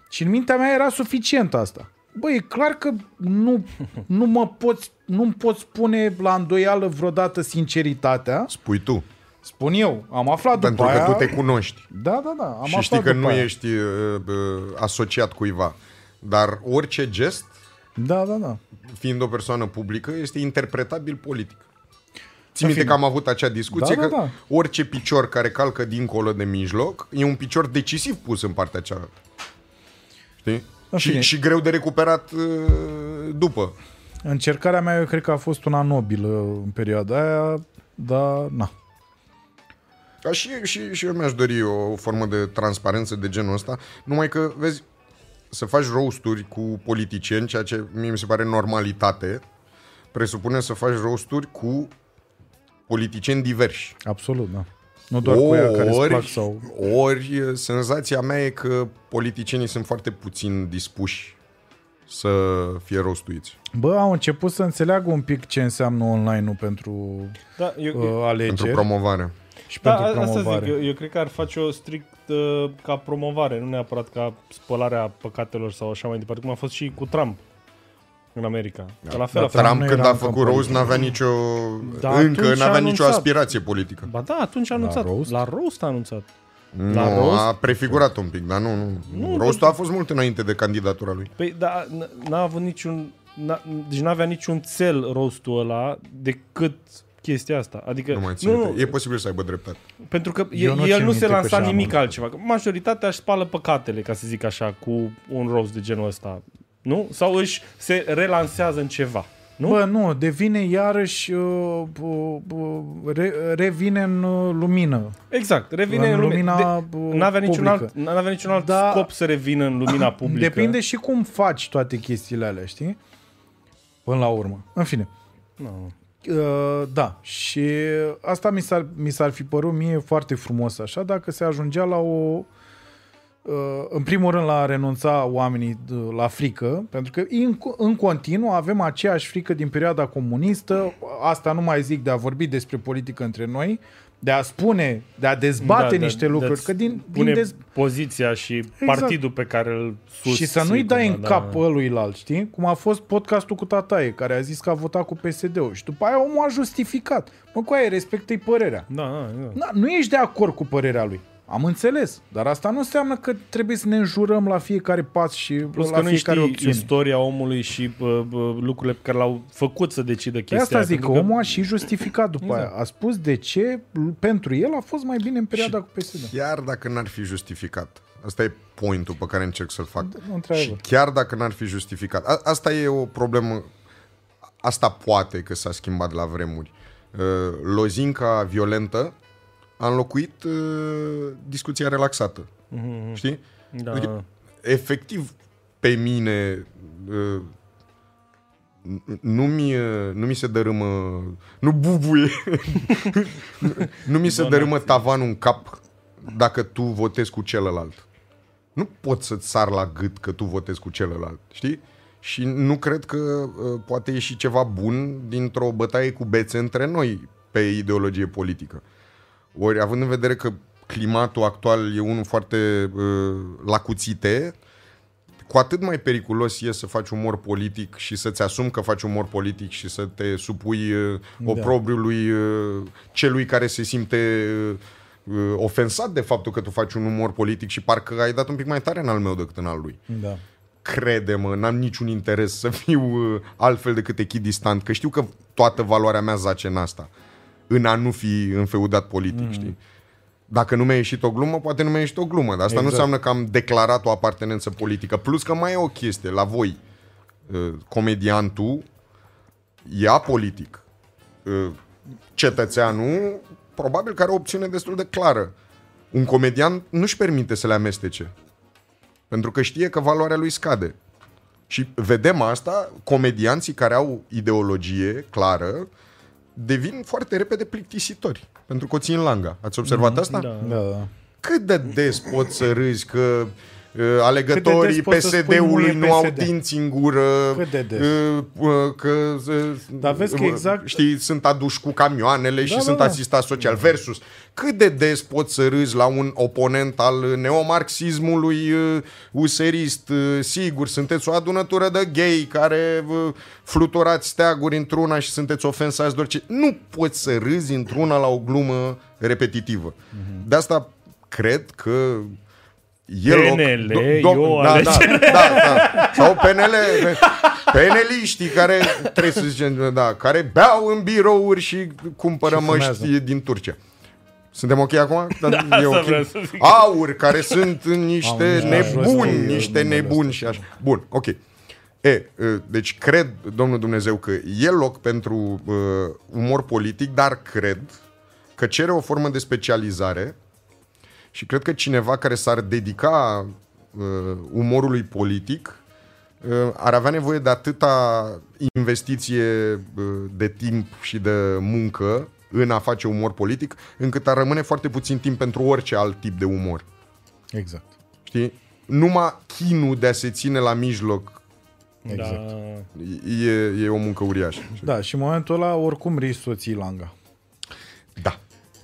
A: Și în mintea mea era suficient asta. Băi, e clar că nu, nu mă poți, nu-mi poți pune la îndoială vreodată sinceritatea.
C: Spui tu,
A: Spun eu, am aflat
C: pentru
A: după
C: că
A: aia...
C: tu te cunoști
A: Da, da, da, am
C: și
A: aflat
C: știi că
A: după
C: nu
A: aia.
C: ești uh, uh, asociat cuiva. Dar orice gest,
A: Da, da, da.
C: fiind o persoană publică, este interpretabil politic. Ți
A: În
C: minte
A: fine.
C: că am avut acea discuție
A: Da,
C: că
A: da, da.
C: orice picior care calcă dincolo de mijloc e un picior decisiv pus în partea cealaltă. Știi?
A: În fine.
C: Și, și greu de recuperat uh, după.
A: Încercarea mea eu cred că a fost una nobilă în perioada aia, dar na.
C: Ca și, și, și eu mi-aș dori o formă de transparență de genul ăsta, numai că, vezi, să faci roasturi cu politicieni, ceea ce mie mi se pare normalitate, presupune să faci roasturi cu politicieni diversi.
A: Absolut, da. Nu doar cu ea care îți plac sau...
C: ori senzația mea e că politicienii sunt foarte puțin dispuși să fie rostuiți.
A: Bă, au început să înțeleagă un pic ce înseamnă online-ul pentru
B: Da, eu,
A: uh,
C: Pentru
A: alegeri
C: promovare.
A: și
B: da,
A: pentru
B: a-
A: promovare.
B: asta zic, eu, eu cred că ar face o strict uh, ca promovare, nu neapărat ca spălarea păcatelor sau așa mai departe, cum a fost și cu Trump în America. Da, la fel
A: da,
B: a
A: Trump
B: fost.
C: Trump
A: nu
C: când
A: era
C: a
A: în
C: făcut
A: campanie.
C: Rose n-avea nicio...
B: Da,
C: încă
B: atunci a
C: n-avea nicio
B: anunțat.
C: aspirație politică.
B: Ba da, atunci a anunțat.
A: roast?
B: La roast a anunțat.
C: Nu,
B: La rost?
C: a prefigurat un pic, dar nu, nu. nu Rostul a fost mult înainte de candidatura lui.
B: Păi, da, n- n-a avut niciun... N-a, deci n-avea niciun cel rostul ăla decât chestia asta. Adică,
C: Nu mai țin.
B: nu,
C: Nu,
B: nu,
C: E posibil să aibă dreptate.
B: pentru că
A: Eu nu
B: eu nu
A: țin
B: el nu
A: minte
B: se
A: că
B: lansa
A: și-a
B: nimic
A: anunțat.
B: altceva. Majoritatea își spală păcatele, ca să zic așa, cu un rost de genul ăsta. Nu? Sau își se relansează în ceva. Nu?
A: Bă, nu, devine iarăși, uh, uh, uh, re, revine în uh, lumină.
B: Exact, revine
A: În
B: în
A: lumina,
B: lumina
A: uh,
B: de, N-avea niciun
A: publică.
B: alt, n-avea niciun alt
A: Da.
B: scop să revină în lumina publică.
A: Depinde și cum faci toate chestiile alea, știi? Până la urmă. În fine.
B: Nu.
A: Uh, da, și asta mi s-ar, mi s-ar fi părut mie foarte frumos așa, dacă se ajungea la o... uh, În primul rând la a renunța oamenii uh, la frică, pentru că în, în continuu avem aceeași frică din perioada comunistă, asta nu mai zic de a vorbi despre politică între noi, de a spune, de a dezbate da, niște
B: de-
A: lucruri,
B: de-ți
A: că din,
B: pune
A: din dez...
B: poziția și partidul pe care îl susții.
A: Și să nu-i dai
B: cumva,
A: în
B: da.
A: cap ăluilalt, știi? Cum a fost podcastul cu Tataie, care a zis că a votat cu PSD-ul. Și după aia omul a justificat. Mă, cu aia respectă-i părerea.
B: Da, da, da.
A: Na, nu ești de acord cu părerea lui. Am înțeles, dar asta nu înseamnă că trebuie să ne înjurăm la fiecare pas și
B: Plus
A: la
B: că nu
A: fiecare
B: știi
A: opțiune.
B: istoria omului și uh, uh, lucrurile pe care l-au făcut să decidă
A: De
B: chestia
A: Păi asta
B: aia,
A: zic că
B: pentru Exact.
A: omul a și justificat după aia. A spus de ce pentru el a fost mai bine în perioada cu PSD.
C: Chiar dacă n-ar fi justificat. Asta e pointul pe care încerc să-l fac.
B: Da.
C: Și
A: într-adevăr.
C: chiar dacă n-ar fi justificat. A- asta e o problemă. Asta poate că s-a schimbat la vremuri. Uh, Lozinca violentă a înlocuit uh, discuția relaxată. Știi?
B: Da.
C: Adică, efectiv, pe mine uh, n- nu mi, uh, nu mi se dărâmă, nu bubuie, nu mi se dărâmă tavanul în cap dacă tu votezi cu celălalt. Nu pot să-ți sar la gât că tu votezi cu celălalt, știi? Și nu cred că uh, poate ieși ceva bun dintr-o bătaie cu bețe între noi pe ideologie politică. Ori, având în vedere că climatul actual e unul foarte uh, lacuțite, cu atât mai periculos e să faci umor politic și să-ți asumi că faci umor politic și să te supui uh, oprobriului uh, celui care se simte uh, uh, ofensat de faptul că tu faci un umor politic și parcă ai dat un pic mai tare în al meu decât în al lui.
A: Da.
C: Crede-mă, uh, n-am niciun interes să fiu uh, altfel decât echidistant, că știu că toată valoarea mea zace în asta, în a nu fi înfeudat politic, mm. știi? Dacă nu mi-a ieșit o glumă, poate nu mi-a ieșit o glumă, dar asta exact. nu înseamnă că am declarat o apartenență politică. Plus că mai e o chestie, la voi, uh, comediantul e apolitic. Uh, Cetățeanul probabil că are o opțiune destul de clară. Un comedian nu-și permite să le amestece. Pentru că știe că valoarea lui scade. Și vedem asta, comedianții care au ideologie clară devin foarte repede plictisitori. Pentru că o țin langa. Ați observat asta?
B: Da.
A: Da, da.
C: Cât de des poți să râzi că uh,
A: Cât de
C: alegătorii
A: des poți să spui
C: PSD-ului
A: nu e
C: nu au
A: PSD?
C: dinți în gură,
A: Cât de des?
C: uh, uh, că, uh,
A: Dar vezi că
C: uh,
A: exact-
C: știi, sunt aduși cu camioanele și
A: da,
C: sunt
A: da.
C: asistați social versus. Cât de des poți să râzi la un oponent al neomarxismului uh, userist? Uh, Sigur, sunteți o adunătură de gay care uh, fluturați steaguri într-una și sunteți ofensați de orice. Nu poți să râzi într-una la o glumă repetitivă.
A: Mhm.
C: De asta cred că E loc.
B: PNL,
C: Do- do-
B: eu
C: da, da,
B: alegeri.
C: da, da. Sau PNL, peneliștii care, trebuie să zicem, da, care beau în birouri și cumpără
A: Și fumează.
C: măști din Turcia. Suntem ok acum? Da, e
B: asta
C: ok.
B: vreau să zic.
C: Aur, care sunt niște
A: Am niște
C: nebuni,
A: ajuns,
C: niște
A: domnule,
C: nebuni și așa. Bun, ok. E, uh, deci cred, domnul Dumnezeu, că e loc pentru uh, umor politic, dar cred că cere o formă de specializare și cred că cineva care s-ar dedica uh, umorului politic uh, ar avea nevoie de atâta investiție uh, de timp și de muncă în a face umor politic, încât ar rămâne foarte puțin timp pentru orice alt tip de umor.
A: Exact.
C: Știi? Numai chinul de a se ține la mijloc
A: Exact.
B: Da.
C: e, e o muncă uriașă.
A: Da, și în momentul ăla oricum risci să o ții langa.
C: Da.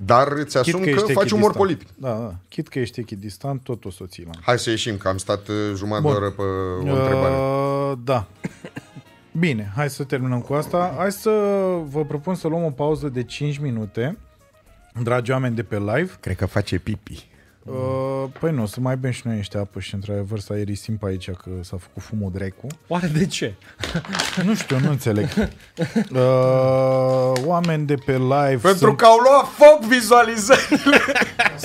C: Dar îți
A: Chit
C: asum că, că faci umor
A: echidistant.
C: politic.
A: Da, da. Chit că ești echidistant, tot o să o ții langa.
C: Hai să ieșim, că am stat uh, jumătate de
A: Bun.
C: oră pe o întrebare.
A: Uh, da. Bine, hai să terminăm cu asta. Hai să vă propun să luăm o pauză de 5 minute, dragi oameni de pe live.
C: Cred că face pipi.
A: Uh, păi nu, să mai bem și noi niște apă și într-adevăr să aerisim pe aici că s-a făcut fumul drecu.
B: Oare de ce?
A: Nu știu, nu înțeleg. Uh, oameni de pe live
C: Pentru
A: sunt,
C: că au luat foc vizualizări.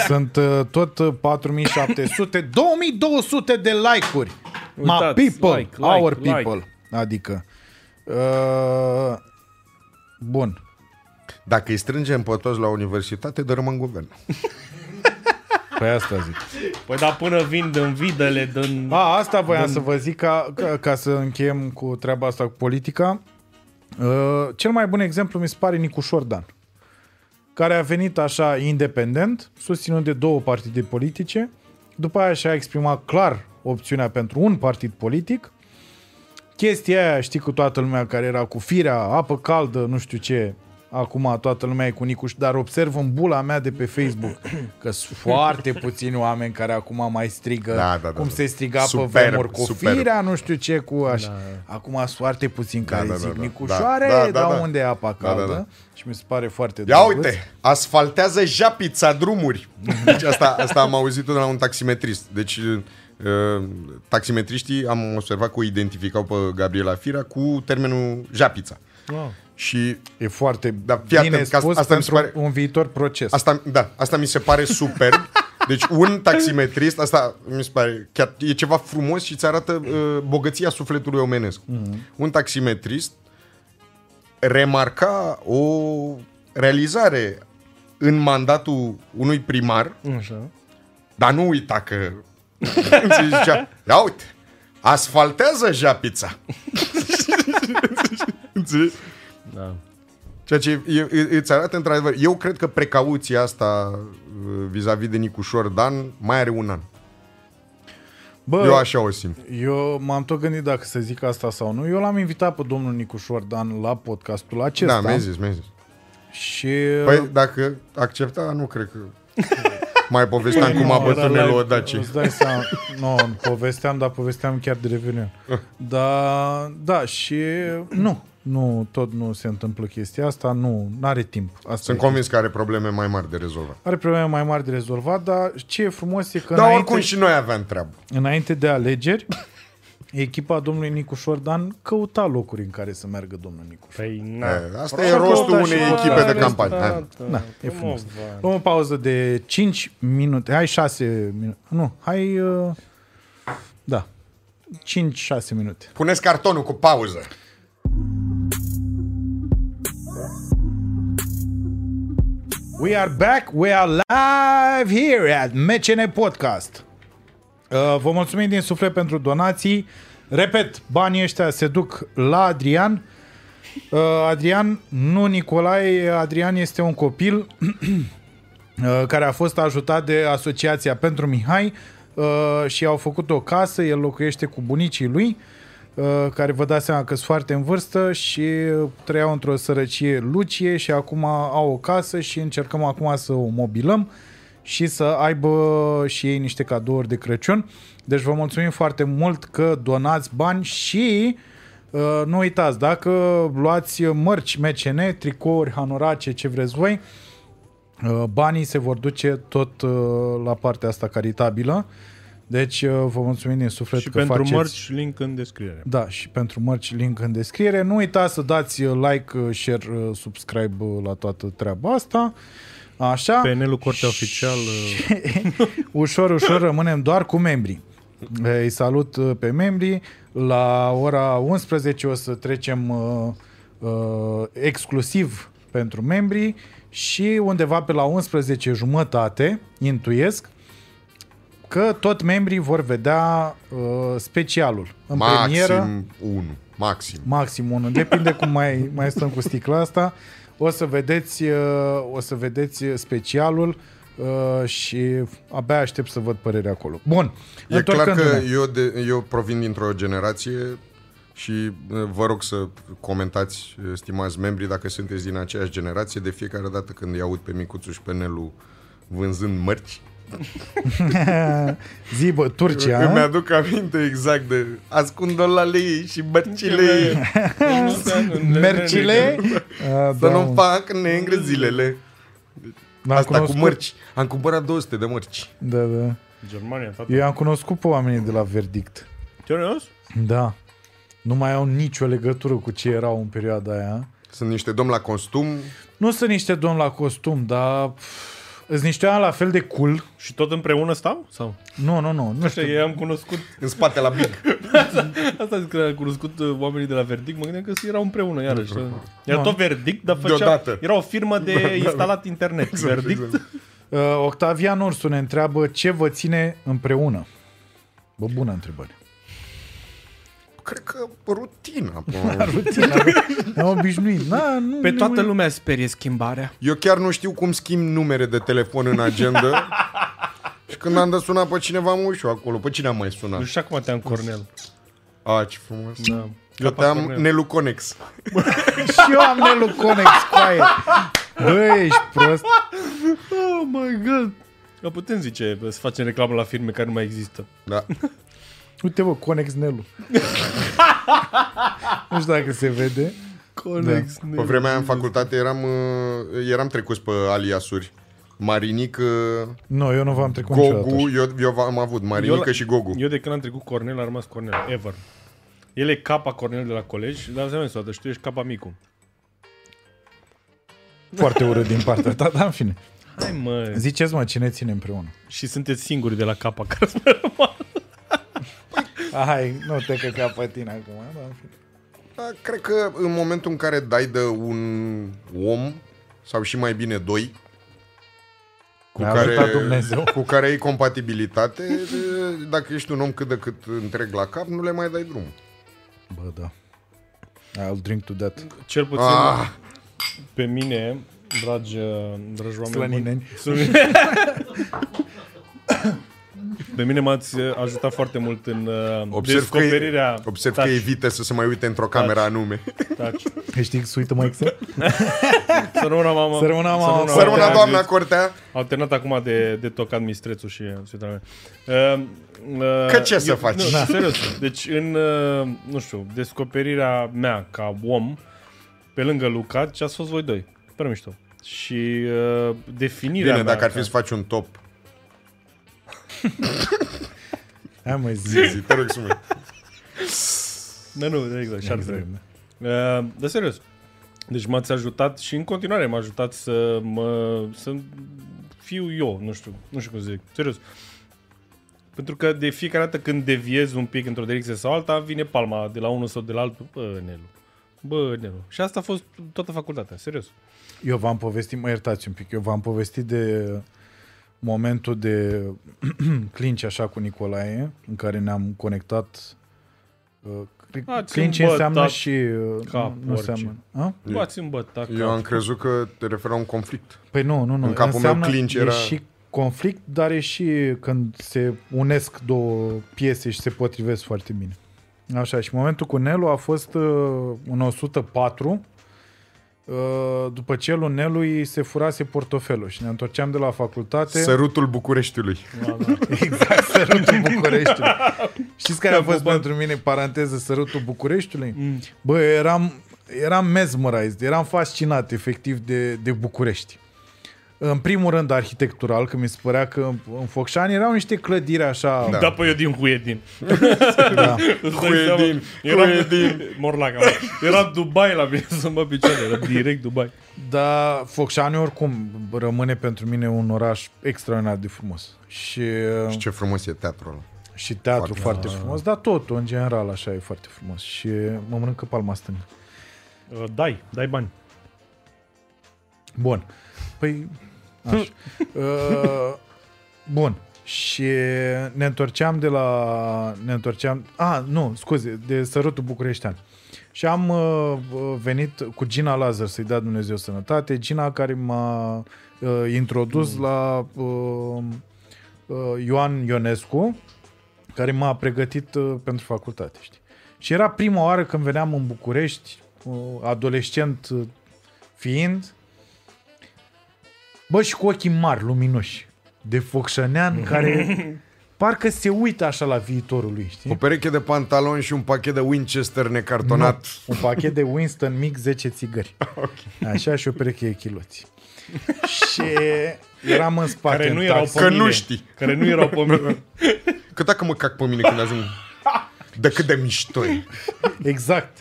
A: sunt uh, tot uh, 4700, 2200 de like-uri. Ma
B: Uitați,
A: people,
B: like, like,
A: our
B: like.
A: people. Adică. Uh, bun.
C: Dacă îi strângem pe toți la universitate, dărâm în guvern.
A: Pe asta zic.
B: Păi da, până vin din videle, din...
A: A, asta voiam să vă zic ca, ca, ca să încheiem cu treaba asta cu politica. Uh, cel mai bun exemplu mi se pare Nicușor Dan, care a venit așa independent, susținut de două partide politice, după aia și-a exprimat clar opțiunea pentru un partid politic. Chestia aia, știi, cu toată lumea care era cu firea, apă caldă, nu știu ce, acum toată lumea e cu Nicuș, dar observ în bula mea de pe Facebook că sunt foarte puțini oameni care acum mai strigă
C: Da, da, da,
A: cum
C: da.
A: se striga
C: Superb,
A: pe vremuri cu
C: superb.
A: firea, nu știu ce, cu așa. Acum sunt foarte puțini care
C: da, da,
A: zic
C: da.
A: Nicușoare,
C: Da, da,
A: dar
C: da.
A: unde e apa
C: Da, da,
A: caldă?
C: da.
A: Și mi se pare foarte
C: Ia
A: drăguț.
C: uite, asfaltează japița drumuri. Deci asta, asta am auzit de la un taximetrist. Deci uh, taximetriștii am observat că o identificau pe Gabriela Firea cu termenul japița.
A: Wow.
C: Și
A: E foarte
C: Dar fii
A: bine
C: atent, că asta-
A: spus
C: asta mi se
A: pentru
C: pare-
A: un viitor proces.
C: Asta, da, asta mi se pare superb. Deci un taximetrist, asta mi se pare chiar e ceva frumos și îți arată uh, bogăția sufletului omenesc. Mm-hmm. Un taximetrist remarca o realizare în mandatul unui primar,
B: Așa.
C: dar nu uita că îți zicea, ia uite, asfaltează japița. Înțelegi?
B: Da.
C: Ceea ce e, e, îți arată într-adevăr. Eu cred că precauția asta uh, vis-a-vis de Nicușor Dan mai are un an.
A: Bă,
C: Eu așa o simt.
A: Eu m-am tot gândit dacă să zic asta sau nu. Eu l-am invitat pe domnul Nicușor Dan la podcastul
C: Da,
A: acesta.
C: mi-ai zis, mi-ai zis.
A: Și
C: Păi dacă accepta, nu cred că... Mai povesteam cum a
A: Nu,
C: bătut
A: dar la-
C: Nelo Daci.
A: Îți dai seama, nu, povesteam, dar povesteam chiar de revenion. Da, da, și nu, nu, tot nu se întâmplă chestia asta, nu, n-are timp. Asta
C: Sunt
A: e.
C: convins că are probleme mai mari de rezolvat.
A: Are probleme mai mari de rezolvat, dar ce e frumos e că
C: Dar
A: înainte,
C: Da, oricum și noi aveam treabă.
A: înainte de alegeri, echipa domnului Nicușor Dan căuta locuri în care să meargă domnul Nicușor.
B: Păi, na.
C: E, Eh, Asta e rostul
B: Așa,
C: unei
B: așa,
C: echipe de
B: așa,
C: campanie. Hai.
B: tată,
A: Da, e
B: cum
A: frumos.
B: o va?
A: Luăm o pauză de 5 minute. Hai 6 minute. Nu, hai... uh, Da. 5-6 minute.
C: Puneți cartonul cu pauză.
A: We are back, we are live here at MCN Podcast. Uh, Vă mulțumim din suflet pentru donații. Repet, banii ăștia se duc la Adrian. Uh, Adrian, nu Nicolae, Adrian este un copil uh, care a fost ajutat de Asociația pentru Mihai uh, și au făcut o casă, el locuiește cu bunicii lui, uh, care vă dați seama că sunt foarte în vârstă și trăiau într-o sărăcie lucie și acum au o casă și încercăm acum să o mobilăm și să aibă și ei niște cadouri de Crăciun. Deci vă mulțumim foarte mult că donați bani și uh, nu uitați, dacă luați mărci MCN, tricouri, hanorace, ce vreți voi, Uh, Banii se vor duce tot uh, la partea asta caritabilă. Deci uh, vă mulțumim din suflet
B: Și
A: că
B: pentru
A: faceți...
B: mărci, link în descriere.
A: Da, și pentru mărci link în descriere. Nu uitați să dați uh, like, uh, share, uh, subscribe uh, la toată treaba asta. Așa.
B: PNL-ul Cortea Oficială.
A: ușor, ușor rămânem doar cu membrii. Îi salut uh, pe membrii. La ora 11 o să trecem uh, uh, exclusiv pentru membrii și undeva pe la 11 jumătate, intuiesc, că tot membrii vor vedea uh, specialul în premieră.
C: Maxim 1. Maxim.
A: Maxim unul. Depinde cum mai, mai stăm cu sticla asta. O să vedeți, uh, o să vedeți specialul uh, și abia aștept să văd părerea acolo. Bun,
C: E clar că
A: întorcându-ne.
C: eu, de, eu provin dintr-o generație și eh, vă rog să comentați, eh, stimați membri, dacă sunteți din aceeași generație, de fiecare dată când îi aud pe Micuțu și pe Nelu vânzând mărci,
A: Zi, bă,
C: Ce? îmi
A: Turcia.
C: aduc aminte exact de ascund la ei și mărcile ei,
A: Mercile. Uh,
C: să
A: da,
C: nu fac negre zilele.
A: l-am
C: Asta
A: cunoscut.
C: cu mărci. Am cumpărat 200 de mărci.
A: Da, da.
B: Germania, tata.
A: Eu am cunoscut pe oamenii de la Verdict.
B: Serios?
A: Da. Nu mai au nicio legătură cu ce erau în perioada aia.
C: Sunt niște domni la costum,
A: Nu sunt niște domn la costum, dar pf, îți niște oameni la fel de cool.
B: Și tot împreună stau? Sau?
A: Nu, nu, nu, nu
B: Așa,
A: știu.
B: eu am cunoscut,
C: în spate la big.
B: asta zic că am cunoscut uh, oamenii de la Verdict, mă gândeam că erau împreună iarăși. Era
A: Nu.
B: tot Verdict, dar făcea,
C: Deodată.
B: era o firmă de instalat internet. Verdict,
A: Uh, Octavian Ursu ne întreabă ce vă ține împreună. Bă, bună întrebare.
C: Cred că rutina. până-
A: Am obișnuit. Na, nu,
F: Pe
A: nu-
F: toată lumea sperie schimbarea.
C: Eu chiar nu știu cum schimb numere de telefon în agenda. și când am dat sunat pe cineva, mă uit și eu acolo. Pe cine am mai
B: nu
C: sunat?
B: știu acum te-am Cornel.
C: A, ce frumos.
B: Da.
C: Eu te-am Nelu Conex.
A: Și eu am Nelu Conex cu aia. Bă, ești prost.
B: Oh my god. Că putem zice să facem reclamă la firme care nu mai există.
C: Da.
A: Uite, bă, Conex Nelu. nu știu dacă se vede. Conex
B: Da.
C: Pe vremea aia în facultate eram, uh, eram trecuți pe aliasuri. Marinic, uh,
A: Nu, eu nu v-am trecut niciodată.
C: Gogu,
A: așa.
C: eu, eu am avut Marinică
B: Eu-
C: și Gogu.
B: Eu de când am trecut Cornel, a rămas Cornel, ever. El e capa Cornel de la colegi, dar înseamnă toată, știu, ești capa micu.
A: Foarte urât din partea ta, dar în fine.
B: Hai mă,
A: Ziceți, mă, cine ține împreună?
B: și sunteți singuri de la capa care
A: Ah, Hai, nu te căca pe tine acum. Da, în fine.
C: Da, cred că în momentul în care dai de un om, sau și mai bine doi, cu
A: Ne-a ajutat Dumnezeu.
C: cu care ai compatibilitate, de- dacă ești un om cât de cât întreg la cap, nu le mai dai drumul.
A: Bă, da. I'll drink to that.
B: Cel puțin ah.
C: Ah,
B: pe mine, dragi, uh, dragi oameni
A: Slănineni.
B: Sunt- Pe mine m-ați uh, ajutat foarte mult în uh,
C: observ că,
B: descoperirea...
C: e- observ
B: Taci,
C: că evită să se mai uite într-o cameră anume.
B: taci.
A: Știi, să uită mai exact?
B: Să rămână mama.
A: Să rămână mama. Să rămână
B: Să
C: Sărmâna
B: rămână
C: doamna Cortea,
B: Alternat acum de, de tocat mistrețul și uh, și tale. Uh, uh,
C: Că ce să faci?
B: Nu,
C: Na.
B: serios. Deci în, uh, nu știu, descoperirea mea ca om, pe lângă Luca, ce ați fost voi doi. Prea mișto. Și uh, definirea
C: bine,
B: mea da.
C: dacă ar
B: ca-
C: fi să faci un top,
A: Hai mă, zi.
C: zi, zi, te rog să mă...
B: Da, nu, da, exact, și ar trebui. Uh, Dar serios. Deci m-ați ajutat și în continuare m-a ajutat să mă, să fiu eu, nu știu, nu știu cum să zic, serios. Pentru că de fiecare dată când deviez un pic într-o direcție sau alta, vine palma de la unul sau de la altul. Bă, Nelu. Bă, Nelu. Și asta a fost toată facultatea, serios.
A: Eu v-am povestit, mă iertați un pic, eu v-am povestit de momentul de clinci așa cu Nicolae, în care ne-am conectat. Uh, cred-
B: Ați
A: Clinci
B: îmbătat
A: înseamnă și... uh,
B: ca
A: nu- nu
B: orice.
A: înseamnă. A?
B: V-ați îmbătat.
C: Eu am crezut că te referi la un conflict.
A: Păi nu, nu, nu.
C: În capul meu
A: Înseamnă-
C: clinch era-
A: E și conflict, dar e și când se unesc două piese și se potrivesc foarte bine. Așa, și momentul cu Nelu a fost uh, în 104, uh, după ce lui Nelu i se furase portofelul și ne întorceam de la facultate.
C: Sărutul Bucureștiului.
A: Exact, sărutul Bucureștiului. Știți care a fost
B: pupat.
A: pentru mine, paranteză, sărutul Bucureștiului?
C: Mm.
A: Bă, eram, eram mesmerized, eram fascinat efectiv de, de București. În primul rând arhitectural, că mi se părea că în, în Focșani erau niște clădiri așa...
C: Da.
B: Da, pe eu din Huedin.
A: Da.
B: Huedin, Huedin. Morlac, am. Era Dubai la mine să mă picioare, era direct Dubai.
A: Dar Focșani oricum rămâne pentru mine un oraș extraordinar de frumos. Și,
C: Și ce frumos e teatrul ăla.
A: și teatru
C: Foarte da.
A: foarte, frumos, dar totul în general așa e foarte frumos. Și mă mănâncă palma stângă.
B: Uh, Dai, dai bani.
A: Bun. Păi, așa. uh, bun. Și ne întorceam de la... Ne întorceam... A, nu, scuze, de Sărutul Bucureștean. Și am uh, venit cu Gina Lazar, să-i dea Dumnezeu sănătate, Gina care m-a uh, introdus mm. la uh, uh, Ioan Ionescu, care m-a pregătit uh, pentru facultate, știi. Și era prima oară când veneam în București, uh, adolescent uh, fiind, bă, și cu ochii mari, luminoși, de focșănean care parcă se uită așa la viitorul lui, știi?
C: O pereche de pantaloni și un pachet de Winchester necartonat.
A: Nu. Un pachet de Winston mic, 10 țigări. Okay. Așa și o pereche de chiloți. și eram în spate
B: Care
A: în
B: nu erau
A: taxi.
B: pe mine.
C: nu știi.
B: Care nu erau pe mine.
C: Că dacă mă cac pe mine când ajung... De cât de mișto e.
A: Exact.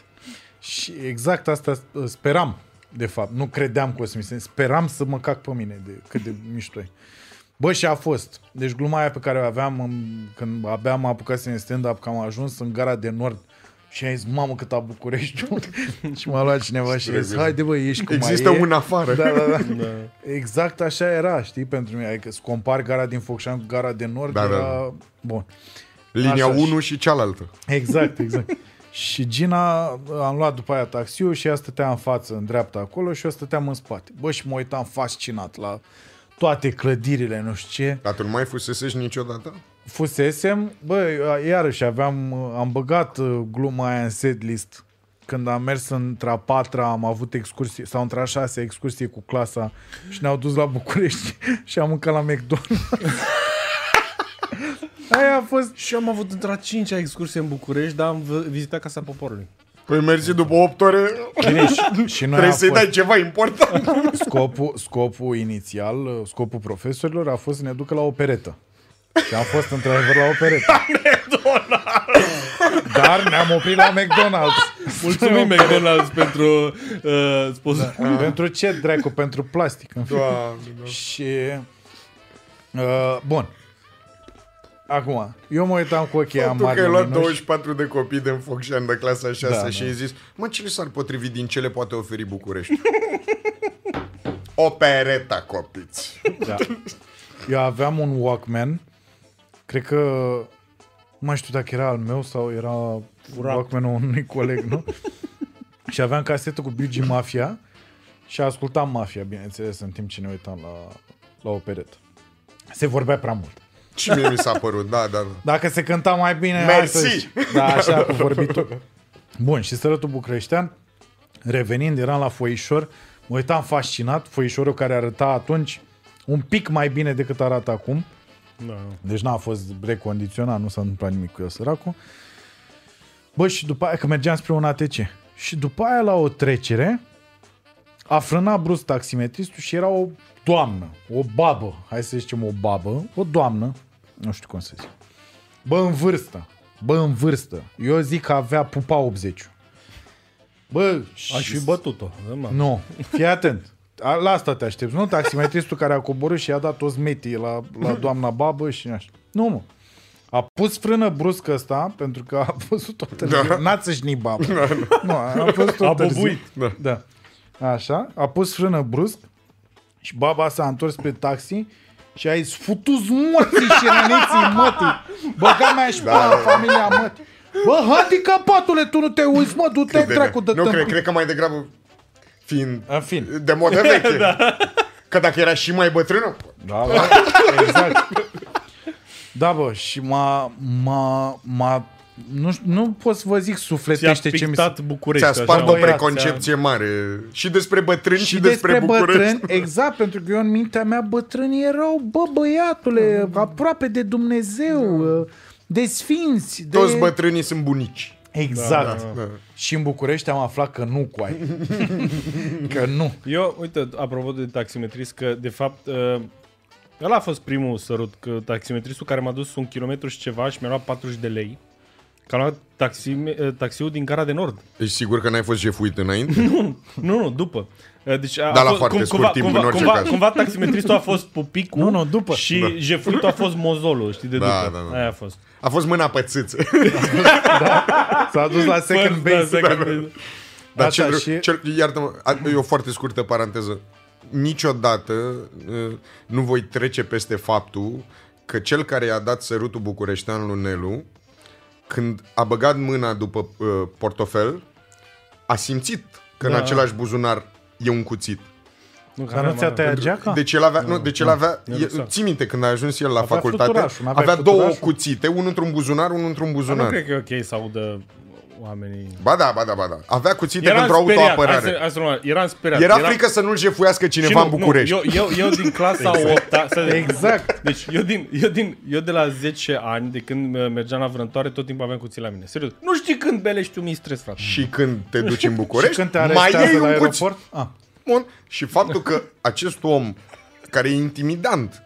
A: Și exact asta uh, speram, de fapt. Nu credeam că o să mi se... Speram să mă cac pe mine de cât de mișto e. Bă, și a fost. Deci gluma aia pe care o aveam în, când abia m-am apucat să ne stand-up, că am ajuns în gara de nord și ai zis, mamă, cât a București. și m-a luat cineva și a zis, haide bă, ieși cum
C: Există
A: mai e.
C: un afară.
A: Da, da, da. Exact așa era, știi, pentru mine. Adică să compar gara din Focșan cu gara de nord
C: Da,
A: era...
C: da,
A: Bun.
C: Linia
A: Așa
C: 1 și cealaltă.
A: Exact, exact. și Gina, am luat după aia taxiul și ea stătea în față, în dreapta acolo și eu stăteam în spate. Bă, și mă uitam fascinat la toate clădirile, nu știu ce.
C: Dar tu nu mai fusesești niciodată?
A: Fusesem, bă, iarăși aveam, am băgat uh, gluma aia în set list. Când am mers între a patra, am avut excursie, sau între a șasea excursie cu clasa și ne-au dus la București și am mâncat la McDonald's. aia a fost
B: Și am avut într-a cincea excursie în București, dar am v- vizitat Casa Poporului.
C: Păi mersi după 8 ore,
A: bine și, și noi a
C: trebuie să-i
A: fost-
C: dai ceva important.
A: Scopul, scopul inițial, scopul profesorilor a fost să ne ducă la o peretă. Și am fost într-adevăr la o peretă. Dar ne-am oprit la McDonald's.
B: Mulțumim, McDonald's, pentru uh, sponsor. Da.
A: Pentru ce, dracu? Pentru plastic. În fine.
C: Doamne, doamne.
A: Și... Uh, bun. Acum, eu mă uitam cu ochii aia
C: Tu că
A: mari
C: ai luat
A: luminoși.
C: 24 de copii de Focșani de clasa 6
A: Da,
C: da, și ai zis, mă, ce li s-ar potrivi din ce le poate oferi București? o pereta, copiți.
A: Da. Eu aveam un Walkman, cred că nu mai știu dacă era al meu sau era Furat. Walkman-ul unui coleg, nu? și aveam casetă cu Bigi Mafia și ascultam Mafia, bineînțeles, în timp ce ne uitam la, la o peretă. Se vorbea prea mult.
C: Și mie mi s-a părut, da, da, da.
A: Dacă se cânta mai bine...
C: Mersi!
A: astăzi- Da, așa, cu vorbitul. Bun, și sărătul bucureștean, revenind, eram la foișor, mă uitam fascinat, foișorul care arăta atunci un pic mai bine decât arată acum.
B: Da.
A: Deci n-a fost recondiționat, nu s-a întâmplat nimic cu el, săracul. Bă, și după aia, că mergeam spre un ATC, și după aia la o trecere, a frânat brusc taximetristul și era o doamnă, o babă, hai să zicem o babă, o doamnă, nu știu cum să zic. Bă, în vârstă, bă, în vârstă. Eu zic că avea pupa 80 Bă, și...
B: Aș fi bătut-o. da, mă.
A: Nu, fii atent. A- La asta te aștepți, nu? Taximetristul care a coborât și i-a dat toți metii la, la doamna babă și așa. Nu, mă. A pus frână brusc ăsta, pentru că a văzut toată da. N-ați să-și babă. Da, Nu, a fost tot
B: A
A: târziu.
B: bubuit.
A: Da. da. Așa, a pus frână brusc și baba s-a întors spre taxi și a zis, futu-ți morții și răniții mătii. Băga mea și da, familia mătii. Bă, handicapatule, tu nu te uiți, mă, du-te, dracu, dă
C: nu, cred, cred că mai degrabă fiind
A: În fine.
C: de modă veche. da. Că dacă era și mai bătrână, pă,
A: Da, da, exact. Da, bă, și m-a, m-a, m-a nu, știu- nu pot să vă zic
B: Ți-a
A: sufletește ce mi se...
B: pictat București.
C: ți-a
B: așa,
C: spart o
B: băiat,
C: preconcepție mare. Și despre bătrâni și, despre, București.
A: bătrâni, exact, pentru că eu în mintea mea bătrânii erau, bă, băiatule,
B: Da.
A: aproape de Dumnezeu, ă, de sfinți, de...
C: Toți bătrânii sunt bunici.
A: Exact.
C: Da.
A: Și în București am aflat că nu, coai. că nu.
B: Eu, uite, apropo de taximetrist, că de fapt uh, ăla a fost primul sărut, că taximetristul care m-a dus un kilometru și ceva și mi-a luat 40 de lei, că am luat taxi, uh, taxiul din Gara de Nord.
C: Ești Deci sigur că n-ai fost jefuit înainte?
B: Nu, nu, după. Uh, Deci a,
C: Dar
B: a
C: Da, la
B: fost-
C: foarte scurt timp,
B: cumva,
C: în orice
B: cumva,
C: caz.
B: cumva taximetristul a fost pupicul
A: Nu, nu, după.
B: și da. jefuitul a fost mozolul, știi, de
C: Da,
B: după.
C: da, da.
B: Aia a fost.
C: A fost mâna pe țâță.
A: S-a dus la second
B: First, da,
A: base.
B: second base.
C: Dar
A: Asta
C: ce vreau,
A: și-
C: și... ce, iartă-mă, a- e o foarte scurtă paranteză. Niciodată uh, nu voi trece peste faptul că cel care i-a dat sărutul bucureștean lui Nelu, când a băgat mâna după uh, portofel, a simțit că da.
B: Da.
C: în același buzunar e un cuțit.
B: Nu,
A: Dar nu ți-a tăiat
B: Da.
A: geaca?
C: Deci el avea, nu, deci el avea,
B: e
C: e,
B: rucsac.
C: ții minte când a ajuns el la
A: Avea
C: facultate,
A: fluturașul, n-avea
C: avea două
A: fluturașul?
C: cuțite, unul într-un buzunar, unul într-un
B: Dar nu
C: buzunar.
B: cred că e ok să audă oamenii...
C: Ba da, ba da, ba da. Avea cuțite
B: Eram
C: pentru
B: speriat, hai să-
C: autoapărare.
B: hai să luăm, eram speriat.
C: Era frică să nu-l jefuiască
B: Și
C: cineva în
B: nu,
C: București.
B: Nu, eu, eu, eu din clasa 8 să,
A: Exact.
B: Deci eu, din, eu, din, eu de la 10 ani, de când uh, mergeam la vrăntoare, tot timpul aveam cuțit la mine. Serios. Nu știi când belești un stres, frate.
C: Și când te duci în București,
A: Când te
C: mai
A: arestează
C: iei
A: la
C: un cuțit.
A: aeroport? Ah, A,
C: Bun. Și faptul că acest om, care e intimidant,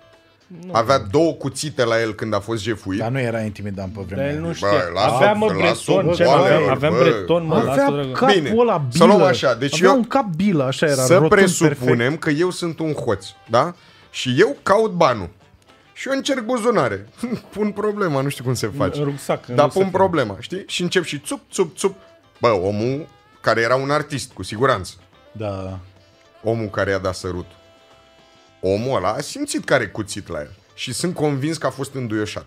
C: avea două cuțite la el când a fost jefuit.
A: dar nu era intimidant pe vremea
B: Dar el
A: aia.
B: nu
C: Bă,
B: știa.
C: lasă-
B: Aveam mă
C: lasă-o,
B: breton,
C: bă,
B: ce aveam?
C: bă,
B: Aveam
C: bă,
B: breton, mă,
C: bă.
B: lasă
A: Avea
B: dragă.
A: capul
C: Bine,
A: ăla bilă.
C: să luăm așa, deci
A: Avea
C: eu-
A: un cap bilă, așa era,
C: Să
A: rotund,
C: presupunem
A: perfect.
C: că eu sunt un hoț, da? Și eu caut banul. Și eu încerc buzunare. Pun problema, nu știu cum se face.
B: În rucsac, în
C: Dar
B: rucsac.
C: pun problema, știi? Și încep și țup, țup, țup. Bă, omul care era un artist, cu siguranță.
A: Da.
C: Omul care i-a dat sărutul. Omul ăla a simțit care cuțit la el. Și sunt convins că a fost înduioșat.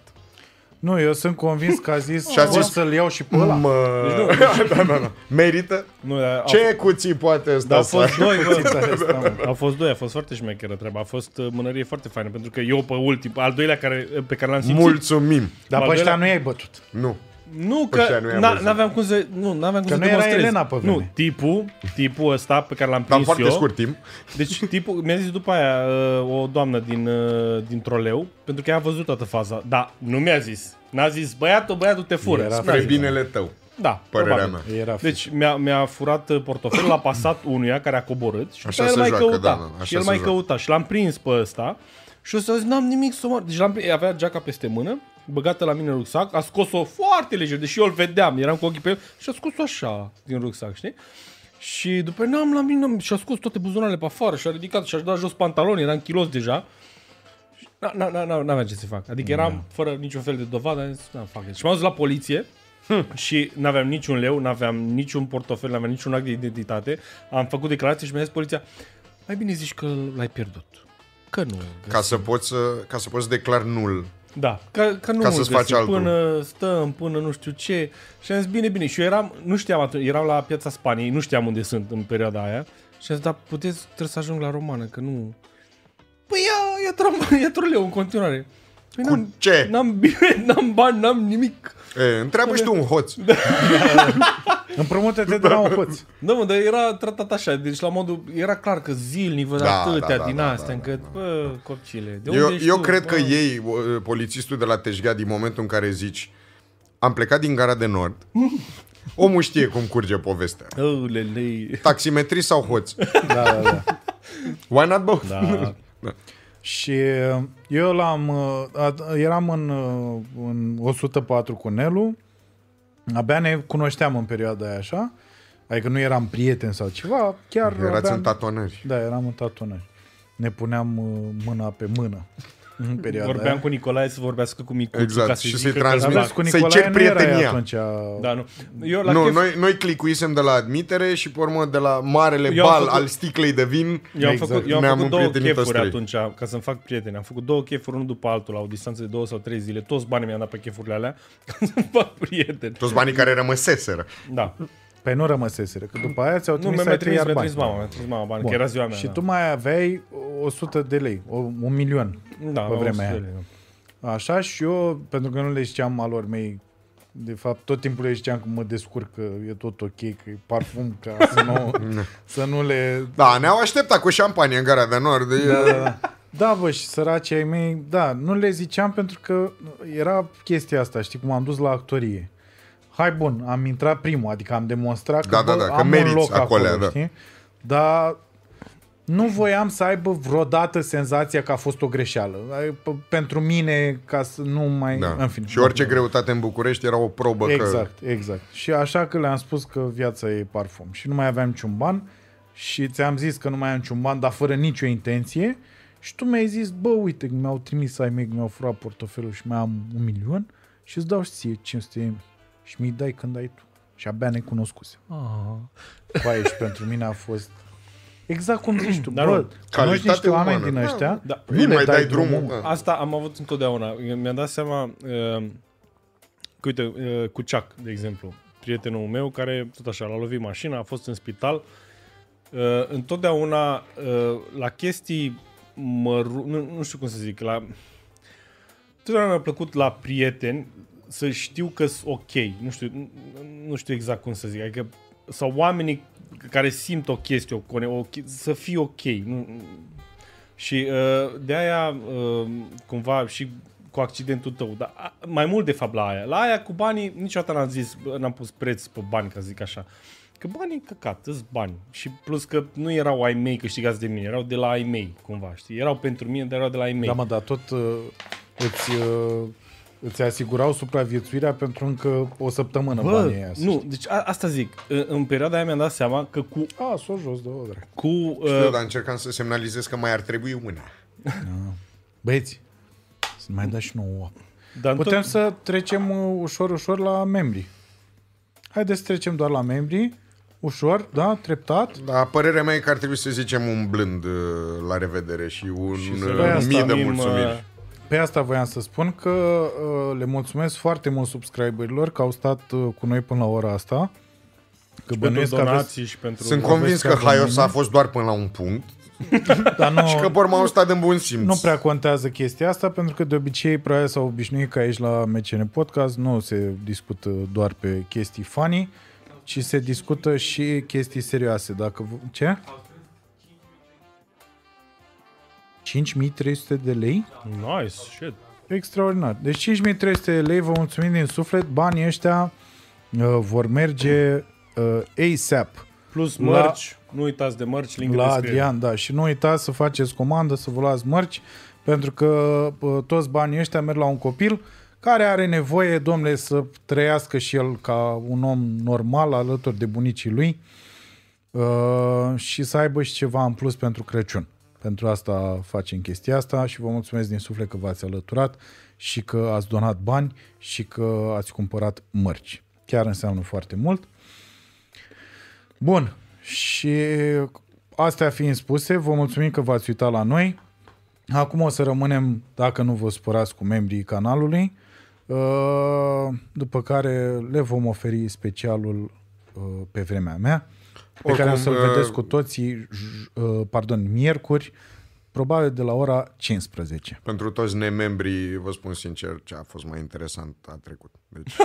A: Nu, eu sunt convins că a zis,
C: Și a
A: "O,
C: zis-
A: să-l iau și pe ăla.
B: Deci
C: Mă... da, da, da. Merită?
B: Nu, dar au-
C: Ce cuțit poate ăsta
B: Au
C: să
B: Da, fost doi, bă.
A: Cuțitul ăsta, mă.
B: Au fost doi, a fost foarte șmecheră treaba. A fost uh, mânărie foarte faină, pentru că eu pe ultim, al doilea care, uh, pe care l-am simțit,
C: Mulțumim.
A: Dar
B: Al
A: pe ăștia
B: doilea-
A: nu i-ai bătut.
C: Nu.
B: Nu,
C: Ăștia
B: că
C: nu i-am
B: na-
C: văzut.
B: n-aveam cum să, nu, n-aveam cum
A: Că
B: să
A: nu era
B: demonstrez.
A: Elena pe vreme.
B: Nu, tipul, tipul ăsta pe care l-am
C: Dar
B: prins
C: în foarte
B: eu.
C: scurt timp.
B: Deci tipul, mi-a zis după aia uh, o doamnă din, uh, din troleu, pentru că ea a văzut toată faza. Da, nu mi-a zis. N-a zis, băiatul, băiatul te fură.
A: Era
B: Spre-
C: Spre binele tău,
B: Da,
C: părerea
B: probabil.
C: mea.
A: Era deci,
B: Deci mi-a, mi-a furat uh, portofelul, a pasat unuia care a coborât și așa
C: Așa
B: el
C: se
B: mai
C: joacă,
B: căuta.
C: da, da, așa
B: și el
C: se
B: mai
C: joacă.
B: căuta și l-am prins pe ăsta și o să zis, n-am nimic să mor. Deci l-am prins, avea geaca peste mână, băgată la mine în rucsac, a scos-o foarte lejer, deși eu îl vedeam, eram cu ochii pe el și a scos-o așa din rucsac, știi? Și după aia, n-am la mine și-a scos toate buzunarele pe afară și-a ridicat și-a dat jos pantaloni, eram kilos deja. Și Na, na, na, na, n-aveam ce să fac. Adică eram fără niciun fel de dovadă, am zis, na, fac. Și m-am dus la poliție, și n-aveam niciun leu, n-aveam niciun portofel, n-aveam niciun act de identitate. Am făcut declarație și mi-a zis poliția, mai bine zici că l-ai pierdut. Că nu.
C: Ca să poți să, ca să poți declar nul.
B: Da, că, că nu
C: Ca
B: îl
C: să-ți
B: găsim,
C: faci altul.
B: Până stăm, până nu știu ce. Și am zis, bine, bine. Și eu eram, nu știam atunci, eram la piața Spaniei, nu știam unde sunt în perioada aia. Și am zis, dar puteți, trebuie să ajung la romană, că nu... Păi ia, ia, trom- ia troleu în continuare. Păi
C: Cu ce?
B: N-am bine, n-am bani, n-am nimic.
C: E, întreabă și tu un hoț.
A: Împrumută-te de la un hoț.
B: Da, mă, dar era tratat așa, deci la modul, era clar că zilnic văd
C: Da,
B: da, atâtea
C: da,
B: da,
C: da,
B: din
C: da,
B: da, astea,
C: da,
B: da, încât, da, bă, copcile, de
C: Eu,
B: unde ești
C: eu
B: tu?
C: cred că
B: Bă,
C: ei, o, polițistul de la Tejga, din momentul în care zici am plecat din gara de nord, omul știe cum curge povestea.
B: Aulelei.
C: Taximetrist sau hoț?
A: Da, da, da.
C: Why not both?
B: Da.
A: Și uh, eu l-am, uh, a- eram în, uh, în 104 cu Nelu, abia ne cunoșteam în perioada aia așa, adică nu eram prieteni sau ceva, chiar
C: Erați
A: abia...
C: în tatonări.
A: Da, eram în tatonaj. Ne puneam uh, mâna pe mână în perioada
B: Vorbeam
A: aia.
B: cu Nicolae să vorbească cu micuțul
C: Exact,
B: ca să
C: și
B: zică
C: să-i
B: că-l
C: transmit.
B: fac.
A: Aveți cu
C: Să-i
A: Nicolae
C: cer
A: nu erai
C: prietenia.
A: atunci. a-
B: Da, nu. Eu la
C: Nu,
B: chef,
C: noi, noi clicuisem de la admitere și pe urmă de la marele
B: Eu am
C: bal
B: făcut-
C: al sticlei de vin
B: Eu am
A: Exact.
B: făcut, eu am
C: Ne-am
B: făcut două
C: împrietenit
B: chefuri
C: toți
B: atunci, ca să-mi fac prieteni. Am făcut două chefuri, unul după altul, la o distanță de două sau trei zile. Toți banii mi-am dat pe chefurile alea ca să-mi fac prieteni.
C: toți banii care rămăseseră.
B: Da.
A: Păi nu rămăseseră, că după aia ți-au
B: Nu,
A: trimis
B: mi-a
A: ai
B: mi-a
A: trei
B: trimis, mi-a
A: iar
B: trimis
A: bani.
B: mama, mi-a trimis mama bani,
A: Bun.
B: că era ziua mea.
A: Și
B: da.
A: tu mai aveai 100 de lei, o, un milion
B: da,
A: pe
B: am
A: vremea
B: auzit
A: aia.
B: de ele,
A: Așa și eu, pentru că nu le știam alor mei, de fapt tot timpul le știam că mă descurc, că e tot ok, că e parfum, ca să nu, să nu le...
C: Da, ne-au așteptat cu șampanie în gara de nord.
A: Da,
C: Da.
A: da, da. da, bă, și săracii ai mei, da, nu le ziceam pentru că era chestia asta, știi, cum am dus la actorie. Hai bun, am intrat primul, adică am demonstrat că,
C: Da, da,
A: bă,
C: da, că
A: am
C: meriți
A: un loc
C: acolo,
A: acolo,
C: da.
A: știi? Dar nu voiam să aibă vreodată senzația că a fost o greșeală. Ai- p- Pentru mine, ca să nu mai...
C: Da.
A: În fine,
C: și orice greutate în București era o probă că
A: Exact, exact. Și așa că le-am spus că viața e parfum. Și nu mai aveam niciun ban și ți-am zis că nu mai am niciun ban, dar fără nicio intenție. Și tu mi-ai zis, bă, uite, mi-au trimis ai mei, mi-au furat portofelul și mai am un milion și îți dau și ție 500 de mii. Și mi-i dai când ai tu. Și abia ne cunoscuse. Păi, și pentru mine a fost Exact cum zici tu,
B: Dar nu,
A: bă, cunoști
C: calitate
A: niște oameni
C: umană.
A: din
C: Da,
A: ăștia,
B: da.
A: nu
C: Nu
A: le
C: mai dai drumul. mă.
B: Asta am avut ehm, întotdeauna. Mi-am dat seama uh, că, uite, uh, cu Chuck, de exemplu. prietenul meu care tot așa l-a lovit mașina, a fost în spital. Uh, întotdeauna uh, la chestii măru... nu, nu știu cum să zic, la... Totdeauna mi-a plăcut la prieteni să știu că sunt ok. Nu știu, nu- nu știu exact cum să zic. Adică, sau oamenii care simt o chestie, o, cone- o, che- să fii ok. Nu, și uh, de aia, uh, cumva, și cu accidentul tău, dar a, mai mult de fapt la aia. La aia cu banii, niciodată n-am zis, bă, n-am pus preț pe bani, ca să zic așa. Că banii, căcat, îți bani. Și plus că nu erau ai mei câștigați de mine, erau de la ai mei, cumva, știi? Erau pentru mine, dar erau de la ai mei.
A: Da, mă, dar tot uh, îți, uh, îți asigurau supraviețuirea pentru încă o săptămână Bă, banii aia. să
B: nu, deci a, asta zic. În, în perioada aia mi-am dat seama că cu...
A: știi. A, s-o jos de o dracu.
B: cu
C: Eu,
B: uh,
C: Da, dar încercam să semnalizez că mai ar trebui una.
A: Băieți, să ne mai dați și nouă.
B: dar în
A: Putem
B: tot,
A: să trecem uh, ușor, ușor la membri. Haideți să trecem doar la membri. Ușor, da, treptat.
C: Dar părerea mea e că ar trebui să zicem un blând uh, la revedere și un și
B: să
A: le
C: mii de
B: mulțumim,
C: mulțumiri.
B: uh,
A: Pe asta voiam să spun că uh, le mulțumesc foarte mult subscriberilor că au stat uh, cu noi până la ora asta. Că
B: pentru
A: bănuiesc că
B: donații
A: aveți...
B: și pentru...
C: Sunt convins că
A: chiar de
C: Haios
A: mine?
C: a fost doar până la un punct
A: Dar nu,
C: și că pe urmă au stat în bun simț.
A: nu prea contează chestia asta pentru că de obicei probabil s-au obișnuit că aici la MCN Podcast nu se discută doar pe chestii funny, ci se discută și chestii serioase. Dacă v- ce? 5300 de lei?
B: Nice, shit.
A: Extraordinar. Deci 5300 lei, vă mulțumim din suflet. Banii ăștia uh, vor merge uh, ASAP
B: Plus
A: La-
B: mărci, nu uitați de mărci, link
A: la
B: în descriere.
A: Adrian, da. Și nu uitați să faceți comandă, să vă luați mărci, pentru că uh, toți banii ăștia merg la un copil care are nevoie, domnule, să trăiască și el ca un om normal alături de bunicii lui uh, și să aibă și ceva în plus pentru Crăciun. Pentru asta facem chestia asta și vă mulțumesc din suflet că v-ați alăturat și că ați donat bani și că ați cumpărat mărci. Chiar înseamnă foarte mult. Bun. Și astea fiind spuse, vă mulțumim că v-ați uitat la noi. Acum o să rămânem, dacă nu vă supărați, cu membrii canalului. Uh, După care le vom oferi specialul uh, pe vremea mea, pe Oricum, care o să-l
C: Oricum,
A: vedeți
C: uh,
A: cu toții, j- uh, pardon, miercuri, probabil de la ora 15.
C: Pentru toți nemembrii, vă spun sincer, ce a fost mai interesant a trecut. Deci,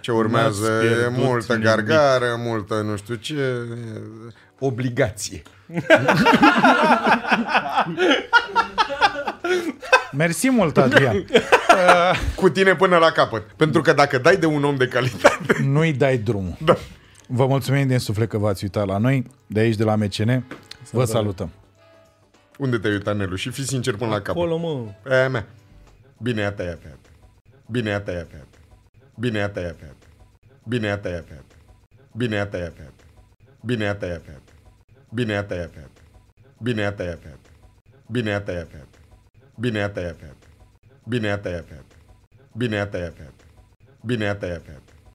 C: ce urmează
B: N-ați
C: e
B: pierdut
C: multă
B: nimic.
C: gargară, multă nu știu ce. e Obligație.
A: Mersi mult, Adrian!
C: Cu tine până la capăt. Pentru că dacă dai de un om de calitate...
A: Nu-i dai drumul. Da. Vă mulțumim din suflet că v-ați uitat la noi, de aici, de la MCN. Vă salutăm!
C: Unde te-ai uitat, Nelu? Și fii sincer până la capăt.
B: Acolo, mă.
C: Aia mea. Bine, ata, ata, ata. Bine, ata, ata, ata. Bine, ata, ata, ata. Bine, ata, ata, ata. Bine, ata, ata, ata. Bine, ata, ata, ata. Bine, ata, ata, ata. Bine, ata, ata, ata. Bine, ata, ata, ata. Bine, ata, ata, ata. Bine, ata, ata, ata. Bine, ata, ata, ata. Bine, ata, ata, ata.